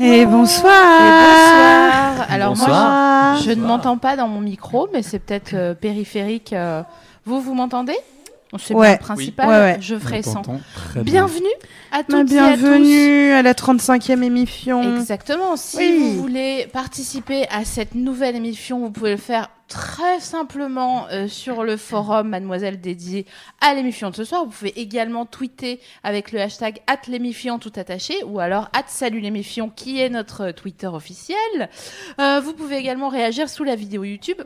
Et bonsoir. Et bonsoir. Alors moi, Bonsoir. je- je, ne m'entends pas dans mon micro, mais c'est peut-être euh, périphérique. euh. Vous, vous m'entendez C'est Ouais. bien le principal. Oui. Ouais, ouais. Je ferai sans. Très bien. Bienvenue à toutes Ma et à tous. bienvenue à, la 35e émission. Exactement. Si Oui. vous voulez participer à cette nouvelle émission, vous pouvez le faire très simplement euh, sur le forum Mademoiselle dédié à l'émission de ce soir. Vous pouvez également tweeter avec le hashtag @lémifiant tout attaché ou alors @salulémifiant qui est notre Twitter officiel. Euh, vous pouvez également réagir sous la vidéo YouTube.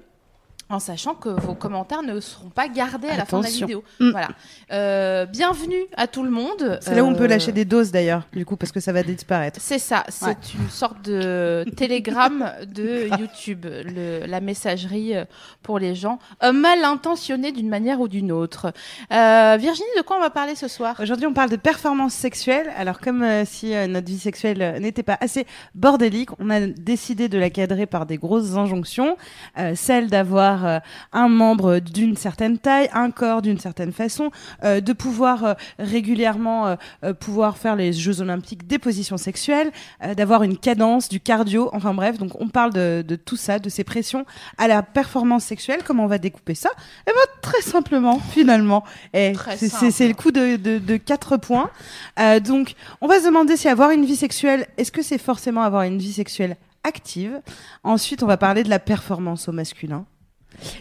En sachant que vos commentaires ne seront pas gardés à la fin de la Attention. vidéo. Mm. Voilà. Euh, bienvenue à tout le monde. C'est là où on peut Euh, lâcher des doses d'ailleurs, du coup, parce que ça va disparaître. c'est ça, c'est Ouais. une sorte de télégramme de YouTube, le- la messagerie euh, pour les gens euh, mal intentionnés d'une manière ou d'une autre. Euh, Virginie, de quoi on va parler ce soir Aujourd'hui, on parle de performance sexuelle. Alors, comme euh, si euh, notre vie sexuelle euh, n'était pas assez bordélique, on a décidé de la cadrer par des grosses injonctions. Euh, celle d'avoir euh, un membre d'une certaine taille, un corps d'une certaine façon, euh, de pouvoir euh, régulièrement euh, euh, pouvoir faire les Jeux Olympiques des positions sexuelles, euh, d'avoir une cadence, du cardio, enfin bref, donc on parle de, de tout ça, de ces pressions à la performance sexuelle, comment on va découper ça Eh ben très simplement, finalement. Eh, Très c'est- simple. c'est c'est le coup de, de, de 4 points. Euh, donc on va se demander si avoir une vie sexuelle, est-ce que c'est forcément avoir une vie sexuelle active Ensuite, on va parler de la performance au masculin.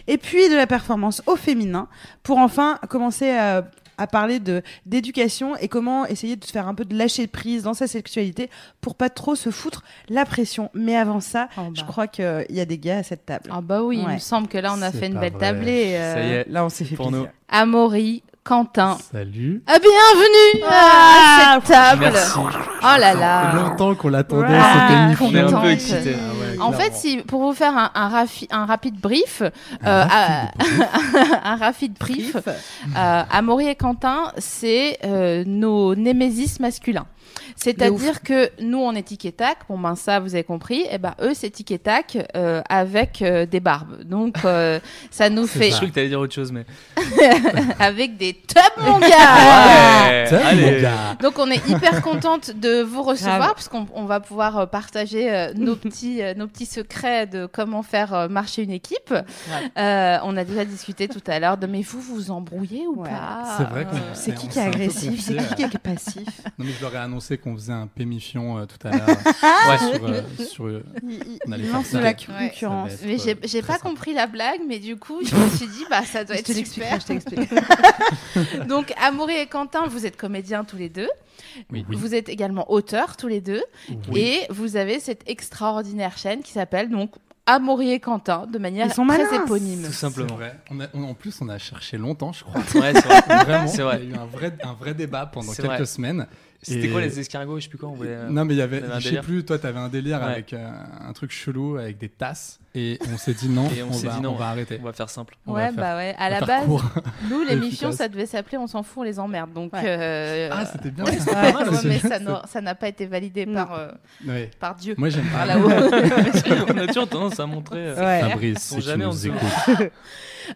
Et puis de la performance au féminin, pour enfin commencer à, à parler de d'éducation et comment essayer de se faire un peu de lâcher prise dans sa sexualité pour pas trop se foutre la pression. Mais avant ça, Ah bah. je crois qu'il y a des gars à cette table. Ah bah oui, il Ouais. me semble que là on a C'est fait une pas belle vrai. tablée. euh, Ça y est, Là, on s'est fait pour plaisir. nous. Amaury, Quentin. Salut. Ah, bienvenue Ah, à cette table. Merci. Oh là là. Longtemps qu'on l'attendait, Ouais. Ah, cette émission. On est un peu excités. Ah ouais, En clairement. fait, si, pour vous faire un, un, rafi- un rapide brief, euh, à- un rapide brief, Euh, Amaury et Quentin, c'est euh, nos némésis masculins. C'est-à-dire que nous, on est tic et tac. Bon, ben ça, vous avez compris. Et ben eux, c'est tic et tac euh, avec euh, des barbes. Donc, euh, ça nous C'est fait ça. Je croyais que t'allais dire autre chose, mais. avec des tubs, mon Ah. gars. Tiens, mon Allez gars. Donc on est hyper contente de vous Grave. recevoir parce qu'on on va pouvoir euh, partager euh, nos petits euh, nos petits secrets de comment faire euh, marcher une équipe. Euh, on a déjà discuté tout à l'heure de mais vous vous embrouillez ou Ouais. pas C'est vrai qu'on- Euh, C'est qui on qui est s'est un peu euh, agressif C'est confié, qui qui est passif Non, mais je leur ai annoncé qu'on faisait un pémifion euh, tout à l'heure. ouais, sur. euh, sur euh, Il On allait il faire lance ça. de la Ouais. concurrence. Ça va Mais être, j'ai euh, j'ai très pas sympa. compris la blague, mais du coup, je me suis dit, bah, ça doit Je être te l'expliquerai, super. je t'explique. Donc, Amaury et Quentin, vous êtes comédiens tous les deux. Oui. Vous êtes également auteurs tous les deux. Oui. Et vous avez cette extraordinaire chaîne qui s'appelle donc Amaury et Quentin, de manière Ils sont très malins. éponyme. Tout simplement. C'est vrai. On a- on- en plus, on a cherché longtemps, je crois. Ouais, c'est vrai. Vraiment. C'est vrai. Il y a eu un vrai, un vrai débat pendant C'est quelques vrai. semaines. C'était Et- quoi les escargots Je sais plus quoi, on voulait. euh, Non, mais il y avait, il y avait un je sais délire. plus, toi, t'avais un délire Ouais. avec euh, un truc chelou, avec des tasses, et on s'est dit non, Et on on, s'est va, dit non. on va arrêter. On va faire simple. On ouais, va faire- bah ouais. À on va la faire base, court. nous, les l'émission, efficace. ça devait s'appeler On s'en fout, on les emmerde. Donc, Ouais. euh, Ah, c'était bien. ouais, c'était ouais, pas mal, ouais, c'est- mais ça n'a- ça n'a pas été validé Non. par, euh, Ouais. par Dieu. Moi, j'aime Par pas. là-haut. on a toujours tendance à montrer. euh, Ouais. Fabrice, On si tu jamais en nous dessous. écoutes.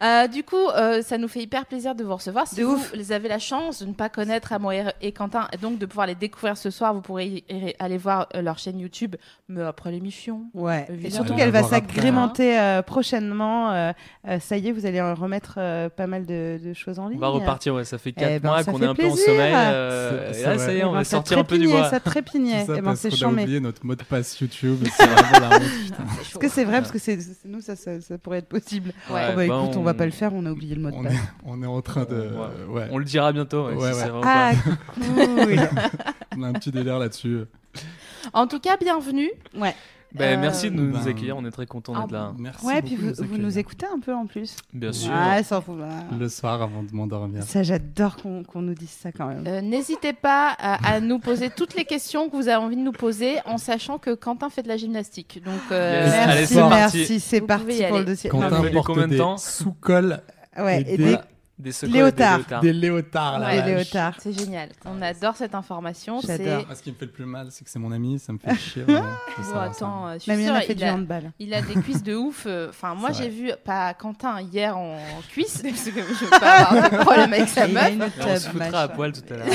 Euh, du coup, euh, ça nous fait hyper plaisir de vous recevoir. Si De vous ouf. les avez la chance de ne pas connaître Amaury et Quentin, et donc de pouvoir les découvrir ce soir, vous pourrez y- y- aller voir euh, leur chaîne YouTube, mais après l'émission. Ouais. Et Évidemment. surtout On qu'elle va va voir après. hein. s'agrémenter euh, prochainement. euh, euh, ça y est, vous allez en remettre euh, pas mal de, de choses en On ligne. va repartir, ouais. Ça fait 4 Eh ben, mois ça qu'on fait est un peu en plaisir. sommeil. euh, C'est- c'est et là, vrai. ça y Eh est, on ben, va ça sortir un peu du trépignait, bois. Ça trépignait. Tout ça Eh ben, parce c'est qu'on a chambé. oublié notre mot de passe YouTube. C'est vraiment la honte. Est-ce que c'est vrai Parce que c'est c'est- nous, ça, ça, ça pourrait être possible. Ouais. Oh, bah, bah, écoute, on... va pas le faire, on a oublié le mot de Ah On passe. est, on est en train de. euh, Ouais. ouais. On le dira bientôt. Ouais, Ouais, si ouais. c'est vraiment Ah, pas- cool On a un petit délire là-dessus. En tout cas, bienvenue. Ouais, Ben, merci de nous Ben- accueillir. On est très contents Ah d'être là. Merci. Euh, ouais beaucoup puis de vous, vous nous accueillir. écoutez un peu en plus. Bien sûr. Ouais, ça, faut- bah, Le soir avant de m'endormir. ça j'adore qu'on qu'on nous dise ça quand même. Euh, N'hésitez pas à, à nous poser toutes les questions que vous avez envie de nous poser, en sachant que Quentin fait de la gymnastique. Donc, euh, Yes. Allez, merci, c'est parti. merci, c'est Vous parti pouvez y pour le aller. dossier. Quentin, Non, Quand mais- porte combien de des temps sous-cols, mais- ouais, et des- des, Des secrets. Léotard. Des léotards. des léotards. Ouais. Là, des Ah, léotards. c'est génial. On adore cette information. J'adore. C'est. Ah, ce qui me fait le plus mal, c'est que c'est mon ami, ça me fait chier. vraiment. Je veux Oh, savoir ça. attends, euh, je suis Même il en sûre, a fait il du a- handball. Il a des cuisses de ouf. euh, Enfin, moi, C'est j'ai vu pas Quentin hier en cuisse, parce que je veux pas avoir de problème avec sa Et il meuf. a une Là, on se teub, foutra à machin. poil tout à l'heure.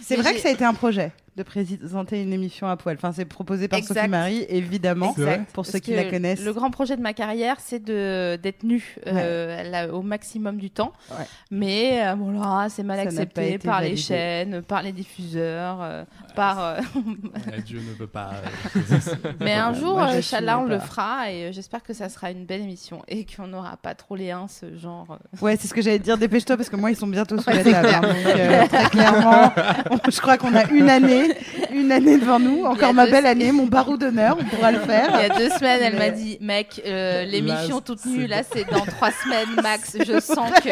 C'est Mais vrai j'ai- que ça a été un projet. de présenter une émission à poil. Enfin, c'est proposé par Exact. Sophie Marie, évidemment, C'est vrai pour ceux Parce qui que la connaissent. Le grand projet de ma carrière, c'est de d'être nue euh, là, au maximum du temps. Ouais. Mais euh, bon là, c'est mal Ça n'a pas accepté été par les validé. chaînes, par les diffuseurs, euh, par. euh, Ouais, Dieu ne veut pas. euh, Mais un Voilà, jour, moi, euh, je Inch'Allah, on suis le pas. fera et euh, j'espère que ça sera une belle émission et qu'on n'aura pas trop les uns ce genre. euh. Ouais, c'est ce que j'allais te dire. Dépêche-toi parce que moi, ils sont bientôt sous la table. hein. donc, euh, très clairement, on- je crois qu'on a une année, une année devant nous. Encore ma deux- belle année, mon barreau d'honneur, on pourra le Il y faire. a deux semaines, elle Mais- m'a dit, mec, euh, l'émission Là, toute c'est nue, bon. là, c'est dans trois semaines max. Je sens que.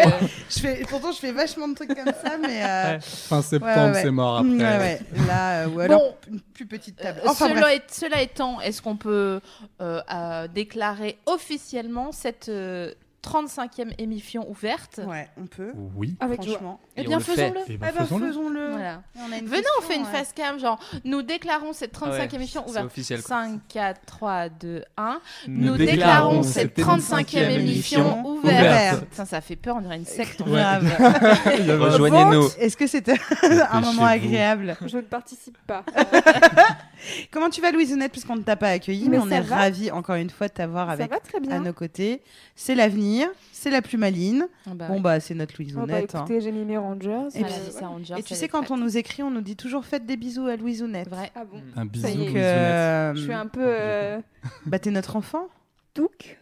Je fais, pourtant, je fais vachement de trucs comme ça, mais. euh, Fin septembre, Ouais, ouais, ouais. c'est mort après. mm, ouais, ouais. Là, euh, ou alors Bon. une plus petite Euh, table. Enfin, cela, bref. est- cela étant, est-ce qu'on peut euh, euh, déclarer officiellement cette euh, 35e émission ouverte Ouais, on peut. Oui. Avec joie. Franchement. Eh Et bien, on le fait. faisons-le. Et Eh ben, faisons-le. Voilà. Et on a une Venez, on question, fait une ouais. face cam, genre, nous déclarons cette 35e Ah ouais, émission C'est ouverte. officiel. quoi. 5, 4, 3, 2, 1. Nous Nous, déclarons déclarons cette cette 35e émission émission ouverte. ouverte. Putain, ça fait peur, on dirait une secte. Ouais. Grave. Rejoignez-nous. Donc, Est-ce que c'était un moment Dépêchez-vous. agréable Euh, Je ne participe pas. Comment tu vas, Louisounette, puisqu'on ne t'a pas accueillie, mais, Mais on ça est va. ravis, encore une fois, de t'avoir Ça avec va très à bien. nos côtés. C'est l'avenir, c'est la plus maline. Ah bah, Bon, bah, c'est notre Oh, bah, Louisounette. hein. écoutez, j'ai mis mes Rangers. Et euh, puis- voilà. c'est Ranger, Et tu ça sais, les quand fait. on nous écrit, on nous dit toujours faites des bisous à Louisounette. Vrai. Ah bon Un bisou. Ça y est. hein. Donc, bisou, euh, Je suis un Oh, peu euh, bah, t'es notre enfant. touc.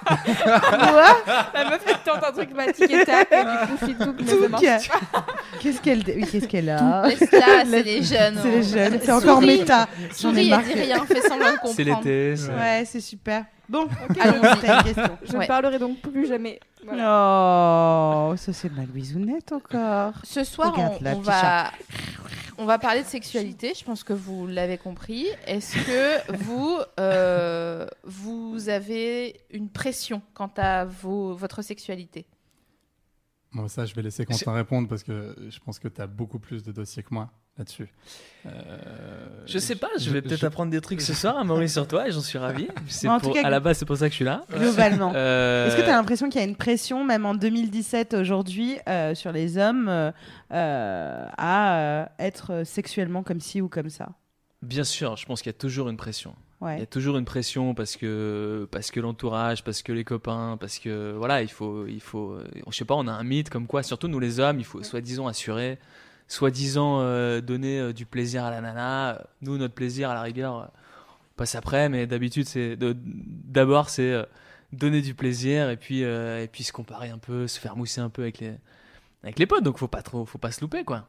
Quoi La meuf elle tente un truc matic et tac et du coup je suis touc mais ça Touc marche. Qu'est-ce qu'elle oui, qu'est-ce qu'elle a Laisse là, c'est les jeunes. C'est les hein. jeunes, c'est Souris. encore méta. J'en ai Souris et dis marqué. rien, fais semblant de comprendre. C'est l'été. c'est- Ouais, c'est super. Bon, Allons-y. t'as une question. Je Ouais. ne parlerai donc plus jamais. Voilà. Oh, ça c'est ma Louisounette encore. Ce soir, Regarde, on, là, on petit va, on va parler de sexualité. Je pense que vous l'avez compris. Est-ce que vous, euh, vous avez une pression quant à vos, votre sexualité Bon, ça, je vais laisser Quentin répondre parce que je pense que tu as beaucoup plus de dossiers que moi là-dessus. Euh, Je sais pas, je vais peut-être apprendre des trucs ce soir à Maurice sur toi et j'en suis ravi. C'est En pour- tout cas, à la base, c'est pour ça que je suis là. Globalement. Euh, Est-ce que tu as l'impression qu'il y a une pression, même en 2017 aujourd'hui, euh, sur les hommes euh, euh, à euh, être sexuellement comme ci ou comme ça Bien sûr, je pense qu'il y a toujours une pression. Il y a Ouais. toujours une pression parce que parce que l'entourage, parce que les copains, parce que voilà, il faut il faut euh, je sais pas, on a un mythe comme quoi surtout nous les hommes, il faut soi-disant assurer, soi-disant euh, donner euh, du plaisir à la nana, Euh, nous notre plaisir à la rigueur euh, on passe après mais d'habitude c'est de- d'abord c'est euh, donner du plaisir et puis euh, et puis se comparer un peu, se faire mousser un peu avec les avec les potes donc faut pas trop faut pas se louper quoi.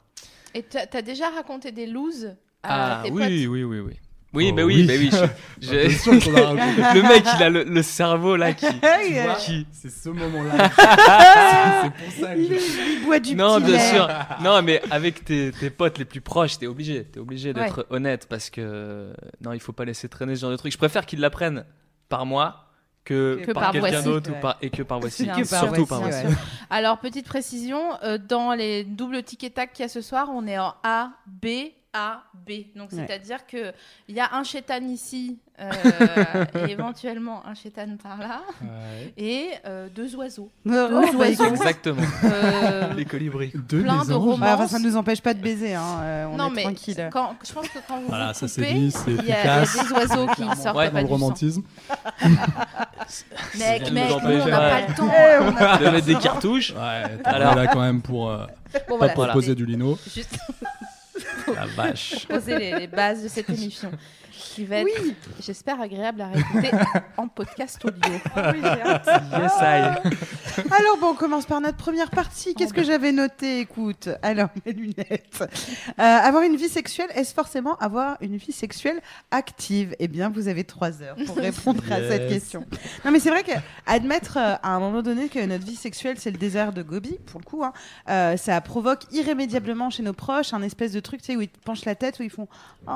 Et tu as déjà raconté des looses Ah, à tes Ah, oui, oui, oui, oui, oui. Oui, Oh, bah oui, oui. bah oui. je- j'ai- je- Attention qu'on a raconté. le mec, il a le, le cerveau là qui. Hey, euh, qui- C'est ce moment-là. c'est c'est pour ça que il, je... est- il boit du Non, petit bien lait. sûr. Non, mais avec tes, tes potes les plus proches, t'es obligé. T'es obligé d'être honnête parce que. Non, il faut pas laisser traîner ce genre de truc. Je préfère qu'ils l'apprennent par moi que, Que par, par quelqu'un voici. d'autre ou Ouais. par... et que par voici. Que par voici, Surtout par ouais. voici. Alors, petite précision, euh, dans les doubles tickets tac qu'il y a ce soir, on est en A, B, A, B. Donc, Ouais. c'est-à-dire que il y a un chétan ici euh, et éventuellement un chétan par là Ouais. et euh, deux oiseaux. Non, Deux bah, écoute, oiseaux. Exactement. Euh, les colibris. Deux Plein des de anges. romans. bah, enfin, ça ne nous empêche pas de baiser, hein, euh, on non, est mais tranquille. quand, je pense que quand vous Voilà, vous ça, c'est coupez, dit, c'est il y, a- il y a efficace. des oiseaux qui Clairement, sortent Ouais. pas Dans le du sang. romantisme. Mec, mec, Rien nous nous, empêche. on n'a pas Ouais. le temps. hein. Eh, on a- De mettre des cartouches. Ouais, t'es Alors- là quand même pour, euh, Bon, pas voilà, pour c'était poser du lino. Juste La vache. poser les, les bases de cette émission qui va être, j'espère, agréable à réécouter en podcast audio. Oh, Ah Oui, j'ai hâte. Yes, I. Ah. Alors bon, on commence par notre première partie. Qu'est-ce que j'avais noté Écoute, alors mes lunettes. Euh, avoir une vie sexuelle, est-ce forcément avoir une vie sexuelle active Eh bien, vous avez trois heures pour répondre à Yes. cette question. Non, mais c'est vrai que admettre euh, à un moment donné que notre vie sexuelle c'est le désert de Gobi, pour le coup, hein, euh, ça provoque irrémédiablement chez nos proches un espèce de truc, tu sais, où ils te penchent la tête, où ils font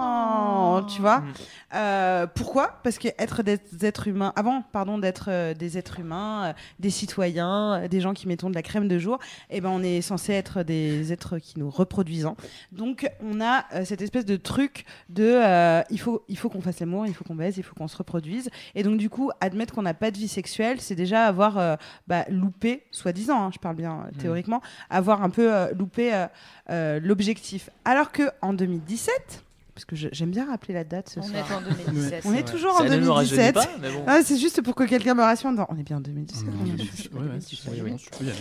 oh, tu vois. Mm. Euh, pourquoi Parce que être des êtres humains, avant, pardon, d'être euh, des êtres humains, euh, des citoyens, euh, des gens qui mettons de la crème de jour, eh ben on est censé être des êtres qui nous reproduisons. Donc on a euh, cette espèce de truc de euh, il faut il faut qu'on fasse l'amour, il faut qu'on baise, il faut qu'on se reproduise. Et donc du coup admettre qu'on n'a pas de vie sexuelle, c'est déjà avoir euh, bah, loupé, soi-disant, hein, je parle bien euh, Mm. théoriquement, avoir un peu euh, loupé euh, euh, l'objectif. Alors que que en 2017, parce que je- j'aime bien rappeler la date ce On soir. est en 2017. On est vrai. toujours Ça en ne nous rajeunit 2017. pas, mais bon. Ah, c'est juste pour que quelqu'un me rassure. Non, on est bien en 2017. Mmh. on est en Ouais, 2017. ouais, oui, oui. Oui, allez.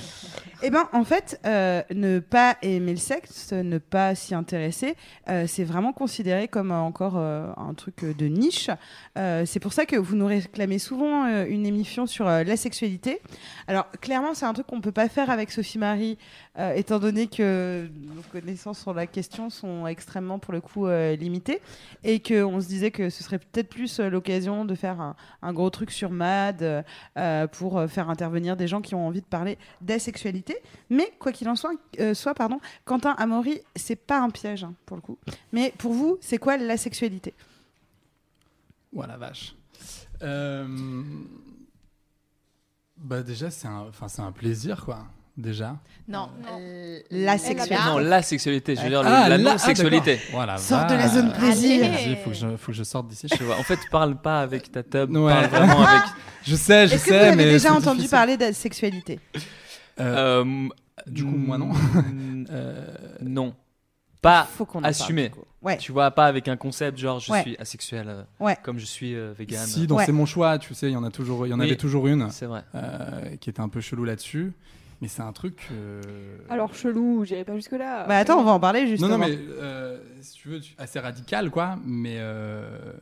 Eh ben, en fait, euh, ne pas aimer le sexe, ne pas s'y intéresser, euh, c'est vraiment considéré comme euh, encore euh, un truc euh, de niche. Euh, c'est pour ça que vous nous réclamez souvent euh, une émission sur euh, la sexualité. Alors, clairement, c'est un truc qu'on peut pas faire avec Sophie Marie, euh, étant donné que nos connaissances sur la question sont extrêmement, pour le coup, euh, limitées, et qu'on se disait que ce serait peut-être plus euh, l'occasion de faire un, un gros truc sur MAD euh, euh, pour euh, faire intervenir des gens qui ont envie de parler d'asexualité. Mais quoi qu'il en soit, euh, soit pardon, Quentin Amaury, c'est pas un piège hein, pour le coup. Mais pour vous, c'est quoi la sexualité Ouah la vache. Euh, Bah déjà c'est un, enfin c'est un plaisir quoi. Déjà. Non, Non. euh, La là- sexualité. Non, la sexualité, je veux dire, le- Ah, la là, ah, non-sexualité. d'accord. Ouah, la Sors de la vache. zone plaisir. Vas-y, faut que je, faut que je sorte d'ici. Je, Je vois. En fait, parle pas avec ta tub, Ouais. parle vraiment avec. je sais, je Est-ce que sais, vous avez mais déjà c'est entendu difficile. parler d'asexualité Euh, Euh, du coup, moi, non. mm, euh, non. Pas Faut qu'on en parle, assumé. du coup. Ouais. Tu vois, pas avec un concept genre je Ouais. suis asexuel, euh, Ouais. comme je suis euh, vegan. si, donc Ouais. c'est mon choix. Tu sais, il y en a toujours, il y en Oui. avait toujours une C'est vrai. euh, qui était un peu chelou là-dessus. Mais c'est un truc. euh, Alors chelou, j'irai pas jusque là. Bah attends, on va en parler Non, justement. non, mais euh, si tu veux, tu- assez radical, quoi. Mais euh,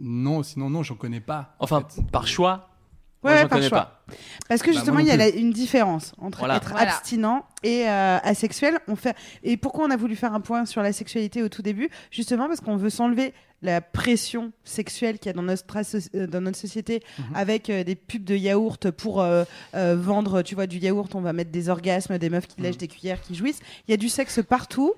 non, sinon, non, j'en connais pas. en Enfin, fait. par choix. Ouais, moi, ouais, j'en par connais choix. pas. Parce que Bah, justement, moi il non y a plus. la- une différence entre Voilà. être Voilà. abstinent et euh, asexuel. On fait... Et pourquoi on a voulu faire un point sur la sexualité au tout début Justement parce qu'on veut s'enlever la pression sexuelle qu'il y a dans notre, asso- euh, dans notre société Mhm. avec euh, des pubs de yaourt pour euh, euh, vendre, tu vois, du yaourt, on va mettre des orgasmes, des meufs qui Mhm. lèchent des cuillères, qui jouissent. Il y a du sexe partout.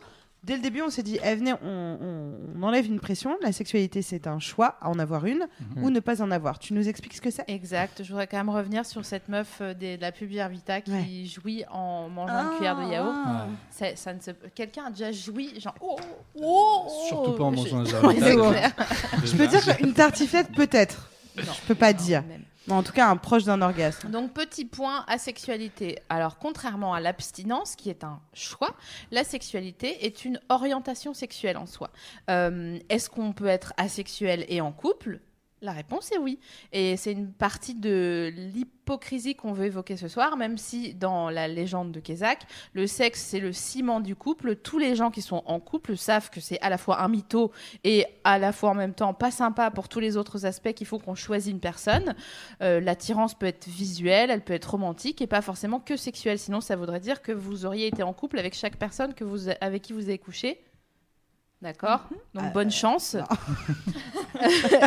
Dès le début, on s'est dit, eh, venez, on, on- on enlève une pression. La sexualité, c'est un choix à en avoir une Mhm. ou ne pas en avoir. Tu nous expliques ce que c'est Exact, je voudrais quand même revenir sur cette meuf euh, des- de la pub Vita qui Ouais. jouit en mangeant une cuillère de yaourt. Ça, ça ne se... Quelqu'un a déjà joui, genre, oh, oh, oh. Surtout pas en Je- mangeant un Ouais, c'est jardin. clair. Je peux dire qu'une tartiflette, peut-être. Non, peux pas non, dire. même. Mais en tout cas, un proche d'un orgasme. Donc, petit point, asexualité. Alors, contrairement à l'abstinence, qui est un choix, la sexualité est une orientation sexuelle en soi. Euh, Est-ce qu'on peut être asexuel et en couple la réponse est oui. Et c'est une partie de l'hypocrisie qu'on veut évoquer ce soir, même si dans la légende de Kézak, le sexe, c'est le ciment du couple. Tous les gens qui sont en couple savent que c'est à la fois un mytho et à la fois en même temps pas sympa pour tous les autres aspects qu'il faut qu'on choisisse une personne. Euh, L'attirance peut être visuelle, elle peut être romantique et pas forcément que sexuelle. Sinon, ça voudrait dire que vous auriez été en couple avec chaque personne que vous, avec qui vous avez couché. D'accord Donc, Euh, bonne chance.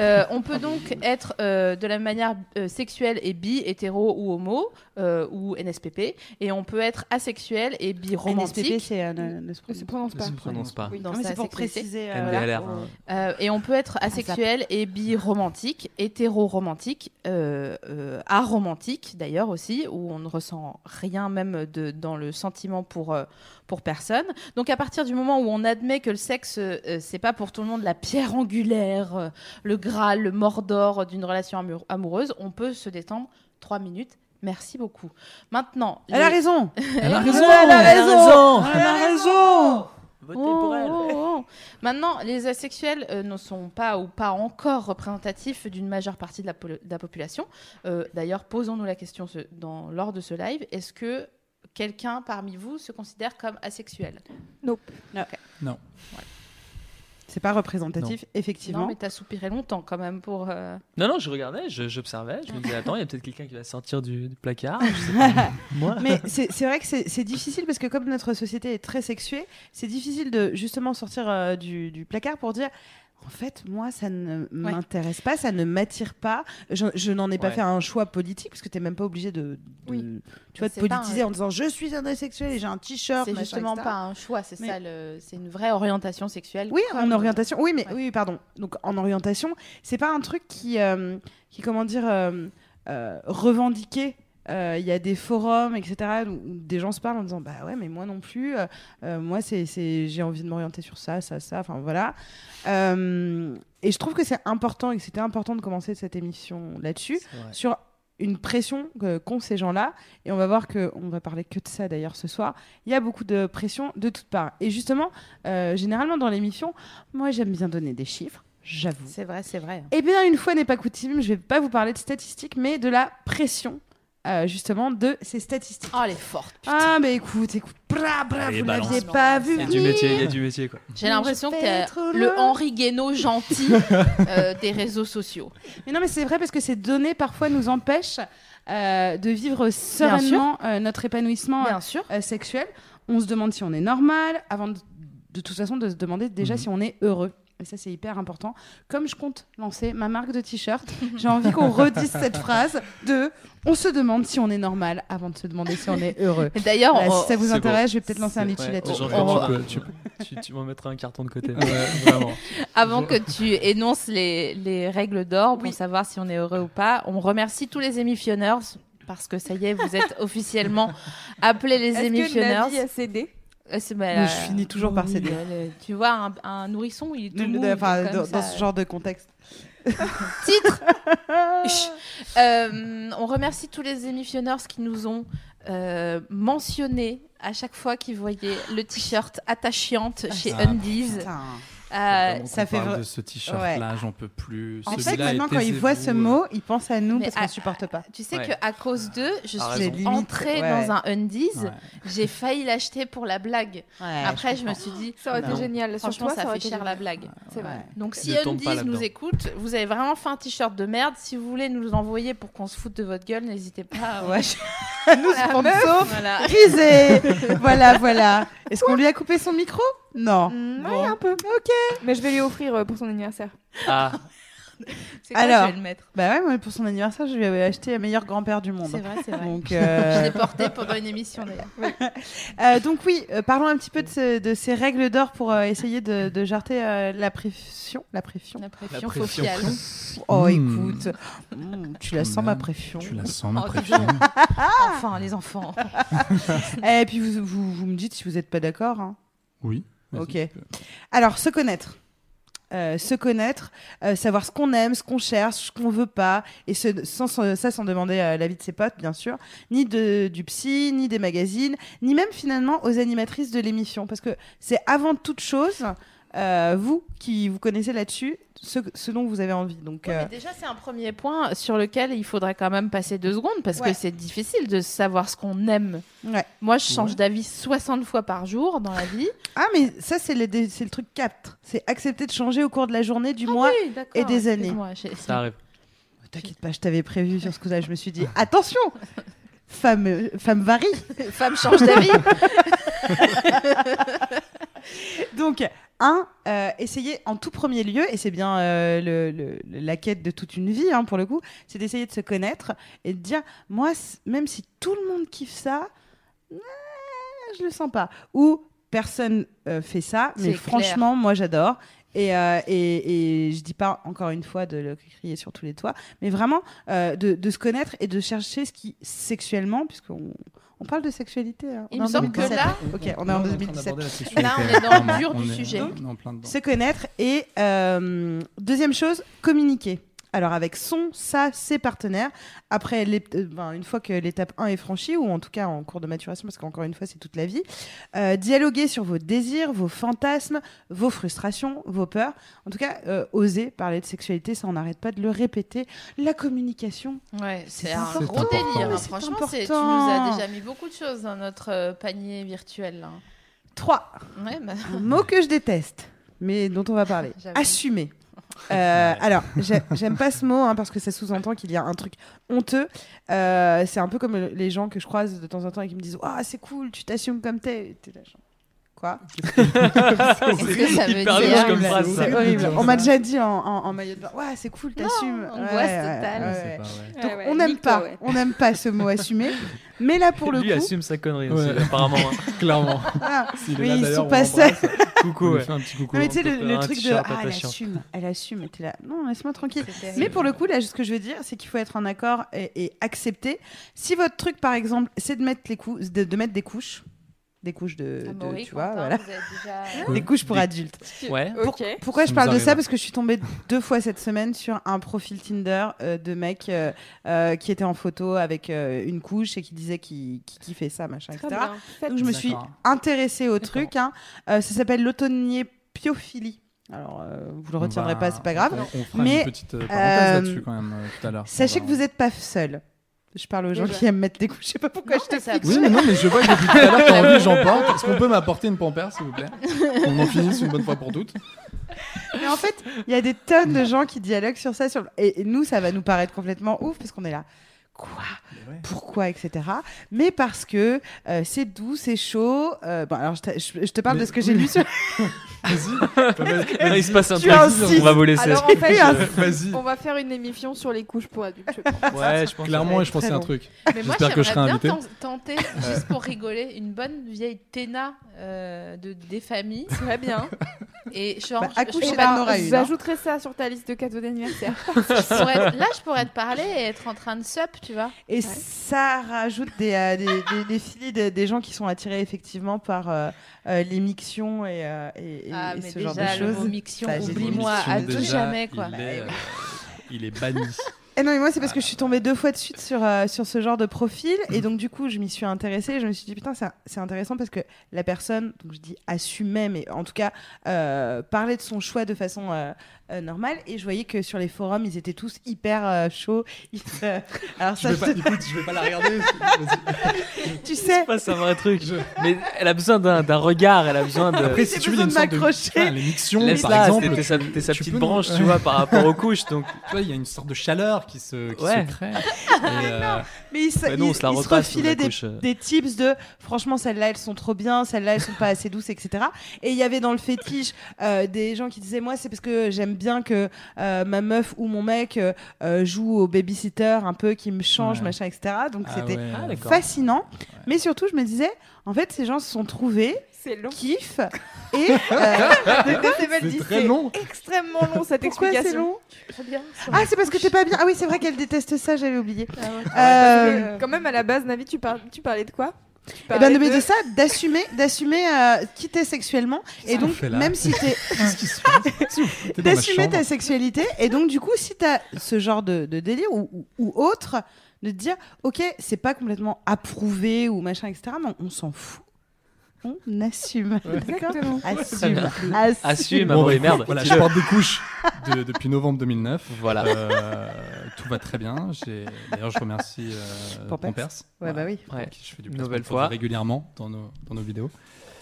Euh, on peut donc être euh, de la même manière euh, sexuelle et bi, hétéro ou homo, euh, ou NSPP, et on peut être asexuel et bi NSPP, romantique. c'est euh, ne- ne se Ça prononce se pas. prononce pas. Je ne prononce pas. Oui. dans Non, mais sa c'est pour sexualité. préciser. euh, voilà. MDLR. voilà. hein. Euh, et on peut être Ah, asexuel et bi-romantique, hétéro-romantique, euh, euh, aromantique d'ailleurs aussi, où on ne ressent rien même de, dans le sentiment pour, euh, pour personne. Donc à partir du moment où on admet que le sexe, euh, c'est pas pour tout le monde la pierre angulaire, euh, le graal, le mordor d'une relation amour- amoureuse, on peut se détendre trois minutes. Merci beaucoup. Maintenant, Elle a les- raison. Elle a raison. Elle a Elle a raison. Elle a raison. Votez Oh, oh, oh. Maintenant, les asexuels euh, ne sont pas ou pas encore représentatifs d'une majeure partie de la, polo- de la population. Euh, D'ailleurs, posons-nous la question ce- dans, lors de ce live est-ce que quelqu'un parmi vous se considère comme asexuel Nope. C'est pas représentatif, effectivement. Non, mais t'as soupiré longtemps quand même pour. euh, Non, non, je regardais, je- j'observais, je me disais, attends, il y a peut-être quelqu'un qui va sortir du, du placard. Moi. Mais c'est c'est vrai que c'est c'est difficile parce que comme notre société est très sexuée, c'est difficile de justement sortir euh, du, du placard pour dire. En fait, moi, ça ne m'intéresse pas, ça ne m'attire pas. Je, je n'en ai pas Ouais. fait un choix politique parce que tu n'es même pas obligé de, de- Oui. tu vois, de C'est pas politiser un- en disant je suis un asexuel et j'ai un t-shirt. C'est machin, justement etc. pas un choix, c'est Mais- ça, le- c'est une vraie orientation sexuelle. Oui, Comme- en orientation. Oui, mais Ouais. oui, pardon. Donc en orientation, c'est pas un truc qui, euh, qui comment dire, euh, euh, revendiqué. Euh, Il y a des forums, etc., où, où des gens se parlent en disant bah ouais, mais moi non plus. euh, euh, moi, c'est, c'est- j'ai envie de m'orienter sur ça, ça, ça. Enfin voilà. Euh, et je trouve que c'est important et que c'était important de commencer cette émission là-dessus C'est vrai. sur une pression euh, qu'ont ces gens-là. Et on va voir que on va parler que de ça d'ailleurs ce soir. Il y a beaucoup de pression de toutes parts. Et justement, euh, généralement dans l'émission, moi j'aime bien donner des chiffres, j'avoue. C'est vrai, c'est vrai. Eh bien, une fois n'est pas coutume, je vais pas vous parler de statistiques, mais de la pression, euh, justement, de ces statistiques. Oh, elle est forte. putain. Ah, mais écoute, écoute, bra, bra, Allez, vous balance. l'aviez pas vu Il y a venir. du métier, il y a du métier, quoi. J'ai l'impression Je que vais t'es être le loin. Henri Guénaud gentil euh, des réseaux sociaux. Mais non, mais c'est vrai parce que ces données parfois nous empêchent euh, de vivre sereinement euh, notre épanouissement Bien sûr. euh, sexuel. On se demande si on est normal avant de, de toute façon de se demander déjà Mhm. si on est heureux. Et ça, c'est hyper important. Comme je compte lancer ma marque de t-shirt, j'ai envie qu'on redise cette phrase de on se demande si on est normal avant de se demander si on est heureux. Et D'ailleurs, Voilà, on- si ça vous c'est intéresse, je vais peut-être lancer un C'est- litchi ouais, là-dessus. genre, On- quand on- tu, peux- tu, tu m'en mettras un carton de côté. Ouais, vraiment. avant que tu énonces les, les règles d'or pour savoir si on est heureux ou pas, on remercie tous les émissionneurs parce que ça y est, vous êtes officiellement appelés les Est-ce que émissionneurs. Navi a cédé Euh, c'est- bah, Mais euh, je finis toujours par oui, céder. euh, le- Tu vois, un, un nourrisson, il est tout Enfin, mou, il est comme dans, dans ça. ce genre de contexte. Titre Chut. Euh, On remercie tous les émissionneurs qui nous ont euh, mentionné à chaque fois qu'ils voyaient le t-shirt attachante chez Ah, ça. Undies. Putain. Euh, ça ça fait fait vra- de ce t-shirt-là, j'en peux plus. En fait, Celui-là est maintenant, quand ils voient ce taisez-vous. mot, ils pensent à nous Mais parce qu'on à- supporte pas. tu sais Ouais. que à cause d'eux, je Ah, suis raison. limite, entrée ouais. dans un Undies. Ouais. J'ai failli l'acheter pour la blague. Après, je, me suis dit, Ça aurait été Non. génial. Sur franchement, toi, ça aurait fait été cher la génial. blague. C'est vrai. Donc si Ne tombe pas Undies nous là-dedans. écoute, vous avez vraiment fait un t-shirt de merde. Si vous voulez nous envoyer pour qu'on se foute de votre gueule, n'hésitez pas. Ouais. Nous, La sponsor, Voilà. Risé Voilà, voilà. Ah, Est-ce qu'on lui a coupé son micro Non. Mm, Bon. Ouais, un peu. Ok. Mais je vais lui offrir euh, pour son anniversaire. Ah, C'est quoi, Alors. je vais le mettre. Bah ouais, moi, pour son anniversaire, je lui avais acheté le meilleur grand-père du C'est monde. vrai, c'est vrai. Donc, Je euh, l'ai porté pendant une émission d'ailleurs. euh, donc oui, euh, parlons un petit peu de, ce- de ces règles d'or pour euh, essayer de, de jarter euh, la pression. La pression. La la pression pression. faciale. Oh, Mm. écoute, Mm, tu la sens ma pression. Tu la sens, ma Oh, pression. Enfin, les enfants. Et Eh, puis vous, vous, vous me dites si vous n'êtes pas d'accord. hein. Oui. vas-y, Ok. tu peux. Alors, se connaître. Euh, se connaître, euh, savoir ce qu'on aime, ce qu'on cherche, ce qu'on veut pas, et ce- sans, sans- ça sans demander euh, l'avis de ses potes, bien sûr, ni de, du psy, ni des magazines, ni même finalement aux animatrices de l'émission, parce que c'est avant toute chose, euh, vous qui vous connaissez là-dessus, ce, ce dont vous avez envie. Donc, euh, Mais déjà, c'est un premier point sur lequel il faudrait quand même passer deux secondes parce Ouais. que c'est difficile de savoir ce qu'on aime. ouais. Moi, je change d'avis 60 fois par jour dans la vie. Ah, mais ça, c'est le, dé- c'est le truc 4, c'est accepter de changer au cours de la journée, du mois. Ah Oui, d'accord, et des années. excuse-moi, j'ai- ça arrive. T'inquiète pas, je t'avais prévu sur ce coup-là, je me suis dit, attention, femme, euh, femme varie. Femme change d'avis. Donc, un, euh, essayer en tout premier lieu, et c'est bien euh, le- le- la quête de toute une vie, hein, pour le coup, c'est d'essayer de se connaître et de dire, moi, c- même si tout le monde kiffe ça, euh, je le sens pas. Ou personne euh, fait ça, C'est mais clair. franchement, moi, j'adore. Et, euh, et, et je dis pas encore une fois de le crier sur tous les toits, mais vraiment euh, de, de se connaître et de chercher ce qui sexuellement, puisqu'on on parle de sexualité. hein, on Il est me en semble que 2017. là, Ok, on est en train 2017. d'aborder la sexualité. Là, on est dans le Vraiment, dur du on est- sujet. on est en plein dedans. se connaître et euh, deuxième chose, communiquer. Alors avec son, ça, ses partenaires, après l'ép- euh, ben, une fois que l'étape 1 est franchie, ou en tout cas en cours de maturation, parce qu'encore une fois c'est toute la vie, euh, dialoguer sur vos désirs, vos fantasmes, vos frustrations, vos peurs. En tout cas, euh, oser parler de sexualité, ça on n'arrête pas de le répéter. La communication, ouais, c'est C'est un important. gros C'est délire. hein. important. Franchement, C'est c'est- tu nous important. as déjà mis beaucoup de choses dans notre euh, panier virtuel. là. 3. Ouais, bah, Un mot que je déteste, mais dont on va parler. J'avoue. Assumer. Euh, alors, j'ai- j'aime pas ce mot hein, parce que ça sous-entend qu'il y a un truc honteux. Euh, c'est un peu comme les gens que je croise de temps en temps et qui me disent Ah, c'est cool, tu t'assumes comme t'es. T'es là, genre, Quoi Qu'est-ce que ça veut Hyper dire louche comme phrase, ça. C'est horrible. On m'a déjà dit en, en- en maillot de bain Ouais, c'est cool, t'assumes. angoisse totale. Ouais, ouais, c'est ouais. pas vrai. Donc, on n'aime pas, on n'aime pas ce mot assumer, mais là pour le Lui coup, assume sa connerie Ouais. aussi, apparemment. hein. Clairement. ah, S'il est mais là, ils d'ailleurs, sont on pas l'embrasse. Coucou, On lui ouais. fait un petit coucou. non mais tu sais on peut le, faire le un truc de t-shirt ah elle attachant. assume, elle assume, et t'es là non laisse-moi tranquille. C'est terrible. Mais pour le coup, là, ce que je veux dire, c'est qu'il faut être en accord et, et accepter. Si votre truc, par exemple, c'est de mettre les cou- de, de mettre des couches, des couches de, Euh, de- bah Amaury, tu vois, Quentin, voilà. vous êtes déjà- Des couches pour Des- adultes. Ouais. Ok. Pour- euh, pourquoi Ça je nous parle de ça arrive. Parce que je suis tombée deux fois cette semaine sur un profil Tinder euh, de mec euh, euh, qui était en photo avec euh, une couche et qui disait qu'il qu'il kiffait ça, machin, Très etc. bien. Faites- Donc je me suis D'accord. intéressée au truc. hein. Euh, ça s'appelle l'automnier-piophilie. Alors, euh, vous le On retiendrez va- pas, c'est pas grave. Bah, On, on fera Mais, une petite euh, parenthèse euh, là-dessus quand même euh, tout à l'heure. Sachez que vous n'êtes pas seul. Je parle aux gens Déjà. qui aiment mettre des couches. Je sais pas pourquoi Non, je mais te ça- fixe. Oui, mais non, mais je vois que depuis tout à l'heure, t'as envie, j'en porte. Est-ce qu'on peut m'apporter une pampère, s'il vous plaît On en finisse une bonne fois pour toutes. Mais en fait, il y a des tonnes de gens qui dialoguent sur ça. Sur... Et, et nous, ça va nous paraître complètement ouf parce qu'on est là. Quoi Pourquoi Etc. Mais parce que euh, c'est doux, c'est chaud. Euh, bon, alors je, t'a- je- je te parle Mais- de ce que j'ai oui, lu sur. Vas-y. Non, il se passe un Tu truc. insistes. On va vous laisser. Alors en fait, un- Vas-y. on va faire une émission sur les couches pour adultes. je pense. Ouais, je pense. Clairement, Ouais, je pense très c'est un bon. truc. Mais moi, J'espère que je serai j'aimerais invité. bien ten- tenter, juste pour rigoler, une bonne vieille Téna euh, de, des familles. Très bien. Et genre, Bah, je- je accouche pourrais- pas de Nora, une, hein. J'ajouterai ça sur ta liste de cadeaux d'anniversaire. je pourrais- là, je pourrais te parler et être en train de sup, tu vois. Et ça rajoute des, euh, des, des- des filies de- des gens qui sont attirés effectivement par euh, euh, les mictions et, euh, et, et- ah, et mais ce genre de déjà, le mot choses. miction, Bah, j'ai dit oublie-moi, miction, à déjà, tout jamais, quoi. Il est, euh, il est banni. Et Eh non, mais moi, c'est parce que je suis tombée deux fois de suite sur, euh, sur ce genre de profil. Et donc, du coup, je m'y suis intéressée. Et je me suis dit, putain, ça- c'est intéressant parce que la personne, donc je dis assumait, mais en tout cas, euh, parlait de son choix de façon euh, euh, normale. Et je voyais que sur les forums, ils étaient tous hyper euh, chauds. hyper- Alors, Je ça, vais pas, je- écoute, je vais pas la regarder. Vas-y. tu sais, C'est pas un vrai truc. Je- Mais elle a besoin d'un d'un regard, elle a besoin de. Après, j'ai si tu veux, il y a une besoin sorte de de. m'accrocher. Putain, les mictions, Laisse par là, exemple. t'es sa, t'es sa tu petite peux nous- branche, tu vois, par rapport aux couches. Donc, Tu vois, il y a une sorte de chaleur qui se, qui Ouais. se crée. Et, euh, Ah mais ils, se- bah non, on ils- se la ils se repasse. ou la refilaient des couche, euh. des tips de franchement celles-là elles sont trop bien celles-là elles sont pas assez douces etc et il y avait dans le fétiche euh, des gens qui disaient moi c'est parce que j'aime bien que euh, ma meuf ou mon mec euh, euh, joue au babysitter un peu qui me change Ouais. machin etc donc ah c'était ouais. Ah, d'accord. fascinant mais surtout je me disais en fait ces gens se sont trouvés C'est long. kiffent et euh, C'est très long. Extrêmement long cette pourquoi c'est explication. long Très bien. ah c'est parce que t'es pas bien ah oui c'est vrai qu'elle déteste ça j'avais oublié Ah Parce Euh, que, quand même, à la base, Navi, tu, parles- tu parlais de quoi Tu Eh parlais ben, mais de ça, d'assumer, d'assumer euh, qui t'es sexuellement, et qu'on donc fait là même si t'es, Qu'est-ce qui se passe Qu'est-ce que vous foutez dans ma d'assumer chambre ta sexualité, et donc du coup, si t'as ce genre de, de délire ou, ou- ou autre, de te dire, ok, c'est pas complètement approuvé ou machin, etc., mais on, on s'en fout, on assume, d'accord Exactement. assume, bien. assume, Assume. Bon, Ah oui, bah, écoute, merde. Voilà, je porte des couches de- depuis novembre 2009. Voilà. Euh, tout va très bien. J'ai- D'ailleurs, je remercie euh, Pompers. Pompers. Ouais, Voilà, bah oui. Ouais. avec qui je fais du Nouvelle placement de fois. produits régulièrement dans nos, dans nos vidéos.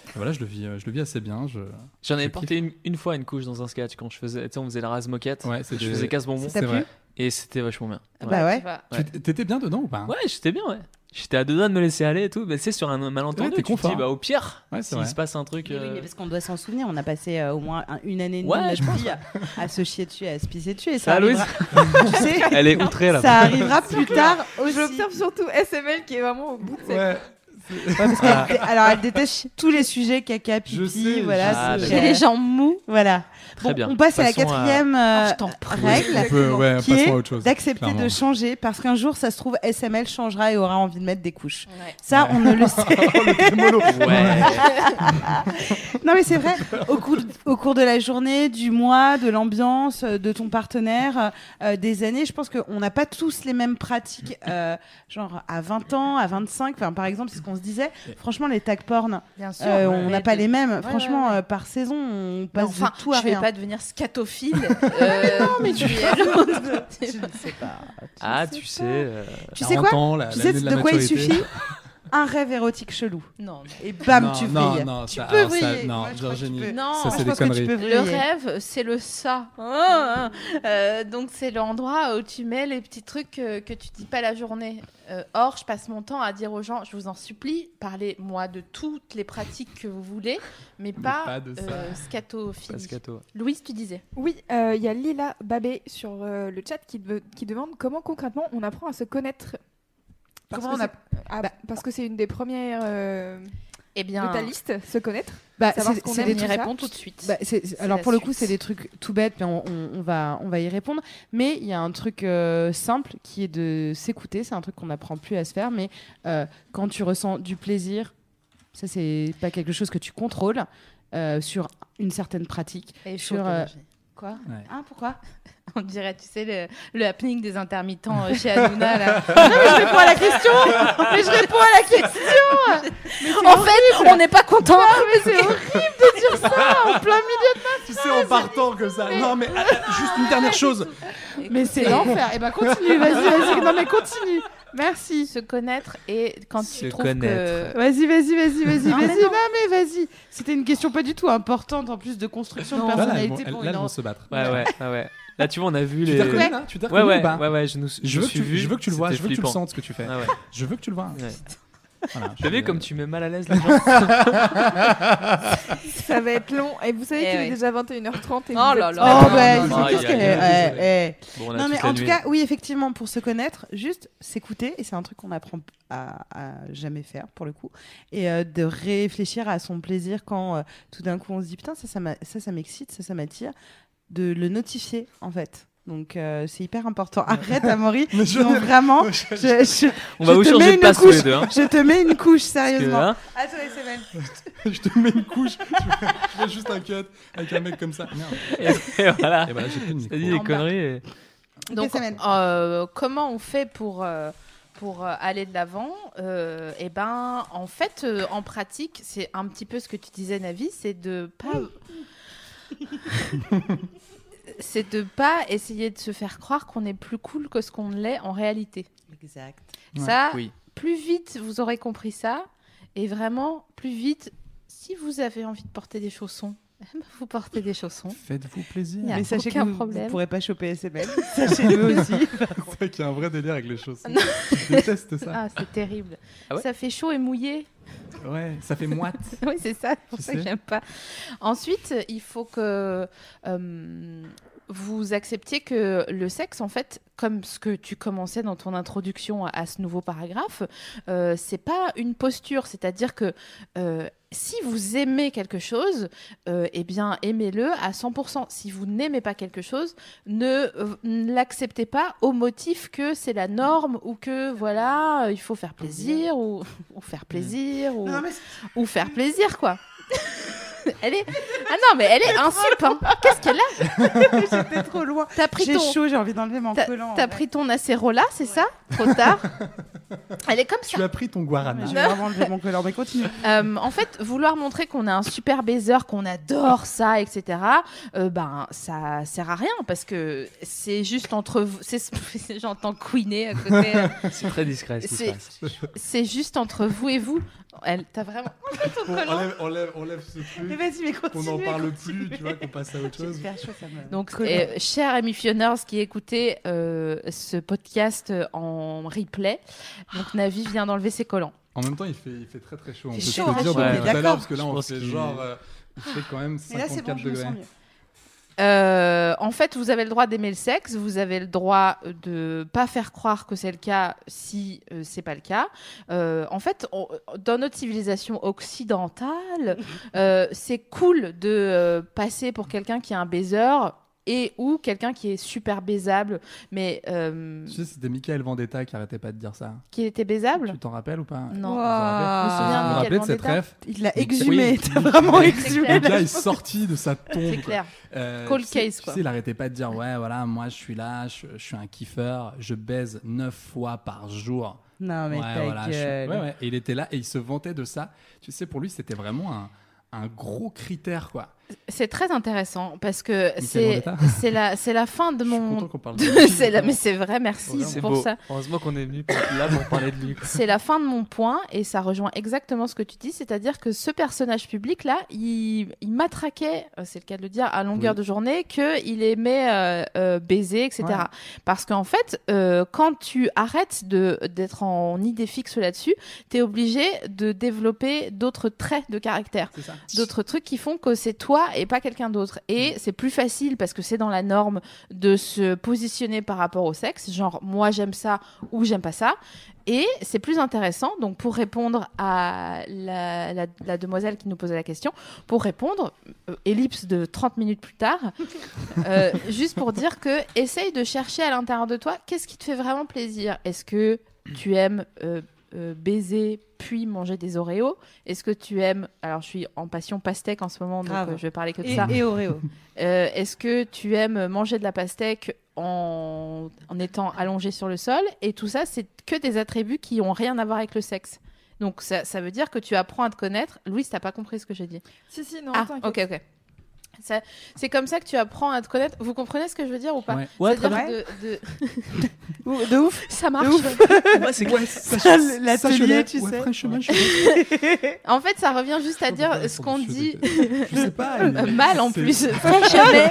Et voilà, je le vis, euh, je le vis assez bien. Je... J'en avais Je porté une, une fois une couche dans un sketch quand je faisais, tu sais, on faisait la rase moquette. Ouais, c'est- je faisais casse bonbon T'as C'est vrai. et c'était vachement bien. Ah bah ouais. Ouais. Tu- T'étais bien dedans ou pas hein Ouais, j'étais bien, ouais. J'étais à deux doigts de me laisser aller et tout. Mais c'est sur un Ouais, malentendu. t'es tu te confort. hein. dis, bah, au pire, Ouais, c'est s'il vrai. se passe un truc. Oui, euh, mais parce qu'on doit s'en souvenir, on a passé euh, au moins un- une année et demie Ouais, de je notre vie à, à se chier dessus, à se pisser dessus, et ça, Ça, Louise arrivera, tu sais, Elle est outrée là. ça arrivera plus tard aussi. Je l'observe surtout SML qui est vraiment au bout de cette. Ouais. Parce qu'elle dé- alors elle déteste tous les sujets caca, pipi, Je sais, voilà. c'est- je Ah. sais. J'ai Ah, les jambes mous. Voilà. Très Bon, bien. On passe à la Passons à- quatrième Ah, euh, je t'en prie. règle. On peut, ouais, Qui passons est à autre chose. D'accepter clairement. de changer parce qu'un jour, ça se trouve, SML changera et aura envie de mettre des couches. Ouais. Ça, on ne le sait. Oh, le trémolo. Ouais. non, mais c'est vrai. Au cours, au cours de la journée, du mois, de l'ambiance, euh, de ton partenaire, euh, des années, je pense qu'on n'a pas tous les mêmes pratiques. euh, genre à 20 ans, à 25, enfin, par exemple, c'est ce qu'on se disait. Franchement, les tags porn, Bien sûr. euh, on Mais n'a pas de- les mêmes. ouais, Franchement, ouais, ouais. euh, par saison, on Mais passe Bah, enfin, de Bah, tout à je vais rien. pas devenir scatophile. euh, non, mais tu- du dialogue. Je ne Bah, sais pas. Ah, Je ne tu sais. euh, Tu sais 40 quoi ans, la- Tu sais l'année de, la quoi il maturité. suffit Un rêve érotique chelou. non, Et bam, Non, tu non, brilles. non, tu ça- peux alors ça- briller. non, Moi, je crois que tu Virginie, peux. non. Ça, Moi, c'est je des pense que tu conneries. peux Le briller. rêve, c'est le ça. Hein, hein. Euh, donc c'est l'endroit où tu mets les petits trucs que, que tu dis pas la journée. Euh, or, je passe mon temps à dire aux gens, je vous en supplie, parlez-moi de toutes les pratiques que vous voulez, mais Mais pas, pas de ça. euh, scatophilie. Pascato. Louise, tu disais. Oui, euh, il y a Lila Babé sur euh, le chat qui, de- qui demande comment concrètement on apprend à se connaître. Parce Comment que on a- c'est- ah, Parce que c'est une des premières euh, Eh bien, de ta liste, se connaître. Bah, Savoir c'est- ce qu'on c'est aime, des on y tout trucs- répond tout de suite. Bah, c'est- c'est- C'est alors la pour le coup, suite. c'est des trucs tout bêtes, mais on, on- on va, on va y répondre. Mais il y a un truc euh, simple qui est de s'écouter. C'est un truc qu'on n'apprend plus à se faire, mais euh, quand tu ressens du plaisir, Ça, c'est pas quelque chose que tu contrôles euh, sur une certaine pratique. Et sur, chaud, euh, Roger. Quoi Ah, Ouais. Hein, pourquoi On dirait, tu sais, le, le happening des intermittents euh, chez Hanouna. Là. non, mais je réponds à la question Mais je réponds à la question En fait, on n'est pas content mais c'est horrible de dire ça en plein milieu Tu sais, en partant comme ça. Non, mais ah, ah, juste une dernière chose. Mais c'est l'enfer. Et ben continue, vas-y, vas-y. Non mais continue. Merci. Se connaître et quand Se tu trouves connaître. que... Vas-y, vas-y, vas-y, vas-y, Non, mais vas-y. non. Non mais vas-y. C'était une question pas du tout importante en plus de construction de Là, là, elles vont, personnalité elles- pour là, une elles vont enfant. se battre. Ouais, ouais, ouais, ouais. Là, tu vois, on a vu Tu les. t'es reconnu là Tu t'es Ouais, reconnu ouais, ou pas ouais, ouais, je nous. Je me veux, que suis tu, vu, je veux que tu le vois, c'était je veux que tu le flippant. sentes ce que tu fais. Ah ouais. Je veux que tu le vois. Ouais. Voilà, T'as je- euh, vu comme tu mets mal à l'aise les gens Ça va être long. Et vous savez Eh qu'il ouais. est déjà 21h30. Et Oh vous là êtes- là. Oh Non, ben, ils non, non, sont non, tous il y a- que- il y a- ouais, désolé. ouais. Bon, on a Non toute mais la en tout nuit. cas, oui, effectivement, pour se connaître, juste s'écouter, et c'est un truc qu'on apprend à, à jamais faire pour le coup, et euh, de réfléchir à son plaisir quand euh, tout d'un coup on se dit putain ça ça m'a- ça ça m'excite, ça ça m'attire, de le notifier en fait. Donc euh, c'est hyper important. Arrête, Amaury. Mais je- Non, vraiment, je, je- On je va vous te changer mets de une passe tous couche. les deux. Hein. je te mets une couche, Parce que, sérieusement. hein, je te mets une couche. je fais juste un cut avec un mec comme ça. Merde. et, et voilà. Et voilà, j'ai plus de micro. T'as dit des En bas. conneries. et- Donc, Des semaines. euh, comment on fait pour, euh, pour euh, aller de l'avant Euh, Eh ben, en fait, euh, en pratique, c'est un petit peu ce que tu disais, Navi, c'est de pas. c'est de pas essayer de se faire croire qu'on est plus cool que ce qu'on l'est en réalité. Exact. Ouais. Ça, Oui. plus vite vous aurez compris ça, et vraiment, plus vite, si vous avez envie de porter des chaussons, eh ben, vous portez des chaussons. Faites-vous plaisir. Il y a Mais sachez que aucun vous- vous problème. ne pourrez pas choper SML. Sachez-le aussi. C'est vrai qu'il y a un vrai délire avec les choses. Non. je déteste ça. Ah, c'est terrible. Ah ouais ça fait chaud et mouillé. Ouais, ça fait moite. Oui, c'est ça, c'est pour Tu ça que sais. j'aime pas. Ensuite, il faut que euh, vous acceptiez que le sexe, en fait, comme ce que tu commençais dans ton introduction à, à ce nouveau paragraphe, euh, c'est pas une posture. C'est-à-dire que euh, si vous aimez quelque chose, euh, eh bien, aimez-le à 100%. Si vous n'aimez pas quelque chose, ne euh, ne l'acceptez pas au motif que c'est la norme ou que, voilà, euh, il faut faire plaisir ou, ou faire plaisir. Ou Non, mais ou faire plaisir, quoi. elle est. Ah non, mais elle est insup, hein. Qu'est-ce qu'elle a j'étais trop loin. T'as pris J'ai ton. chaud, j'ai envie d'enlever mon collant. T'as pris ton acérola, c'est ça Trop tard. Elle est comme ça. tu as pris ton Ah, mais guarana. J'ai vraiment enlevé mon collant, mais continue. Euh, en fait, vouloir montrer qu'on a un super baiser, qu'on adore ça, etc. euh, ben, ça sert à rien parce que c'est juste entre vous. c'est- J'entends couiner à côté. C'est très discret ce qui se C'est- passe. c'est juste entre vous et vous. Elle, t'as vraiment. ton Bon, collant. enlève, enlève, enlève ce Mais truc. vas-y, mais Qu'on continue. n'en parle continue. plus, tu vois, qu'on passe à autre J'ai chose. super chaud, ça me- Donc, Collant. euh, chers amis Fionners qui écoutez euh, ce podcast en replay, donc Navi vient d'enlever ses collants. En même temps, il fait, il fait très très chaud. On Il peut fait se chaud, le hein, dire chaud, depuis mais tout à l'heure, d'accord. parce que là, Je on pense fait qu'il- genre. euh, il fait quand même Mais là, c'est 54 bon, je me degrés. sens mieux. Euh, en fait, vous avez le droit d'aimer le sexe, vous avez le droit de pas faire croire que c'est le cas si euh, c'est pas le cas. Euh, en fait, on- dans notre civilisation occidentale, euh, c'est cool de euh, passer pour quelqu'un qui est un baiser et ou quelqu'un qui est super baisable, mais euh, Tu sais, c'était Michael Vendetta qui arrêtait pas de dire ça. qui était baisable. Tu t'en rappelles ou pas Non. Vous vous rappelez Je me souviens Vous vous Michael rappelez de cette Vendetta ref Il l'a Oui. exhumé, Oui. t'as vraiment Oui, exhumé. c'est Le la- gars est sorti de sa tombe. C'est quoi. clair. Euh, Cold tu sais- case, quoi. Tu sais, il arrêtait pas de dire Ouais, voilà, moi je suis là, je, je suis un kiffeur, je baise 9 fois par jour. Non, mais ouais, ta voilà, je suis- gueule. ouais, ouais. Et il était là et il se vantait de ça. Tu sais, pour lui, c'était vraiment un, un gros critère, quoi. C'est très intéressant parce que Michael c'est Vendetta. c'est la c'est la fin de Je suis content mon qu'on parle de lui, c'est la- vraiment. mais c'est vrai merci C'est pour beau. ça. Heureusement qu'on est venu pour- là pour parler de lui. quoi. C'est la fin de mon point et ça rejoint exactement ce que tu dis, c'est-à-dire que ce personnage public là, il, il m'attraquait, euh, c'est le cas de le dire, à longueur Oui. de journée, que il aimait euh, euh, baiser, etc. Ouais. Parce qu'en fait, euh, quand tu arrêtes de d'être en idée fixe là-dessus, t'es obligé de développer d'autres traits de caractère. C'est ça. d'autres trucs qui font que c'est toi et pas quelqu'un d'autre. Et c'est plus facile parce que c'est dans la norme de se positionner par rapport au sexe, genre moi j'aime ça ou j'aime pas ça. Et c'est plus intéressant, donc pour répondre à la, la- la demoiselle qui nous posait la question, pour répondre, euh, ellipse de 30 minutes plus tard, euh, juste pour dire que essaye de chercher à l'intérieur de toi qu'est-ce qui te fait vraiment plaisir. Est-ce que tu aimes euh, euh, baiser puis manger des Oreos Est-ce que tu aimes Alors, je suis en passion pastèque en ce moment, donc Grave. euh, je vais parler que de Et, ça. et Oreo. Euh, Est-ce que tu aimes manger de la pastèque en, en étant allongé sur le sol Et tout ça, c'est que des attributs qui ont rien à voir avec le sexe. Donc ça, ça veut dire que tu apprends à te connaître. Louis, t'as pas compris ce que j'ai dit. Si, si, non, Ah, t'inquiète. ok, ok. Ça- C'est comme ça que tu apprends à te connaître. Vous comprenez ce que je veux dire ou pas Ouais. Ouais, C'est-à-dire très de- de- Ou- De ouf. Ça marche. Moi, c'est quoi Ça, L'atelier, tu Ouais, sais. franchement, je- En fait, ça revient juste à Je sais pas dire pourquoi ce qu'on je suis dit dégueu. Je sais pas. euh, mais mal en c'est- plus. Fréchamé,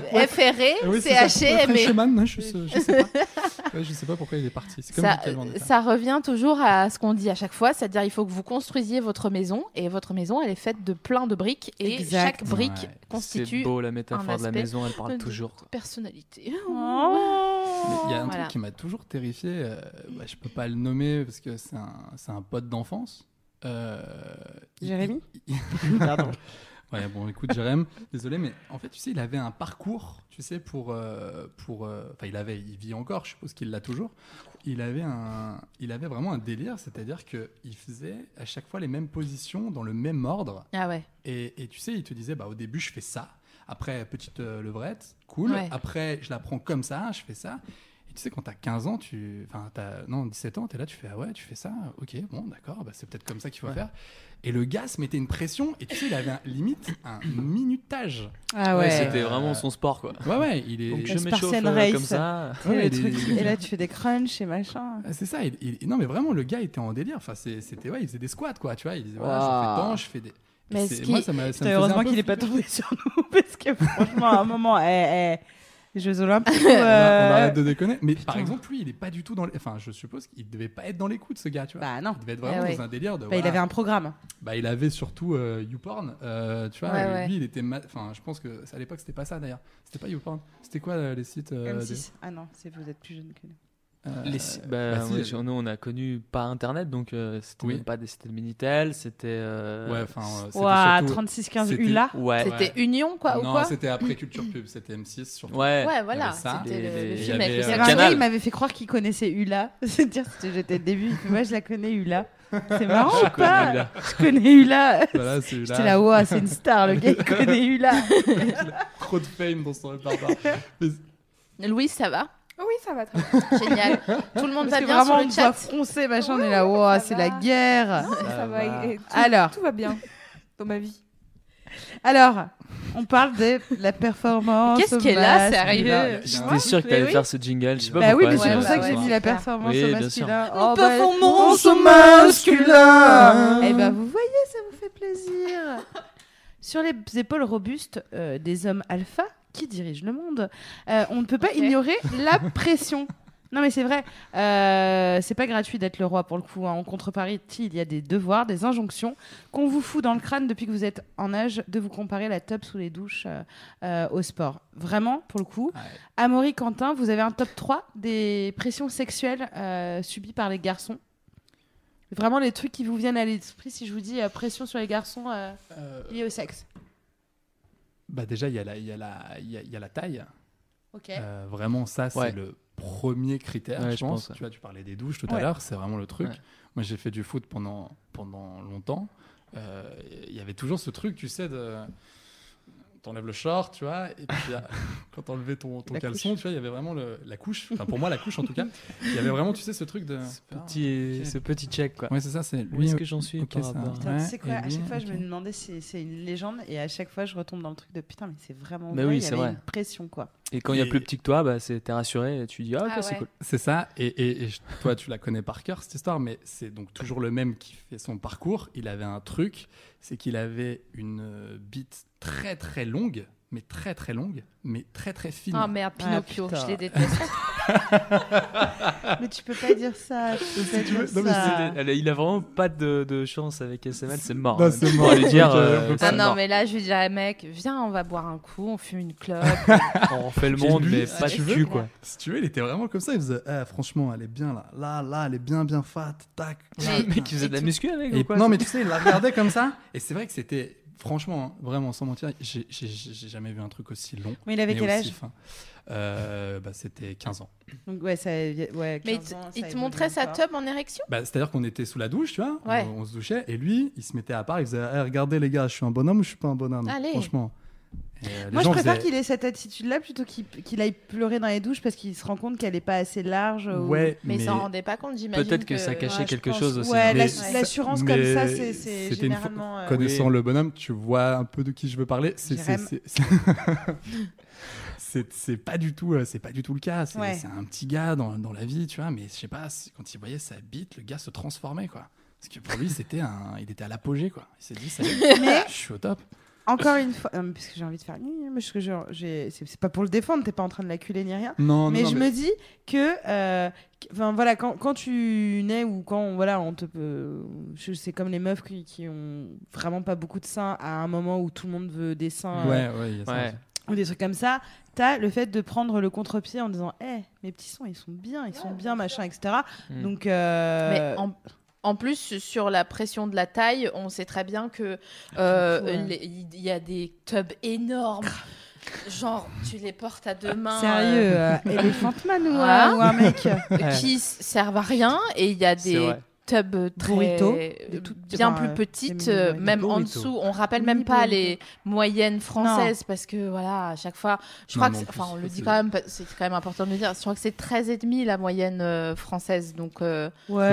FRE, Ah oui, c'est ça. CHE, E, mais Frenchman, hein, je, sais- je sais pas. Ouais, je sais pas pourquoi il est parti. C'est comme ça, euh, Michael Van Etten. ça revient toujours à ce qu'on dit à chaque fois, c'est-à-dire il faut que vous construisiez votre maison et votre maison elle est faite de plein de briques et Exact. chaque brique Ouais. constitue C'est beau la métaphore de la aspect maison, elle de parle toujours. Oh. quoi. personnalité. Mais Il y a un Voilà. truc qui m'a toujours terrifié. euh, bah, je peux pas le nommer parce que c'est un, c'est un pote d'enfance. Euh, il- Jérémy il- Pardon. Ouais, bon, écoute, Jérém, désolé, mais en fait, tu sais, il avait un parcours, tu sais, pour. euh, pour euh, Enfin, il avait, il vit encore, je suppose qu'il l'a toujours. Il avait, un, il avait vraiment un délire, c'est-à-dire qu'il faisait à chaque fois les mêmes positions dans le même ordre. Ah ouais. Et, et tu sais, il te disait, bah, au début, je fais ça. Après, petite euh, levrette, cool. Ouais. Après, je la prends comme ça, je fais ça. Et tu sais, quand t'as 15 ans, tu... enfin, t'as... non, 17 ans, t'es là, tu fais, ah ouais, tu fais ça, ok, bon, d'accord, bah, c'est peut-être comme ça qu'il faut faire. Et le gars se mettait une pression, et tu sais, il avait un- limite un minutage. Ah Ouais, ouais. C'était Euh, vraiment son sport quoi. Ouais, ouais, il est. Donc je Une m'échauffe Spartan euh, race. comme ça. Et, Ouais, le il est- truc- et là, tu fais des crunchs et machin. Ah, C'est ça, il, il- non mais vraiment le gars était en délire, enfin c'est- c'était ouais, il faisait des squats quoi, tu vois, il disait voilà, Waouh. je fais tant, je fais des. Mais Et ce c'est- qui- moi, ça m'a- ça me Putain, faisait un heureusement peu qu'il n'est pas flipper. tombé sur nous, parce que franchement, à un moment, eh, eh, Jeux Olympiques. ou, On, a- on euh, arrête de déconner. Mais par exemple, lui, il est pas du tout dans. Les... Enfin, je suppose qu'il devait pas être dans les coups de ce gars, tu vois. Bah non. Il devait être vraiment Ah ouais. dans un délire de. Bah, il voilà. avait un programme. Bah, il avait surtout euh, YouPorn, euh, tu vois. Ouais, et ouais. Lui, il était. ma- Enfin, je pense que à l'époque, c'était pas ça d'ailleurs. C'était pas YouPorn. C'était quoi euh, les sites euh, M6. Ah non, c'est- vous êtes plus jeune que nous. des- euh, Les- bah, bah, si, ouais, euh, sur- nous on a connu pas internet donc euh, c'était Oui. même pas des c'était le Minitel, c'était euh, Ouais, enfin. euh, c'était Ouah, surtout- 36-15 c'était- ULA. ouais. Ouais. C'était Union quoi ou non, quoi c'était après Culture Pub, c'était M6 surtout. Ouais. Ouais, voilà, avait ça, c'était les- le, le les- film il y avec le avait, Il y avait un euh, serpent. gars, Canal. il m'avait fait croire qu'il connaissait Ula. C'est-à-dire, c'était- j'étais le début. Il fait, moi, je la connais, Ula. C'est marrant ou pas Ula. Je connais Ula. Voilà, c'est là. J'étais là, ouah, c'est une star, le gars, il connaît Ula. Trop de fame dans son répertoire. Mais- Louis, ça va Oui, ça va très bien. Génial. Tout le monde Parce va que bien vraiment, sur on le me voit chat. froncer, machin. On est là, ouah, ça c'est va. la guerre. ça va. va. et- et tout, Alors. Tout va bien dans ma vie. Alors, on parle de la performance. Qu'est-ce au qu'elle a, masque, sérieux masculin. J'étais sûr que t'allais oui. faire ce jingle, je sais pas Bah oui, pourquoi. mais Ouais, c'est pour bah ça que j'ai ouais. mis la performance Oui, au bien masculin. Oh, Nous bah, performons on son se masculin Eh ben, vous voyez, ça vous fait plaisir Sur les épaules robustes euh, des hommes alpha qui dirigent le monde, euh, on ne peut pas Ok. ignorer la pression. Non mais c'est vrai, euh, c'est pas gratuit d'être le roi pour le coup. hein. En contrepartie, il y a des devoirs, des injonctions qu'on vous fout dans le crâne depuis que vous êtes en âge de vous comparer la top sous les douches euh, euh, au sport. Vraiment, pour le coup, Ouais. Amaury Quentin, vous avez un top 3 des pressions sexuelles euh, subies par les garçons. Vraiment les trucs qui vous viennent à l'esprit si je vous dis euh, pression sur les garçons euh, Euh, liée au sexe. Bah déjà, il y, a la- il y, a la- il y a, il y a la taille. Ok. Euh, vraiment, ça, c'est Ouais. le premier critère, Ouais, je, je pense. pense, ouais. Tu vois, tu parlais des douches tout à Ouais. l'heure, c'est vraiment le truc. Ouais. Moi, j'ai fait du foot pendant, pendant longtemps. Euh, Il y avait toujours ce truc, tu sais, de... T'enlèves le short, tu vois, et puis ah, quand t'enlevais ton, ton La caleçon, tu vois, il y avait vraiment le- la couche. Enfin, pour moi, la couche, en tout cas. Il y avait vraiment, tu sais, ce truc de... Ce petit Ok. ce petit check quoi. Ouais, c'est ça, c'est... Où Lui, est-ce que j'en suis ok, par ça. rapport à- Putain, tu Ouais, sais quoi, et à lui, chaque fois je me ok. demandais si c'est une légende et à chaque fois je retombe dans le truc de putain mais c'est vraiment Mais vrai, oui, il y c'est avait vrai. une pression quoi. Et quand il y a Et- plus petit que toi, bah c'est t'es rassuré et tu dis ah, ok, Ah c'est ouais. cool. C'est ça, et, et- et je- toi tu la connais par cœur cette histoire, mais c'est donc toujours le même qui fait son parcours. Il avait un truc, c'est qu'il avait une euh, bite très très longue, mais très très longue, mais très très fine. Ah merde, Ah, Pinocchio, putain. je les déteste. mais tu peux pas dire ça, tu peux pas tu veux- dire non, mais ça. Elle a- il a vraiment pas de, de chance avec SML, c'est mort. Non, hein. c'est Tu mort. pourras lui dire, Ok, euh, on peut pas. c'est Ah non, mort. mais là, je lui dirais, mec, viens, on va boire un coup, on fume une clope. on refait le J'ai monde, lu, mais si pas tu de veux. cul quoi. Si tu veux, il était vraiment comme ça, il faisait Ah, franchement, elle est bien là, là, là, elle est bien bien fat, tac. là, Mais- Le mec, il faisait de la muscu avec Et- ou quoi non, ça mais tu sais, il la regardait comme ça. Et c'est vrai que c'était franchement, hein, vraiment, sans mentir, j'ai j'ai- j'ai jamais vu un truc aussi long. Mais il avait mais quel aussi âge fin. Euh, bah, C'était 15 ans. Donc, ouais, ça, ouais, Mais il 15 te, ans, ça il te évolue montrait sa encore. tub en érection Bah, C'est-à-dire qu'on était sous la douche, tu vois, on- Ouais. on, se douchait, et lui, il se mettait à part, il faisait Eh, Regardez les gars, je suis un bonhomme ou je suis pas un bonhomme Allez. Franchement. Et, euh, les Moi, je gens préfère faisaient- qu'il ait cette attitude-là plutôt qu'il qu'il aille pleurer dans les douches parce qu'il se rend compte qu'elle est pas assez large. ou- Ouais, Mais, il mais- s'en rendait pas compte, j'imagine. Peut-être que ça cachait ouais, je quelque pense. chose aussi. Ouais, hein. la- Mais- l'assurance mais comme ça, c'est- c'est c'était une fois- généralement. euh, Connaissant Oui. le bonhomme, tu vois un peu de qui je veux parler. C'est c'est- Jérém. c'est- c'est c'est pas du tout euh, c'est pas du tout le cas. C'est Ouais. c'est un petit gars dans, dans la vie, tu vois. Mais je sais pas c'est- quand il voyait sa bite, le gars se transformait quoi. Parce que pour lui c'était un il était à l'apogée quoi. Il s'est dit ça y est, Mais- je suis au top. Encore une fois, non, mais parce que j'ai envie de faire. Parce que je- j'ai- c'est c'est pas pour le défendre, t'es pas en train de l'acculer ni rien. Non non mais non, je mais- me dis que. euh, qu- Enfin voilà, quand, quand tu nais ou quand voilà, on te peut. je- C'est comme les meufs qui, qui ont vraiment pas beaucoup de seins à un moment où tout le monde veut des seins euh, ouais ouais. il y a ça Ouais. aussi. ou des trucs comme ça. T'as le fait de prendre le contre-pied en disant Eh, mes petits seins, ils sont bien, ils sont bien, machin, etc. Mm. Donc. euh, Mais en, en plus, sur la pression de la taille, on sait très bien que euh, Ouais. les- il y a des tubs énormes. Genre, tu les portes à deux mains. Sérieux, euh, Elephant Man ou, Ah. euh, ou un mec euh, qui s- servent à rien. Et il y a C'est des vrai. tubs très Burrito, euh, toutes- bien enfin, euh, plus petites, des mini- euh, des même en burritos. dessous. On rappelle Mini même pas burritos. les moyennes françaises parce que voilà, à chaque fois, je Non, crois mais que, en c'est- plus, enfin, on le c'est- dit quand même, parce- c'est quand même important de le dire. Je crois que c'est 13,5 la moyenne euh, française, donc euh, Ouais,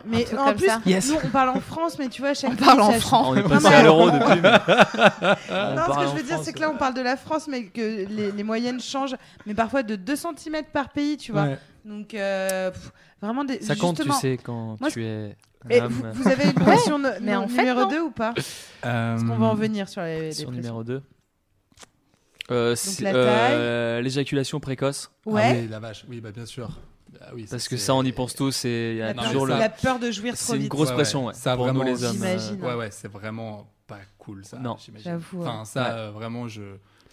Un mais truc en comme plus, ça. Yes. nous on parle en France, mais tu vois, chaque on pays, parle en ça- francs. On est Non, passé mais- à l'euro depuis. mais- On Non, ce parle que je en veux dire, France, c'est que là on parle de la France, mais que les, les moyennes changent, mais parfois de 2 cm par pays, tu vois. Ouais. Donc, euh, pff, vraiment des. Ça compte, tu justement. sais, quand Moi, tu es Et un vous, homme vous avez une pression de- mais non, en fait, numéro non. 2 ou pas Parce qu'on Euh, va en venir sur les, les sur pressions. numéro 2. Euh, c'est- la euh, L'éjaculation précoce. ah Ouais, oui, la vache. Oui bah bien sûr. Ah oui, Parce c'est- que c'est- ça, on y pense tous. et Il y a la, non, peur, toujours mais le. la peur de jouir trop C'est une vite. grosse pression, ouais. Ça, pour nous Ah, vraiment, les hommes. euh, J'imagine. hein. Ouais, ouais, c'est vraiment pas cool ça. Non. j'imagine. J'avoue, hein. Enfin, ouais. ça, Ouais. euh, vraiment, je.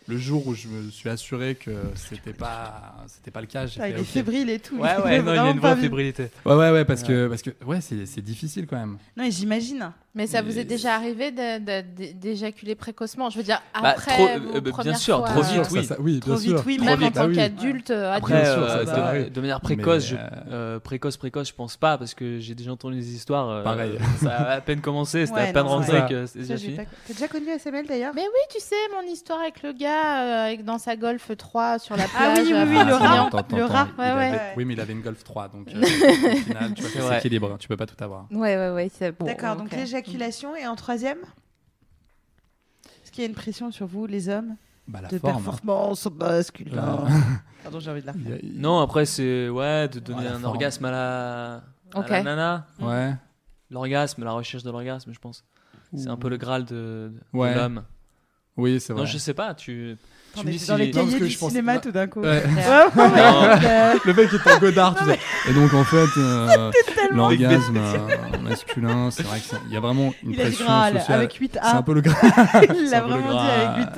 Le jour où je me suis assuré que c'était pas, c'était pas le cas, j'ai Putain, fait, Il est ok. fébrile et tout. Ouais, il ouais, veut non, il y a vraiment une pas vraie vivre. fébrilité. Ouais, ouais, ouais, parce que, parce que, ouais, c'est, c'est difficile quand même. Non, mais j'imagine. Mais ça vous Mais- est déjà arrivé de- de- de- d'éjaculer précocement Je veux dire, Bah, après. trop- vos euh, bien premières sûr, fois, trop euh, vite, oui. Ça, ça- oui, Trop bien vite, sûr. oui, Même trop en vite. tant Ah oui. qu'adulte, euh, Après, adulte. Bien sûr, ça, euh, bah, c'est de, vrai. de manière précoce, Mais, je- euh, précoce, précoce, je pense pas parce que j'ai déjà entendu des histoires. euh, Pareil. Ça a à peine commencé, c'était Ouais, à peine non, rentré ouais. que c'était Ça, déjà j'ai fini. pas- T'as déjà connu SML d'ailleurs Mais oui, tu sais, mon histoire avec le gars euh, avec dans sa Golf 3 sur la plage. euh, Ah oui, oui, à oui, Marseille. le rat. Attends, attends, le attends, rat, il ouais, avait- ouais. Oui, mais il avait une Golf 3, donc euh, au final, tu vois, Ah, C'est hein, c'est vrai. équilibre, hein, tu peux pas tout avoir. Ouais, ouais, ouais. c'est bon, D'accord, ok. Mm. donc l'éjaculation et en troisième Est-ce qu'il y a une pression sur vous, les hommes Bah, la De forme. performance au bascule. Euh, Pardon, j'ai envie de la il y a- il- Non, après, c'est ouais, de donner la un forme. orgasme à la, à Ok. la nana. Mm. Ouais. L'orgasme, la recherche de l'orgasme, je pense. C'est un peu le graal de, de Ouais. l'homme. Oui, c'est vrai. Non, je sais pas, tu, tu Attends, me mais dis c'est si. dans les Non, parce cahiers que du je pense- cinéma non. tout d'un coup. Ouais. Ouais, ouais, ouais, Non. euh, Le mec est en godard, tout ça. Et donc, en fait, euh, l'orgasme euh, masculin, c'est vrai qu'il y a vraiment une Il a dit pression Graal sociale. avec 8 C'est un A. peu le gras. Il c'est l'a un peu le vraiment dit gras. avec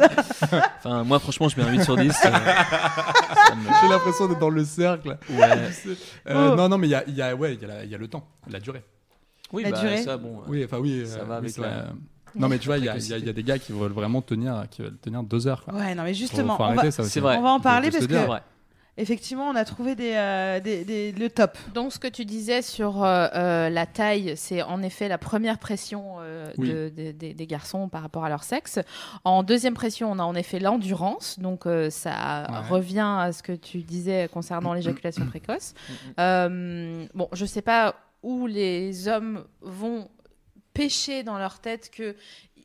8 A. Enfin, moi, franchement, je mets un 8 sur 10. euh, ça me- J'ai l'impression d'être dans le cercle. Ouais. Euh, Oh. Non, non, mais il y a, il y, a, ouais, il y, a la- il y a le temps, la durée. Oui, La bah, durée. ça, bon. euh, Oui, enfin oui. euh, Ça va oui, avec c'est la- vrai. Non, mais tu vois, il y, a- il y a- il y a des gars qui veulent vraiment tenir, qui veulent tenir deux heures. Quoi. Ouais, non, mais Faut- justement, faut on arrêter va- ça aussi. hein. C'est vrai. on va en De- parler de se parce C'est dire. que vrai. effectivement, on a trouvé des, euh, des- des- le top. Donc, ce que tu disais sur euh, euh, la taille, c'est en effet la première pression euh, Oui. de- de- des- des garçons par rapport à leur sexe. En deuxième pression, on a en effet l'endurance. Donc, euh, ça Ouais. revient à ce que tu disais concernant l'éjaculation précoce. Euh, bon, je sais pas où les hommes vont pêcher dans leur tête que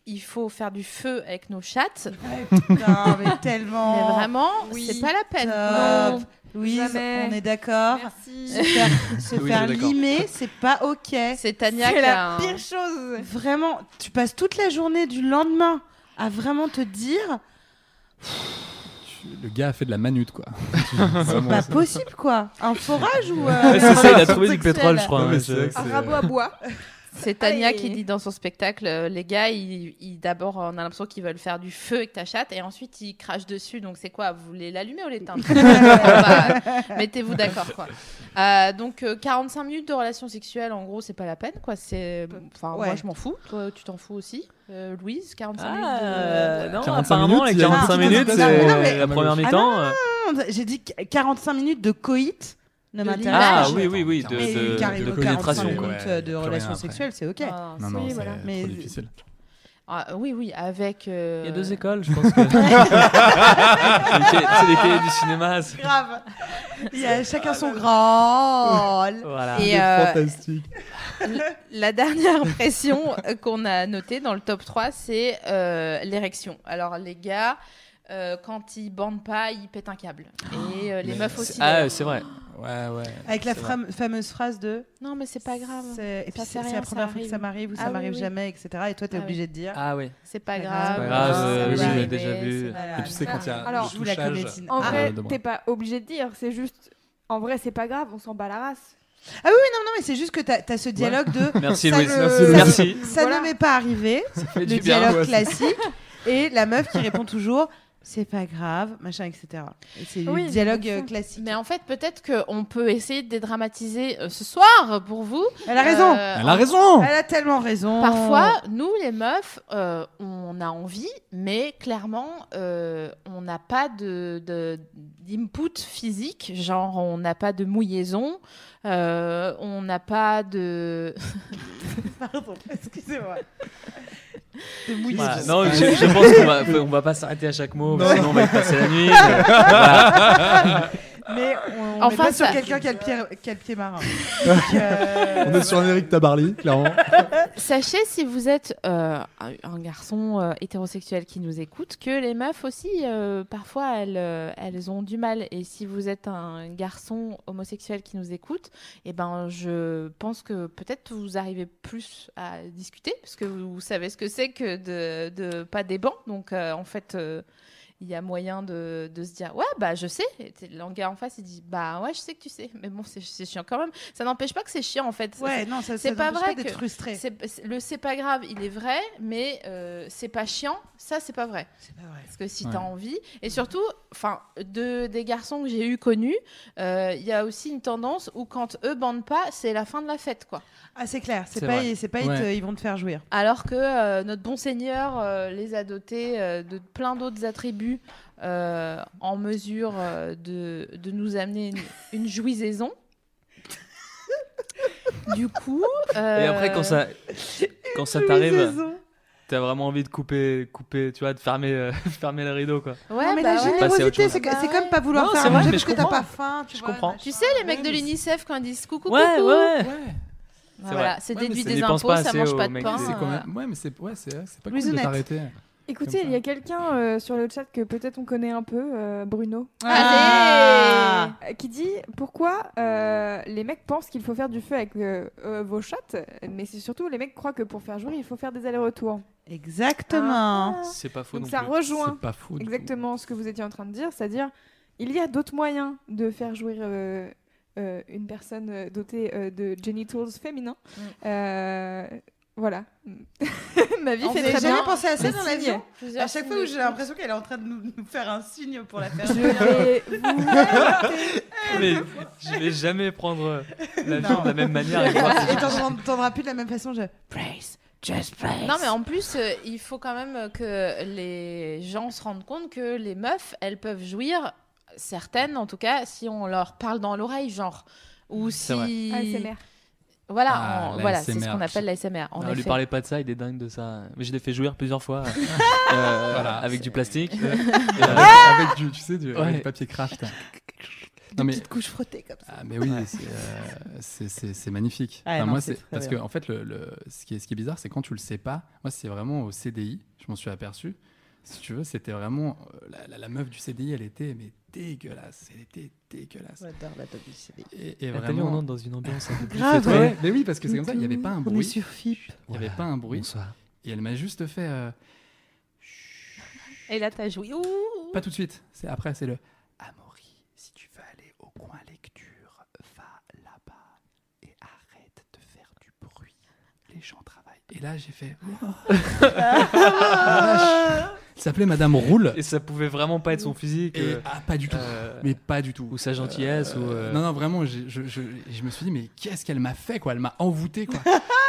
il faut faire du feu avec nos chattes. Putain, mais tellement. Mais vraiment, oui, c'est pas la peine. Euh, top. Louise, Jamais. on est d'accord. Se Merci. faire, se Oui, faire je suis d'accord. limer, c'est pas ok. C'est Tania C'est qui la a un- pire chose. Vraiment, tu passes toute la journée du lendemain à vraiment te dire, Tu- Le gars a fait de la manute, quoi. c'est Vraiment, pas c'est- possible quoi. Un forage ou. Ouais, euh, c'est ça, il a trouvé du sexuel. pétrole, je crois. Non, mais ouais, c'est c'est- vrai que Un c'est- rabot à bois. C'est Tania Aïe. qui dit dans son spectacle, euh, les gars, ils, ils- d'abord on a l'impression qu'ils veulent faire du feu avec ta chatte et ensuite ils crachent dessus. Donc c'est quoi Vous voulez l'allumer ou l'éteindre Bah, Mettez-vous d'accord quoi. Euh, donc euh, 45 minutes de relation sexuelle, en gros c'est pas la peine quoi. C'est, enfin moi Ouais. je m'en fous. Toi tu t'en fous aussi, Euh, Louise 45 minutes. Ah, De... non, 45 apparemment, minutes, les il y a une 45 petite minutes, hésitation. Non, mais- euh, la première Ah, mi-temps. euh, Non, J'ai dit qu- 45 minutes de coït ne De m'intéresse. Ah l'image. oui, oui, oui, de, Mais de, carrément, de 45 pénétration. minutes quoi. ouais, euh, plus de rien relations après. sexuelles, c'est ok. Ah, Non, non, Oui, c'est voilà. trop Mais- difficile. ah, oui oui avec. euh, Il y a deux écoles, je pense que. c'est les cahiers- c'est les cahiers du cinéma. c'est- Grave. Il y a chacun son Ah, rôle. Voilà. Et, C'est euh, fantastique. La dernière pression euh, qu'on a notée dans le top 3, c'est euh, l'érection. Alors, les gars, euh, quand ils bandent pas, ils pètent un câble. Et euh, les mais meufs c'est- aussi. Ah, d'ailleurs. c'est vrai. Ouais, ouais. Avec la C'est vrai. fram- fameuse phrase de. Non, mais c'est pas grave. c'est- Et puis Ça fait c'est c'est rien, la ça première fois que arrive. ça m'arrive ou Ah ça oui, m'arrive oui. jamais, etc. Et toi, t'es Ah obligé de dire. Ah oui. C'est pas C'est pas grave. grave, ça euh, va oui, je l'ai arriver, déjà vu. c'est pas Voilà. Et tu sais, quand il y a Alors, le joue la touchage- comédie. En Ah. vrai, Demande. t'es pas obligé de dire, c'est juste. En vrai, c'est pas grave, on s'en bat la race. Ah Non, mais c'est juste que t'as as ce dialogue de. Merci Ça Louise. ne- Merci. Merci. Merci. Ça Voilà. ne m'est pas arrivé. fait Le du bien. dialogue ouais. classique. Et la meuf qui répond toujours. C'est pas grave, machin, etc. Et C'est Oui, mais le dialogue bien euh, sûr. classique. Mais en fait, peut-être qu'on peut essayer de dédramatiser euh, ce soir pour vous. Elle a raison. Euh, Elle a raison Elle a tellement raison. Parfois, nous, les meufs, euh, on a envie, mais clairement, euh, on n'a pas de, de- d'input physique, genre on n'a pas de mouillaison, euh, on n'a pas de... Pardon, excusez-moi. De Voilà. mouillage. Bah, Non, je, je pense qu'on va, on va pas s'arrêter à chaque mot, sinon on va y passer la nuit. mais voilà. Mais on, on Enfin, est pas ça- sur quelqu'un qui a le pied, qui a le pied marin. Donc, euh, On est sur un Eric Tabarly, clairement. Ah, Euh, Sachez, si vous êtes euh, un- un garçon euh, hétérosexuel qui nous écoute, que les meufs aussi, euh, parfois, elles, euh, elles ont du mal. Et si vous êtes un garçon homosexuel qui nous écoute, eh ben, je pense que peut-être vous arrivez plus à discuter, parce que vous, vous savez ce que c'est que de, de pas des bancs. Donc, euh, en fait... euh, il y a moyen de, de se dire ouais bah je sais Et t'es- le gars en face il dit bah ouais je sais que tu sais mais bon c'est c'est chiant quand même ça n'empêche pas que c'est chiant en fait ouais, non, ça, c'est ça pas n'empêche vrai d'être que- frustré. c'est- c'est- le c'est pas grave, il est vrai, mais euh, c'est pas chiant, ça c'est pas vrai. C'est pas vrai. Parce que si Ouais. t'as envie, et surtout, enfin, de, des garçons que j'ai eu connus, euh, il y a aussi une tendance où quand eux bandent pas, c'est la fin de la fête, quoi. Ah, c'est clair. C'est C'est pas, vrai. c'est pas Ouais. ils, te- ils vont te faire jouir. Alors que euh, notre bon Seigneur euh, les a dotés euh, de plein d'autres attributs euh, en mesure euh, de, de nous amener une, une jouisaison. du coup. Et euh, après, quand ça, quand ça Louis t'arrive, Zezon. t'as vraiment envie de couper, couper, tu vois, de fermer, euh, fermer le rideau, quoi. Ouais, non, mais bah la ouais. Passer à autre générosité, chose. c'est que- Bah c'est ouais. comme pas vouloir Non, faire c'est un vrai, jeu mais parce je que t'as comprends. pas faim. Tu Je vois, comprends. Tu sais, les mecs de l'UNICEF, quand ils disent coucou, Ouais, coucou. ouais. Voilà, vrai. c'est Ouais, mais déduit ça des dépense impôts, pas ça assez mange au pas de mec pain. des- C'est quand voilà. même... Ouais, mais c'est ouais, c'est c'est pas Louise cool de Honnête. t'arrêter. Écoutez, Comme il y a quelqu'un euh, sur le chat que peut-être on connaît un peu, euh, Bruno, Ah. euh, qui dit pourquoi euh, les mecs pensent qu'il faut faire du feu avec euh, euh, vos chattes, mais c'est surtout les mecs croient que pour faire jouer, il faut faire des allers-retours. Exactement. Ah. C'est pas faux Donc non ça plus. rejoint C'est pas fou. du tout. exactement ce que vous étiez en train de dire, c'est-à-dire il y a d'autres moyens de faire jouir euh, euh, une personne euh, dotée euh, de genitals féminins. Mm. Euh, voilà. Ma vie On Vous fait faisait avez très jamais bien. bien. pensé à ça Mais dans si, l'avion hein. Plusieurs À chaque fois où signes j'ai de- l'impression qu'elle est en train de nous nous faire un signe pour la faire Je jouir. vais Mais je vais jamais prendre euh, l'avion Non. de la même manière. Et avec moi. t'en entendras plus de la même façon. Je... Praise, just praise. Non, mais en plus, euh, il faut quand même euh, que les gens se rendent compte que les meufs, elles peuvent jouir, certaines en tout cas, si on leur parle dans l'oreille, genre. Ou Mm, C'est vrai. si. ASMR. Voilà, Ah, on- la voilà c'est ce ASMR. qu'on appelle l'ASMR. En Non, effet. lui parlait pas de ça, il est dingue de ça. Mais je l'ai fait jouir plusieurs fois euh, Voilà. avec du plastique. Ouais. Et, Et euh, Ah avec, avec du, tu sais, du, Ouais. avec du papier craft. Non mais, Petite couche frottée comme ça. ah, mais oui, c'est, euh, c'est- c'est c'est magnifique. Ouais, Enfin, non, moi, c'est c'est très parce que bien. en fait, le, le- ce, qui est, ce qui est bizarre, c'est quand tu le sais pas. Moi, c'est vraiment au CDI, je m'en suis aperçu. Si tu veux, c'était vraiment euh, la, la- la meuf du CDI, elle était mais dégueulasse. Elle était dégueulasse. J'adore la table Et, et Ah, T'as vu, on vraiment. entre dans une ambiance un peu plus Grave, feutrée. Ouais, mais oui, parce que c'est comme ça. Il n'y avait pas un On est bruit. sur FIP. Il n'y avait pas un bruit. Bonsoir. Et elle m'a juste fait. euh, Et là, t'as joué. Ouh, ouh. Pas tout de suite, c'est après, c'est le Amaury, si tu veux aller au coin lecture, va là-bas et arrête de faire du bruit. Les gens Et là, j'ai fait. Ah, vache. Elle s'appelait Madame Roule. Et ça pouvait vraiment pas être son physique. Et- euh, ah, pas du tout. euh, Mais pas du tout. Ou sa gentillesse, ou, euh, Non, non, vraiment, j'ai- je, je- je me suis dit, mais qu'est-ce qu'elle m'a fait, quoi Elle m'a envoûté, quoi.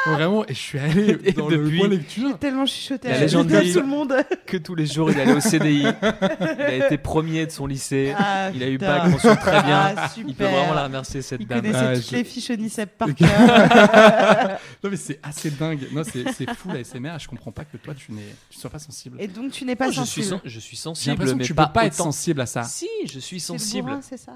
vraiment, et je suis allé Et dans le depuis- point lecture. Tellement chuchotée. La à légende table, dit- tout le monde. que tous les jours il allait au CDI. il a été premier de son lycée. Ah, il a eu putain. bac mention très bien. Ah, il peut super. vraiment la remercier cette Il dame. connaissait Ah, toutes je- les fiches Onicep par Ok. cœur. Non, mais c'est assez dingue. Non, c'est c'est fou la SMR. Je comprends pas que toi, tu, n'es- tu sois pas sensible. Et donc tu n'es pas Oh, je, suis sensible. sen- je suis J'ai sensible, l'impression que mais tu pas, peux pas être autant. sensible à ça. Si, je suis C'est le sensible. bourrin, C'est ça.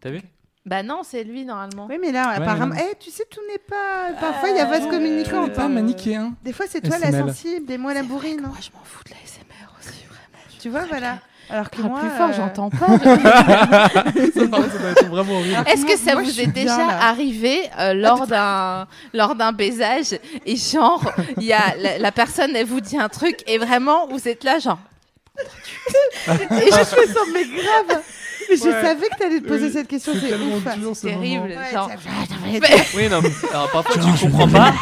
T'as vu Bah non, c'est lui normalement. Oui, mais là, Ouais, apparemment. mais Eh, tu sais, tout n'est pas. Parfois, il y a vase Euh, Tu communicant. n'es pas hein. manichéen. Des fois, c'est toi la SML. sensible et moi la bourrine. hein. Moi, je m'en fous de la SMR aussi, vraiment. Tu vois, voilà. Alors que Parle moi. plus fort, euh, j'entends pas. ça, par contre, ça doit être vraiment horrible. Est-ce Moi, que ça moi, je vous suis est bien, déjà là. arrivé euh, lors d'un lors d'un baisage et genre il y a la, la personne elle vous dit un truc et vraiment vous êtes là genre Et je me sens mais grave. Mais je Ouais. savais que t'allais te poser Oui, cette question. C'est tellement ouf. dur, ce terrible moment. Ouais, genre ça- j'arrête, j'arrête. Oui, non. mais- Alors parfois Tiens, tu je comprends vais pas.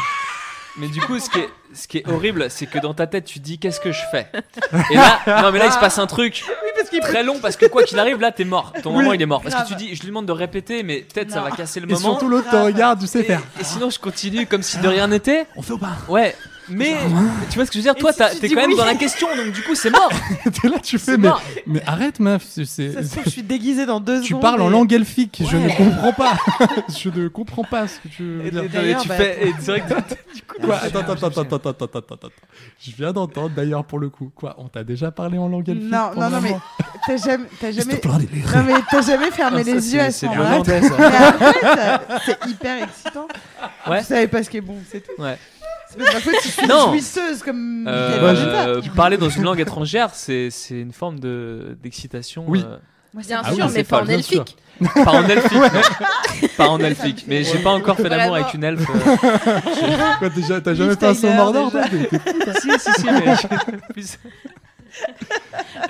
Mais du coup, ce qui est, ce qui est horrible, c'est que dans ta tête, tu dis qu'est-ce que je fais Et là, non, mais là, il se passe un truc très long parce que quoi qu'il arrive, là, t'es mort. Ton Oui, moment, il est mort. Parce que grave. tu dis, je lui demande de répéter, mais peut-être ça Non. va casser le Et moment. surtout, l'autre te regarde, tu sais Et, faire. et sinon, je continue comme si de rien n'était. On fait ou pas hein Ouais, mais tu vois ce que je veux dire Toi, si t'as- tu t'es dis quand même oui dans la question, donc du coup, c'est mort. T'es là, tu fais, C'est mais, mort. mais arrête, meuf. c'est- c'est- Ça se trouve, je suis déguisée dans deux Tu secondes. parles en et- langue elfique. Je Ouais. ne comprends pas. je ne comprends pas ce que tu Et, veux et- dire. et D'ailleurs, tu bah, fais. et c'est vrai que toi, t'es- du coup, Quoi attends, attends, attends, attends, attends, attends, attends, attends. Je viens d'entendre d'ailleurs pour le coup. Quoi On t'a déjà parlé en langue elfique Non, non, pendant non, un mais moment t'as jamais, t'as S'il te jamais, plaît, les- non, mais t'as jamais fermé Ah, ça, les yeux à c'est- ce C'est du moment-là. hollandais, ça. Mais en fait, euh, c'est hyper excitant. Ouais. Je savais pas ce qui est bon, c'est tout. Ouais. C'est parce qu'en fait, je suis Non. jouisseuse comme. Euh, Michael j'ai Vendetta. euh, parler dans une langue étrangère, c'est c'est une forme de d'excitation. Oui. euh, Moi, ça bien me- Ah oui, sûr c'est mais pas- pas en bien sûr. elfique. pas en elfique. mais- pas en elfique. Mais j'ai pas encore fait d'amour Vraiment. avec une elfe. euh, Quoi, déjà- T'as Liv jamais fait un saut Tyler, mordant déjà. toi T'es- t'es- si, si, si, mais j'ai- plus-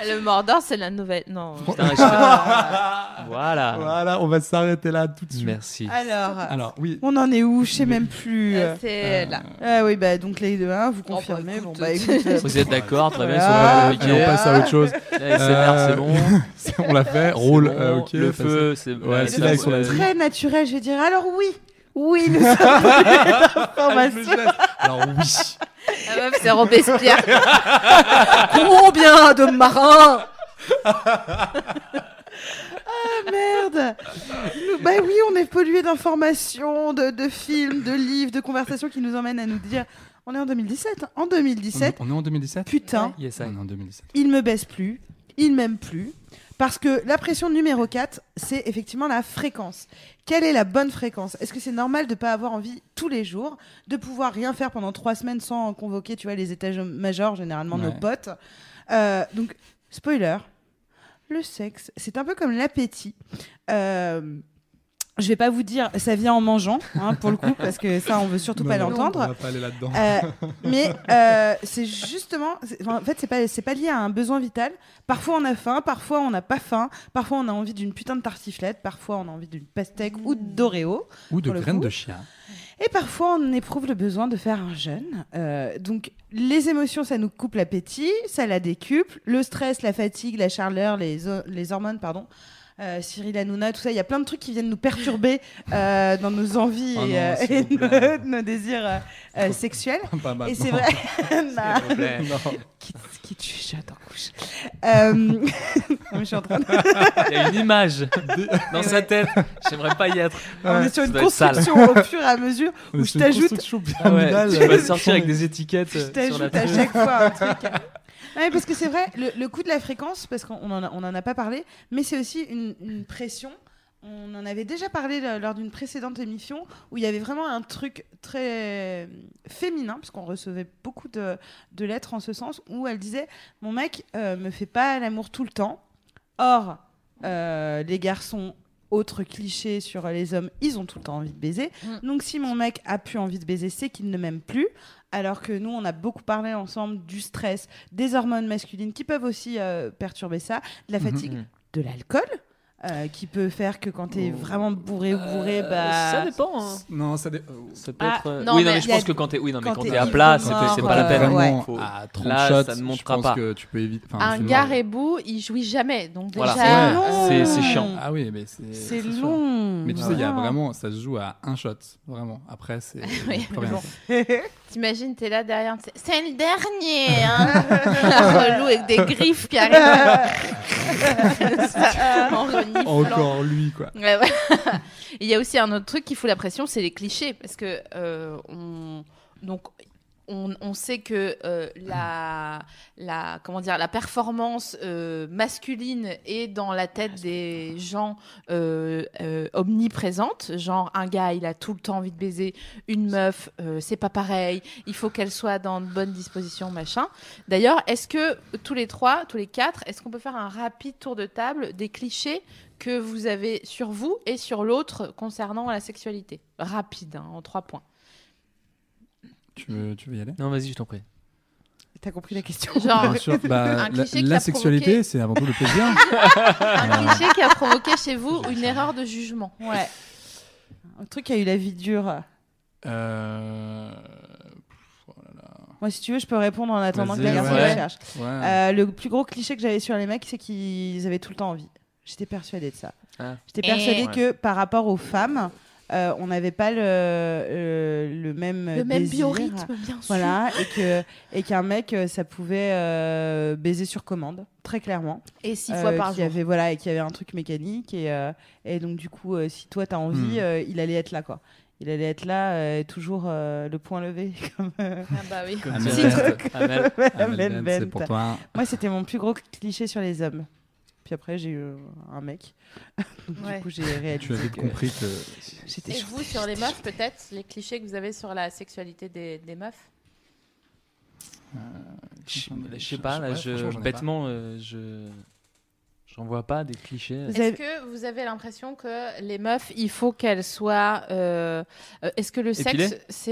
Le Mordor c'est la nouvelle non. Euh, Putain, je- Voilà. Voilà, on va s'arrêter là tout de suite. Merci. Alors, Alors, oui. on en est où Je sais même plus. euh, C'est là. Ah oui, bah donc les deux, hein, vous Oh, bah, confirmez. écoute, bon, bah écoute. euh, Vous êtes d'accord, très bien, ils sont Voilà. pas Allez, Ah, on compliqués. passe à autre chose. La SMR, c'est bon. C'est- Euh, on l'a fait. Roule. C'est bon. euh, ok, le ça, feu, c'est Ouais, la- si, là, ils sont la- là-dessus. très naturel, je vais dire. Alors oui, oui, nous avons eu Ah, c'est- l'information. Alors, oui. La Ah, meuf c'est Robespierre. Combien de marins Ah merde Nous- Bah oui, on est pollué d'informations, de, de films, de livres, de conversations qui nous emmènent à nous dire on est en 2017. hein. En 2017, On, on est en 2017 putain, Yes, I. On est en 2017. il me baisse plus, il m'aime plus. Parce que la pression numéro 4, c'est effectivement la fréquence. Quelle est la bonne fréquence Est-ce que c'est normal de ne pas avoir envie tous les jours, de pouvoir rien faire pendant trois semaines sans convoquer, tu vois, les étages majors, généralement nos Ouais. potes Euh, Donc, spoiler, le sexe, c'est un peu comme l'appétit. Euh, je vais pas vous dire, ça vient en mangeant, hein, pour le coup, parce que ça, on veut surtout Non, pas non, l'entendre. On va pas aller là-dedans. Euh, mais euh, c'est justement, c'est- enfin, en fait, c'est pas, c'est pas lié à un besoin vital. Parfois on a faim, parfois on n'a pas faim, parfois on a envie d'une putain de tartiflette, parfois on a envie d'une pastèque ou d'oreo, Ou de pour le graines coup. de chien. et parfois on éprouve le besoin de faire un jeûne. Euh, donc les émotions, ça nous coupe l'appétit, ça la décuple, le stress, la fatigue, la chaleur, les, o- les hormones, pardon. euh, Cyril Hanouna, tout ça, il y a plein de trucs qui viennent nous perturber euh, dans nos envies Oh et, non, euh, s'il et vous plaît. nos, nos désirs euh, euh, sexuels. Pas mal. Et c'est vrai. Non. S'il vous plaît. qui, qui te chuchote en couche. Euh, non, mais je suis en train de... Il y a une image dans Ouais. sa tête. J'aimerais pas y être. On est sur ça une doit être sale. construction au fur et à mesure où je t'ajoute Ah ouais, tu vas euh, sortir avec des étiquettes je euh, sur la t'ajoute à tête. chaque fois un truc. Non, mais parce que c'est vrai, le, le coût de la fréquence, parce qu'on n'en a, on en a pas parlé, mais c'est aussi une, une pression. On en avait déjà parlé euh, lors d'une précédente émission où il y avait vraiment un truc très euh, féminin, parce qu'on recevait beaucoup de, de lettres en ce sens, où elle disait Mon mec euh, me fait pas l'amour tout le temps. Or, euh, les garçons, autre cliché sur les hommes, ils ont tout le temps envie de baiser. Mm. Donc si mon mec a plus envie de baiser, c'est qu'il ne m'aime plus. Alors que nous, on a beaucoup parlé ensemble du Mm-hmm, stress, des hormones masculines qui peuvent aussi euh, perturber ça, de la Mhm. fatigue, Mhm. de l'alcool. euh, qui peut faire que quand t'es vraiment bourré ou bourré, bah. Oh. Euh, Ça dépend. hein. Non, ça dé- euh, Ça peut Ah, être. euh, non, oui, mais non, mais je il y a- pense que quand t'es, oui, non, mais quand quand t'es t'es à plat, ivre c'est c'est mort, pas la euh, peine. ouais. Faut- à 30 Là, shots, ça ne je montera pense pas. que tu peux éviter. enfin, Un c'est gars mort. rebou, il jouit jamais. Donc Voilà. euh, déjà, euh, Ouais. long. C'est- c'est chiant. Ah oui, mais c'est. C'est sûr. long. Mais tu sais, il y a Ah. vraiment, ça se joue à un shot, vraiment. Après, c'est. Oui, plus rien. bon. t'imagines, t'es là derrière, c'est- c'est le dernier, hein Un Relou avec des griffes qui arrivent. Ça, en reniflant. Encore lui, quoi. Ouais, ouais. Il y a aussi un autre truc qui fout la pression, c'est les clichés, parce que euh, on donc on, on sait que euh, la la comment dire la performance euh, masculine est dans la tête des gens euh, euh, omniprésente, genre un gars il a tout le temps envie de baiser, une meuf euh, c'est pas pareil, il faut qu'elle soit dans de bonnes dispositions machin. D'ailleurs, est-ce que tous les trois, tous les quatre, est-ce qu'on peut faire un rapide tour de table des clichés que vous avez sur vous et sur l'autre concernant la sexualité. Rapide, hein, en trois points. Tu veux, tu veux y aller Non, vas-y, je t'en prie. T'as compris la question Genre, Bien sûr. Bah, Un la, cliché qui la a sexualité, provoqué- c'est avant tout le plaisir. un Euh, cliché qui a provoqué chez vous une erreur de jugement. Ouais. Un truc qui a eu la vie dure. euh, Moi, si tu veux, je peux répondre en attendant que Vas-y, la garçon ouais. cherche. ouais. Euh, le plus gros cliché que j'avais sur les mecs, c'est qu'ils avaient tout le temps envie. J'étais persuadée de ça. Ah. J'étais Et- persuadée Ouais. que par rapport aux femmes, euh, on n'avait pas le, euh, le même Le même désir. biorhythme, bien sûr. Voilà, et que et qu'un mec, euh, ça pouvait euh, baiser sur commande, très clairement. Et six Euh, fois par qu'il y jour. Avait, voilà, et qu'il y avait un truc mécanique. Et, euh, et donc, du coup, euh, si toi, t'as envie, Hmm. euh, il allait être là, quoi. Il allait être là, euh, toujours euh, le point levé. comme, euh, Ah bah oui. Comme Amel tu Bent. restes. Amel. Amel Amel Bent, Bent. c'est pour toi. Moi, c'était mon plus gros cliché sur les hommes. Puis après, j'ai eu euh, un mec. Donc, Ouais. Du coup, j'ai réalisé. Tu avais que compris que. J'étais Et sur vous, sur les meufs, peut-être, les clichés que vous avez sur la sexualité des, des meufs Je je sais pas, là, euh, Ouais, franchement, je. j'en ai pas. Bêtement, euh, je. J'en vois pas des clichés. Vous Est-ce avez- que vous avez l'impression que les meufs, il faut qu'elles soient... euh, euh, Est-ce que le Épilées sexe, c'est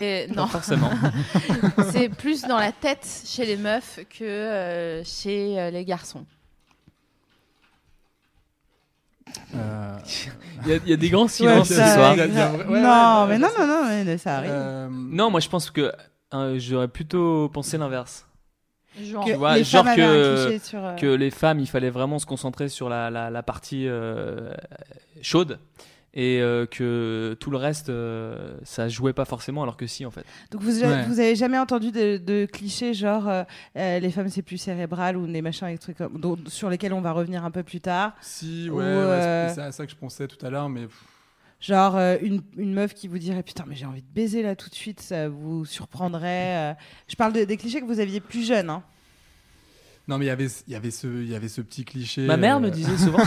Et- Pas euh, Non. forcément. C'est plus dans la tête chez les meufs que euh, chez euh, les garçons. Euh, Il y a- il y, a des grands Ouais, silences ça, ce soir. grave. Il y a- il y a- ouais, non, ouais, mais ouais, non, ouais, non, non, mais bah, ça arrive. euh, Non, moi je pense que euh, j'aurais plutôt pensé l'inverse. Genre. Que tu vois, les genre femmes avaient que- un cliché sur, euh, Que les femmes, il fallait vraiment se concentrer sur la, la, la partie euh, chaude et euh, que tout le reste, euh, ça jouait pas forcément, alors que si en fait. Donc vous, avez- Ouais. vous avez jamais entendu de, de clichés genre euh, euh, les femmes c'est plus cérébral ou des machins et des trucs comme, dont- sur lesquels on va revenir un peu plus tard. Si, Ou, ouais, euh, ouais, c'est c'est à ça que je pensais tout à l'heure, mais pff, Genre euh, une, une meuf qui vous dirait putain mais j'ai envie de baiser là tout de suite, ça vous surprendrait. euh. Je parle de- des clichés que vous aviez plus jeune. Hein. non, mais il y avait, il y avait ce, il y avait ce petit cliché. Ma mère euh, me disait souvent.